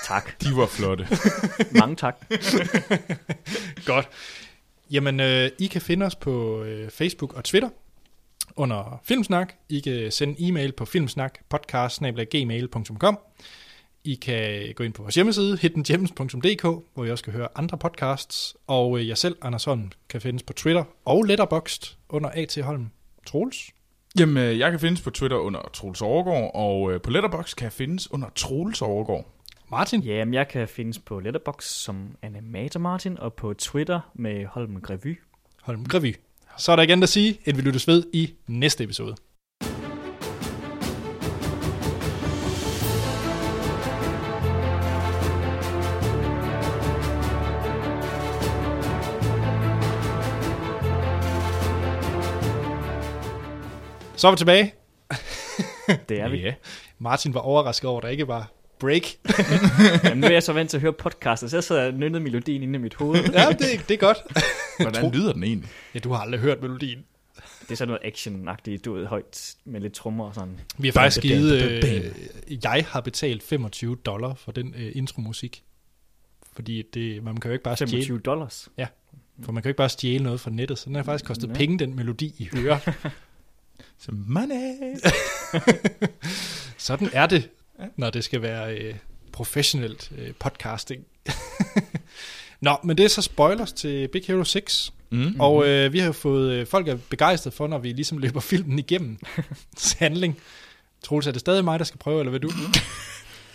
C: Tak.
B: De var flotte.
C: Mange tak.
A: Godt. Jamen, øh, I kan finde os på øh, Facebook og Twitter under Filmsnak. I kan sende e-mail på filmsnakpodcast.gmail.com I kan gå ind på vores hjemmeside, hiddengems.dk, hvor I også kan høre andre podcasts. Og øh, jeg selv, Anders Holm, kan findes på Twitter og Letterboxd under A.T. Holm Troels.
B: Jamen, øh, jeg kan findes på Twitter under Troels Overgaard, og øh, på Letterboxd kan jeg findes under Troels Overgaard.
A: Martin.
C: Ja, men jeg kan findes på Letterbox som Animator Martin, og på Twitter med Holmen Revy.
A: Holm Grevy. Så er der igen at sige, at vi lyttes ved i næste episode. Så er vi tilbage.
C: Det er vi.
B: Ja.
A: Martin var overrasket over, at der ikke var break.
C: Jamen, nu er jeg så vant til at høre podcasten, så jeg sad og nynnede melodien inde i mit hoved.
A: Ja, det, det er godt.
B: Hvordan lyder den egentlig?
A: Ja, du har aldrig hørt melodien.
C: Det er sådan noget action-agtigt, du ved, højt med lidt trommer og sådan.
A: Vi har faktisk
B: Bam, bam,
A: givet...
B: bam, bam.
A: Øh, jeg har betalt 25 dollar for den øh, intromusik. Fordi det, man kan jo ikke bare stjæle,
C: 25 dollars.
A: for man kan jo ikke bare stjæle noget fra nettet. Så den har faktisk kostet
C: Nej.
A: penge, den melodi, I hører.
B: Så money.
A: Sådan er det, når det skal være øh, professionelt øh, podcasting. Nå, men det er så spoilers til Big Hero 6.
B: Mm.
A: Og øh, vi har jo fået... Øh, folk er begejstrede for, når vi ligesom løber filmen igennem. handling. Troels, er det stadig mig, der skal prøve, eller hvad du?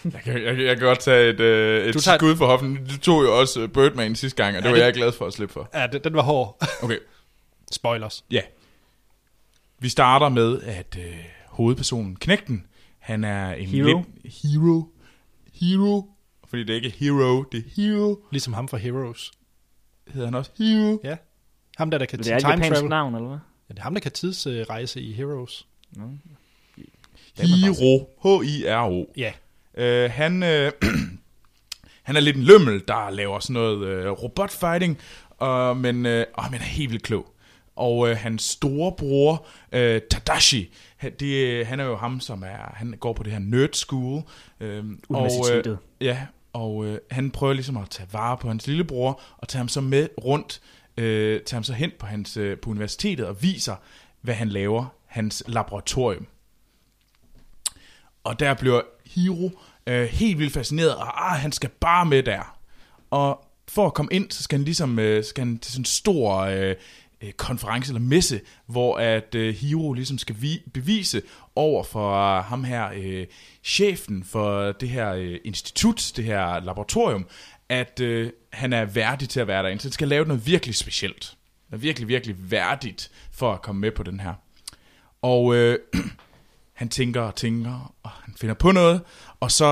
B: Jeg, kan, jeg, kan- jeg kan godt tage et, øh, et
A: Du tager-
B: tager... skud for hoften. Du tog jo også øh, Birdman sidste gang, og det
A: Ja,
B: var
A: det-
B: jeg glad for at slippe for.
A: Ja, den, den var hård.
B: Okay,
A: Spoilers.
B: Ja. Vi starter med, at øh, hovedpersonen, Knægten, han er en
C: Hero.
B: lidt... Hero. Hero. Fordi det er ikke hero, det er hero.
A: Ligesom ham fra Heroes.
B: Hedder han også hero?
A: Ja. Ham der, der kan
C: Det er et
A: time
C: japansk
A: travel.
C: navn, eller hvad?
A: Ja, det er ham, der kan tidsrejse i Heroes.
B: Hiro. H-I-R-O.
A: Ja,
B: Øh, han, øh, han er lidt en lømmel, der laver sådan noget øh, robotfighting, øh, men, øh, åh, men er helt vildt klog. Og øh, hans storebror, øh, Tadashi, han- det, øh, han er jo ham, som er, han går på det her nerd school. Øh, Og, øh,
C: Universitetet.
B: ja, og øh, han prøver ligesom at tage vare på hans lillebror, og tage ham så med rundt, øh, tage ham så hen på, hans, øh, på universitetet og viser, hvad han laver, hans laboratorium. Og der bliver Hiro øh, helt vildt fascineret, og ah, han skal bare med der. Og for at komme ind, så skal han ligesom øh, skal han til sådan en stor øh, øh, konference eller messe, hvor at øh, Hiro ligesom skal vi, bevise over for ham her, øh, chefen for det her øh, institut, det her laboratorium, at øh, han er værdig til at være derinde. Så han skal lave noget virkelig specielt. Noget virkelig, virkelig værdigt for at komme med på den her. Og øh, han tænker og tænker, og han finder på noget, og så,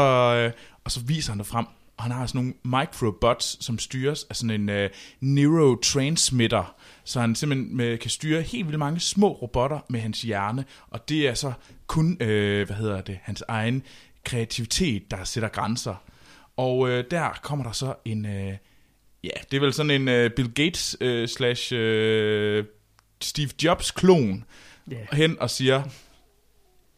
B: øh, og så viser han det frem. Og han har sådan nogle microbots, som styres af sådan en øh, neurotransmitter, så han simpelthen med, kan styre helt vildt mange små robotter med hans hjerne, og det er så kun, øh, hvad hedder det, hans egen kreativitet, der sætter grænser. Og øh, der kommer der så en, øh, ja, det er vel sådan en øh, Bill Gates øh, slash øh, Steve Jobs klon,
C: Ja.
B: hen og siger,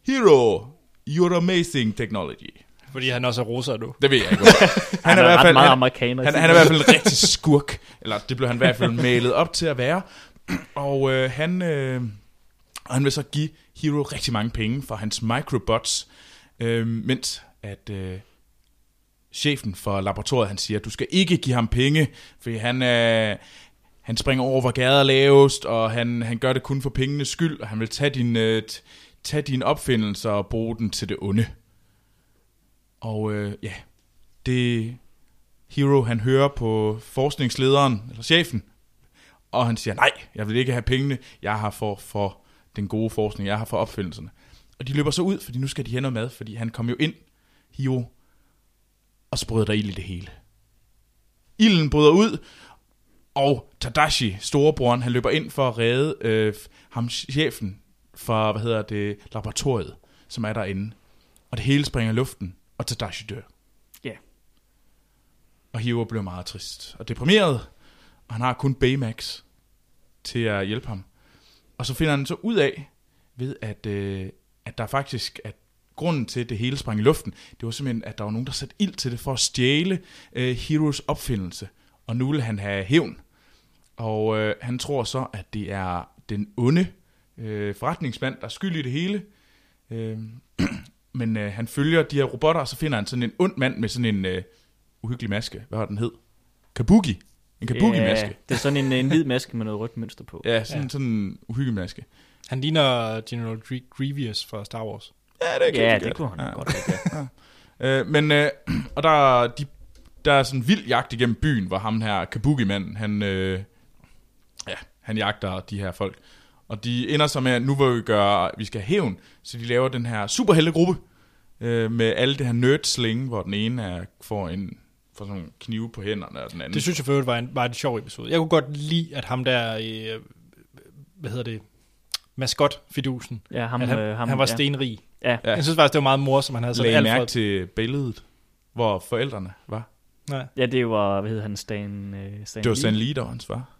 B: Hero, you're amazing technology.
A: fordi han også er russer nu.
B: Det ved jeg ikke, hvorfor.
C: Han er ret meget
B: han,
C: amerikaner i
B: han,
C: sin
B: han er i hvert fald en rigtig skurk. Eller det blev han i hvert fald malet op til at være. Og øh, han, øh, og han vil så give Hero rigtig mange penge for hans microbots, øh, mens at øh, chefen for laboratoriet, han siger, du skal ikke give ham penge, fordi han, øh, han springer over, hvor gader er lavest, og han, han gør det kun for pengenes skyld, og han vil tage din, øh, t- tage din opfindelse og bruge den til det onde. Og øh, ja, det Hero, han hører på forskningslederen, eller chefen, og han siger, nej, jeg vil ikke have pengene, jeg har for, for den gode forskning, jeg har for opfindelserne. Og de løber så ud, fordi nu skal de have noget mad, fordi han kom jo ind, Hero, og så bryder der ild i det hele. Ilden bryder ud, og Tadashi, storebroren, han løber ind for at redde øh, ham chefen fra, hvad hedder det, laboratoriet, som er derinde. Og det hele springer i luften, og Tadashi dør.
C: Ja.
B: Og Hiro bliver meget trist og deprimeret, og han har kun Baymax til at hjælpe ham. Og så finder han så ud af, ved at, øh, at der faktisk, at grunden til, at det hele sprang i luften, det var simpelthen, at der var nogen, der satte ild til det for at stjæle øh, Heroes opfindelse. Og nu vil han have hævn. Og øh, han tror så, at det er den onde øh, forretningsmand, der er skyld i det hele. Øh, men øh, han følger de her robotter, og så finder han sådan en ond mand med sådan en øh, uhyggelig maske. Hvad var den hed? Kabuki. En kabuki-maske.
C: Ja, det er sådan en, en hvid maske med noget rødt mønster på.
B: Ja, sådan, ja. sådan en uhyggelig maske.
A: Han ligner General Dre- Grievous fra Star Wars.
B: Ja, det,
C: ja det kunne han ja. godt have. Ja.
B: Øh, men, øh, og der, er de, der er sådan en vild jagt igennem byen, hvor ham her, Kabuki-manden, han, øh, ja, han jagter de her folk. Og de ender så med, at nu vil vi gøre, vi skal have hævn, så de laver den her superheltegruppe, øh, med alle det her nerdsling, hvor den ene er, får en får sådan nogle knive på hænderne, og den anden...
A: Det synes jeg for øvrigt var en, var en sjov episode. Jeg kunne godt lide, at ham der, øh, hvad hedder det, maskot-fidusen,
C: ja, ham,
A: at han,
C: øh, ham,
A: han var
C: ja.
A: stenrig.
C: Ja.
A: Ja. Jeg synes faktisk, det var meget morsomt, han havde sådan
B: lagde
A: altså, alt
B: mærke
A: for...
B: til billedet, hvor forældrene var.
A: Nej.
C: ja, det var, hvad hedder han, Stan, øh, Stan
B: Det var
C: Lee.
B: Stan Lee, der var hans far.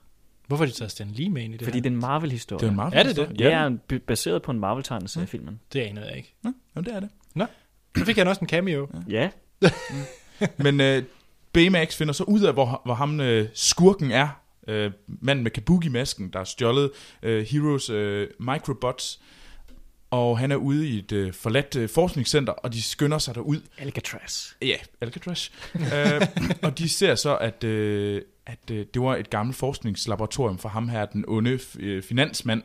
A: Hvorfor har de taget Stan Lee med ind i det
C: Fordi
A: her?
C: det er en Marvel-historie.
B: Det var en meget
A: Er det det?
C: Ja, det er en- baseret på en Marvel-tegneserie filmen.
A: Det anede jeg ikke.
B: Ja, jamen, det er det.
A: Så fik han også en cameo. Ja.
C: Ja,
B: Men øh, Baymax finder så ud af, hvor, hvor ham øh, skurken er. Øh, manden med kabuki-masken, der har stjålet øh, Heroes øh, microbots. Og han er ude i et øh, forladt øh, forskningscenter, og de skynder sig derud.
C: Alcatraz.
B: Ja, Alcatraz. øh, og de ser så, at, øh, at øh, det var et gammelt forskningslaboratorium for ham her, den onde f- øh, finansmand.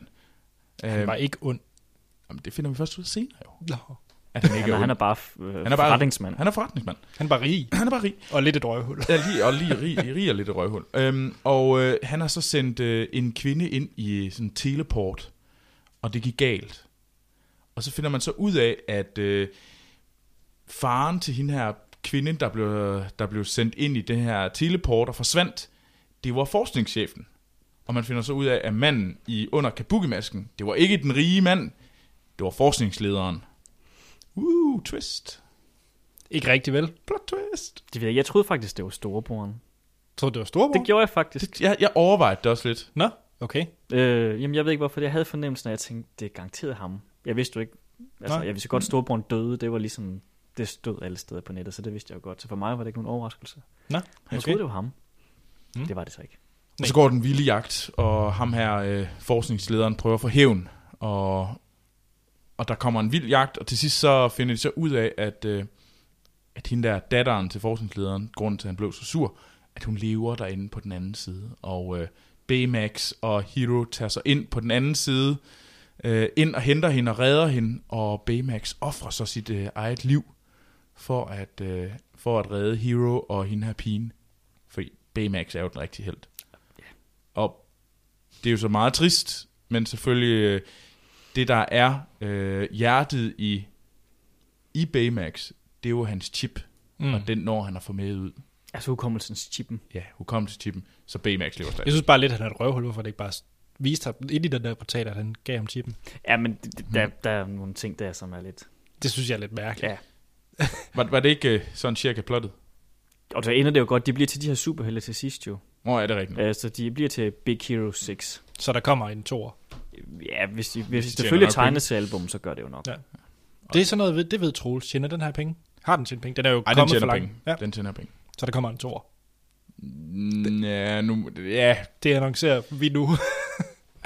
B: Øh,
C: Øhm.
A: Han var ikke ond.
B: jamen, det finder vi først ud af senere, jo.
A: Nå.
B: At han, ikke
C: Han er,
B: ond.
C: han er bare øh,
B: han er bare
C: forretningsmand.
B: Han er forretningsmand.
A: Han var rig
B: Han er bare rig.
A: og lidt et røvhul.
B: Ja, lige, og lige rig, rig og lidt et røghul. Øhm, og øh, han har så sendt øh, en kvinde ind i øh, sådan en teleport, og det gik galt. Og så finder man så ud af, at øh, faren til hende her kvinde, der blev, der blev sendt ind i den her teleport og forsvandt, det var forskningschefen. Og man finder så ud af, at manden i under kabukimasken, det var ikke den rige mand, det var forskningslederen. Woo, twist.
A: Ikke rigtig vel.
B: Plot twist.
C: Det ved jeg, jeg troede faktisk, det var storebroren.
A: Tror du, det var storebror?
C: Det gjorde jeg faktisk.
B: Jeg, jeg overvejede det også lidt.
A: Nå, okay.
C: Øh, jamen, jeg ved ikke hvorfor. Jeg havde fornemmelsen af, at jeg tænkte, det er garanteret ham. Jeg vidste jo ikke. Altså,
A: Nej.
C: jeg vidste godt, at storebroren døde. Det var ligesom, det stod alle steder på nettet, så det vidste jeg jo godt. Så for mig var det ikke nogen overraskelse.
A: Nå,
C: Jeg
A: okay.
C: troede, det var ham. Mm. Det var det så ikke.
B: Og så går den vilde jagt, og ham her, øh, forskningslederen, prøver at få hævn. Og, og der kommer en vild jagt, og til sidst så finder de så ud af, at, øh, at hende der datteren til forskningslederen, grunden til, at han blev så sur, at hun lever derinde på den anden side. Og øh, Baymax og Hero tager sig ind på den anden side, øh, ind og henter hende og redder hende, og Baymax offrer så sit øh, eget liv for at, øh, for at redde Hero og hende her pigen. Fordi Baymax er jo den rigtige held. Og det er jo så meget trist, men selvfølgelig øh, det, der er øh, hjertet i, i Baymax, det er jo hans chip, mm. og den når han har fået med ud.
C: Altså hukommelsens chippen.
B: Ja, hukommelseschippen, så Baymax lever
A: Jeg
B: stadig.
A: synes bare lidt, at han er et røvhul, hvorfor det ikke bare viste ham ind i den der portal, at han gav ham chippen.
C: Ja, men d- d- der, der er nogle ting der, som er lidt...
A: Det synes jeg er lidt mærkeligt.
C: Ja.
B: Var, var det ikke øh, sådan cirka plottet?
C: Og så ender det jo godt. De bliver til de her superhelte til sidst jo.
B: Nå, er det rigtigt?
C: Øh, så de bliver til Big Hero 6.
A: Så der kommer en toer.
C: Ja, hvis de, hvis
B: tjener
C: de selvfølgelig
B: nok
C: tegneseriealbum, så gør det jo nok.
A: Ja. Det er sådan noget, ved- det ved Troels. Tjener den her penge? Har den tjent penge? Den er jo
B: Ej, den
A: kommet for
B: tjener
A: langt.
B: penge.
A: Ja,
B: Den tjener penge.
A: så der kommer en toer.
B: Mm, Ja, nu, ja,
A: Det annoncerer vi nu.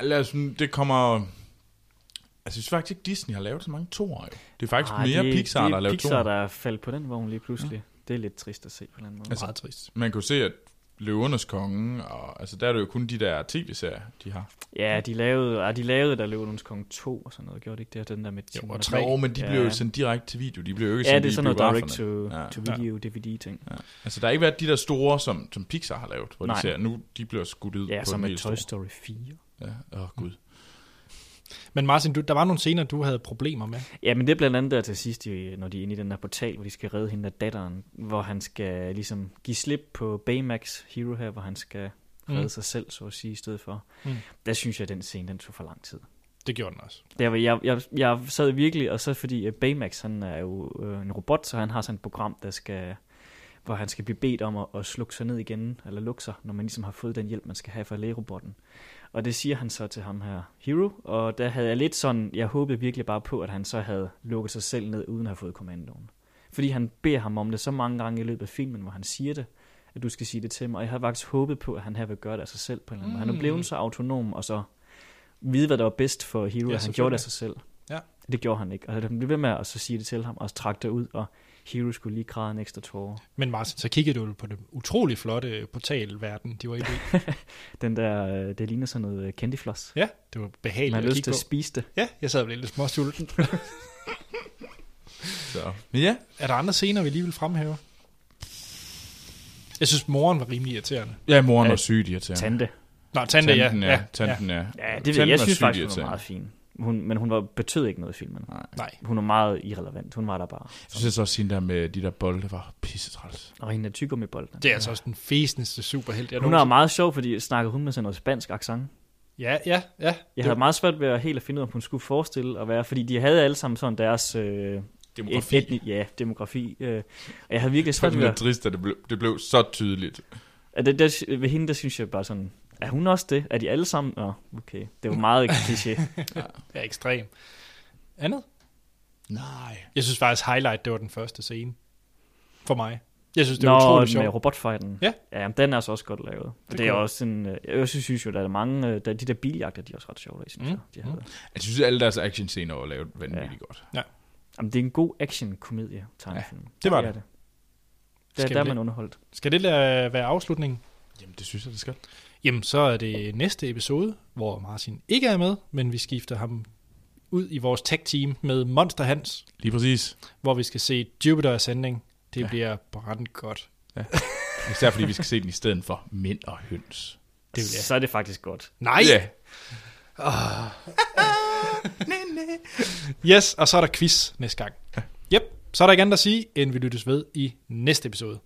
B: lad os, det kommer... Altså, jeg synes faktisk ikke, Disney har lavet så mange toer, jo. Det er faktisk
C: Ej,
B: mere Pixar, der har
C: det er
B: lavet toer.
C: Pixar, der er faldet på den vogn lige pludselig. Det er lidt trist at se på den anden måde.
A: altså, Meget trist.
B: Man kunne se, at Løvernes Konge, og altså, der er det jo kun de der tv-serier, de har.
C: Ja, de lavede, ah, de lavede der Løvernes Kong 2 og sådan noget, gjorde de ikke det? Og Den der med Timon
A: og
C: og
A: tre.
C: tre.
B: Jo, men de
C: Ja.
B: blev jo sendt direkte til video. De blev jo ikke
C: Ja,
B: sendt
C: det er
B: i
C: sådan noget
B: biograferne.
C: direct to,
B: Ja.
C: ja. to video, DVD ting.
B: Ja. Altså, der har ikke været de der store, som, som Pixar har lavet, hvor Nej. de
C: Nej.
B: ser, nu de bliver skudt ud
C: Ja,
B: på
C: som
B: en
C: er
B: helt stor.
C: Toy Story 4.
B: Ja, åh gud.
A: Men Martin, du, der var nogle scener, du havde problemer med.
C: Ja, men det er blandt andet der til sidst, de- når de er inde i den der portal, hvor de skal redde hende af datteren, hvor han skal ligesom give slip på Baymax Hero her, hvor han skal redde
A: Mm.
C: mm. sig selv, så at sige, i stedet for.
A: Mm.
C: Mm. Der synes jeg, at den scene, den tog for lang tid.
A: Det gjorde den også.
C: Der, var- jeg, jeg, jeg sad virkelig, og så fordi øh, Baymax, han er jo øh, en robot, så han har sådan et program, der skal, hvor han skal blive bedt om at, at slukke sig ned igen, eller lukke sig, når man ligesom har fået den hjælp, man skal have fra lægerobotten. Og det siger han så til ham her, Hero, og der havde jeg lidt sådan, jeg håbede virkelig bare på, at han så havde lukket sig selv ned, uden at have fået kommandoen. Fordi han beder ham om det så mange gange i løbet af filmen, hvor han siger det, at du skal sige det til mig. Og jeg havde faktisk håbet på, at han her vil gøre det af sig selv på en eller anden måde. Han er
A: Mm.
C: blevet så autonom, og så vide, hvad der var bedst for Hero,
A: Ja,
C: ja, han gjorde det af
A: selvfølgelig.
C: sig selv.
A: Ja.
C: Det gjorde han ikke. Og han blev ved med at så sige det til ham, og så trak det ud, og Hero skulle lige græde en ekstra tårer.
A: Men Martin, så kiggede du på den utrolig flotte portalverden, de var inde i.
C: Den der, øh, det ligner sådan noget øh, candyfloss.
A: Ja, det var behageligt
C: Man har
A: at
C: lyst
A: kigge
C: til at
A: på.
C: spise det.
A: Ja, jeg sad og blev lidt småsulten.
B: Så. Men ja,
A: er der andre scener, vi lige vil fremhæve? Jeg synes, moren var rimelig irriterende.
B: ja moren
C: Ja.
B: var sygt irriterende.
C: Tante.
A: Nå, Tante, ja.
B: Tanten, ja. Tanten, ja.
C: Ja, det ved
B: Tanten
C: jeg. Jeg
B: var
C: synes
B: sygt
C: faktisk, hun var
B: irriterende.
C: meget fin. Hun, men hun var, betød ikke noget i filmen.
A: Nej,
C: Hun var meget irrelevant. Hun var der bare.
B: Jeg synes også, hende der med de der bolde var pissetræls.
C: Og hende er tykker med bolden.
A: det er altså også den fæsneste superhelt. Jeg
C: Hun er meget sjov, fordi snakkede hun med sådan noget spansk accent.
A: Ja, ja, ja.
C: Jeg havde meget svært ved at helt at finde ud af, om hun skulle forestille at være, fordi de havde alle sammen sådan deres øh,
B: Demografi.
C: Et, etni- ja, demografi. Øh, og jeg havde virkelig
B: Det
C: svært
B: var
C: ved
B: lidt
C: at...
B: trist, at det blev, det blev så tydeligt.
C: at det, der, ved hende, der synes jeg bare sådan, er hun også det? Er de alle sammen? Nå, okay. Det var meget kliché.
A: Det er ekstrem. Andet?
B: Nej.
A: Jeg synes faktisk, highlight, det var den første scene. For mig. Jeg synes, det var
C: Nå,
A: utrolig
C: med
A: sjovt.
C: robotfighten.
A: Ja.
C: ja men den er altså også godt lavet. Det, det er
A: kunne-
C: også en... øh, Jeg synes, synes jo, der er mange... øh, Der, de der biljagter, de er også ret sjove, der, synes
A: Mm.
C: mm. jeg. De havde.
B: Altså, Jeg synes, alle deres actionscener var lavet vanvittigt
C: Ja.
B: godt.
C: Jamen, det er en god action-komedie, tegnefilm. Ja,
A: det var
C: det. Er
A: det.
C: det. Der,
A: Skal vi
C: der er
A: det?
C: man underholdt.
A: Skal det øh, være afslutningen?
B: Jamen, det synes jeg, det skal.
A: Jamen, så er det næste episode, hvor Martin ikke er med, men vi skifter ham ud i vores tech-team med Monster Hans,
B: Lige præcis.
A: hvor vi skal se Jupiter Ascending. Det ja. bliver brandgodt.
B: Især fordi vi skal se den i stedet for Mænd og Høns.
A: Det vil jeg.
C: Så er det faktisk godt.
A: Nej!
B: Ja.
A: Yes, og så er der quiz næste gang. Yep, så er der ikke andet at sige, end vi lyttes ved i næste episode.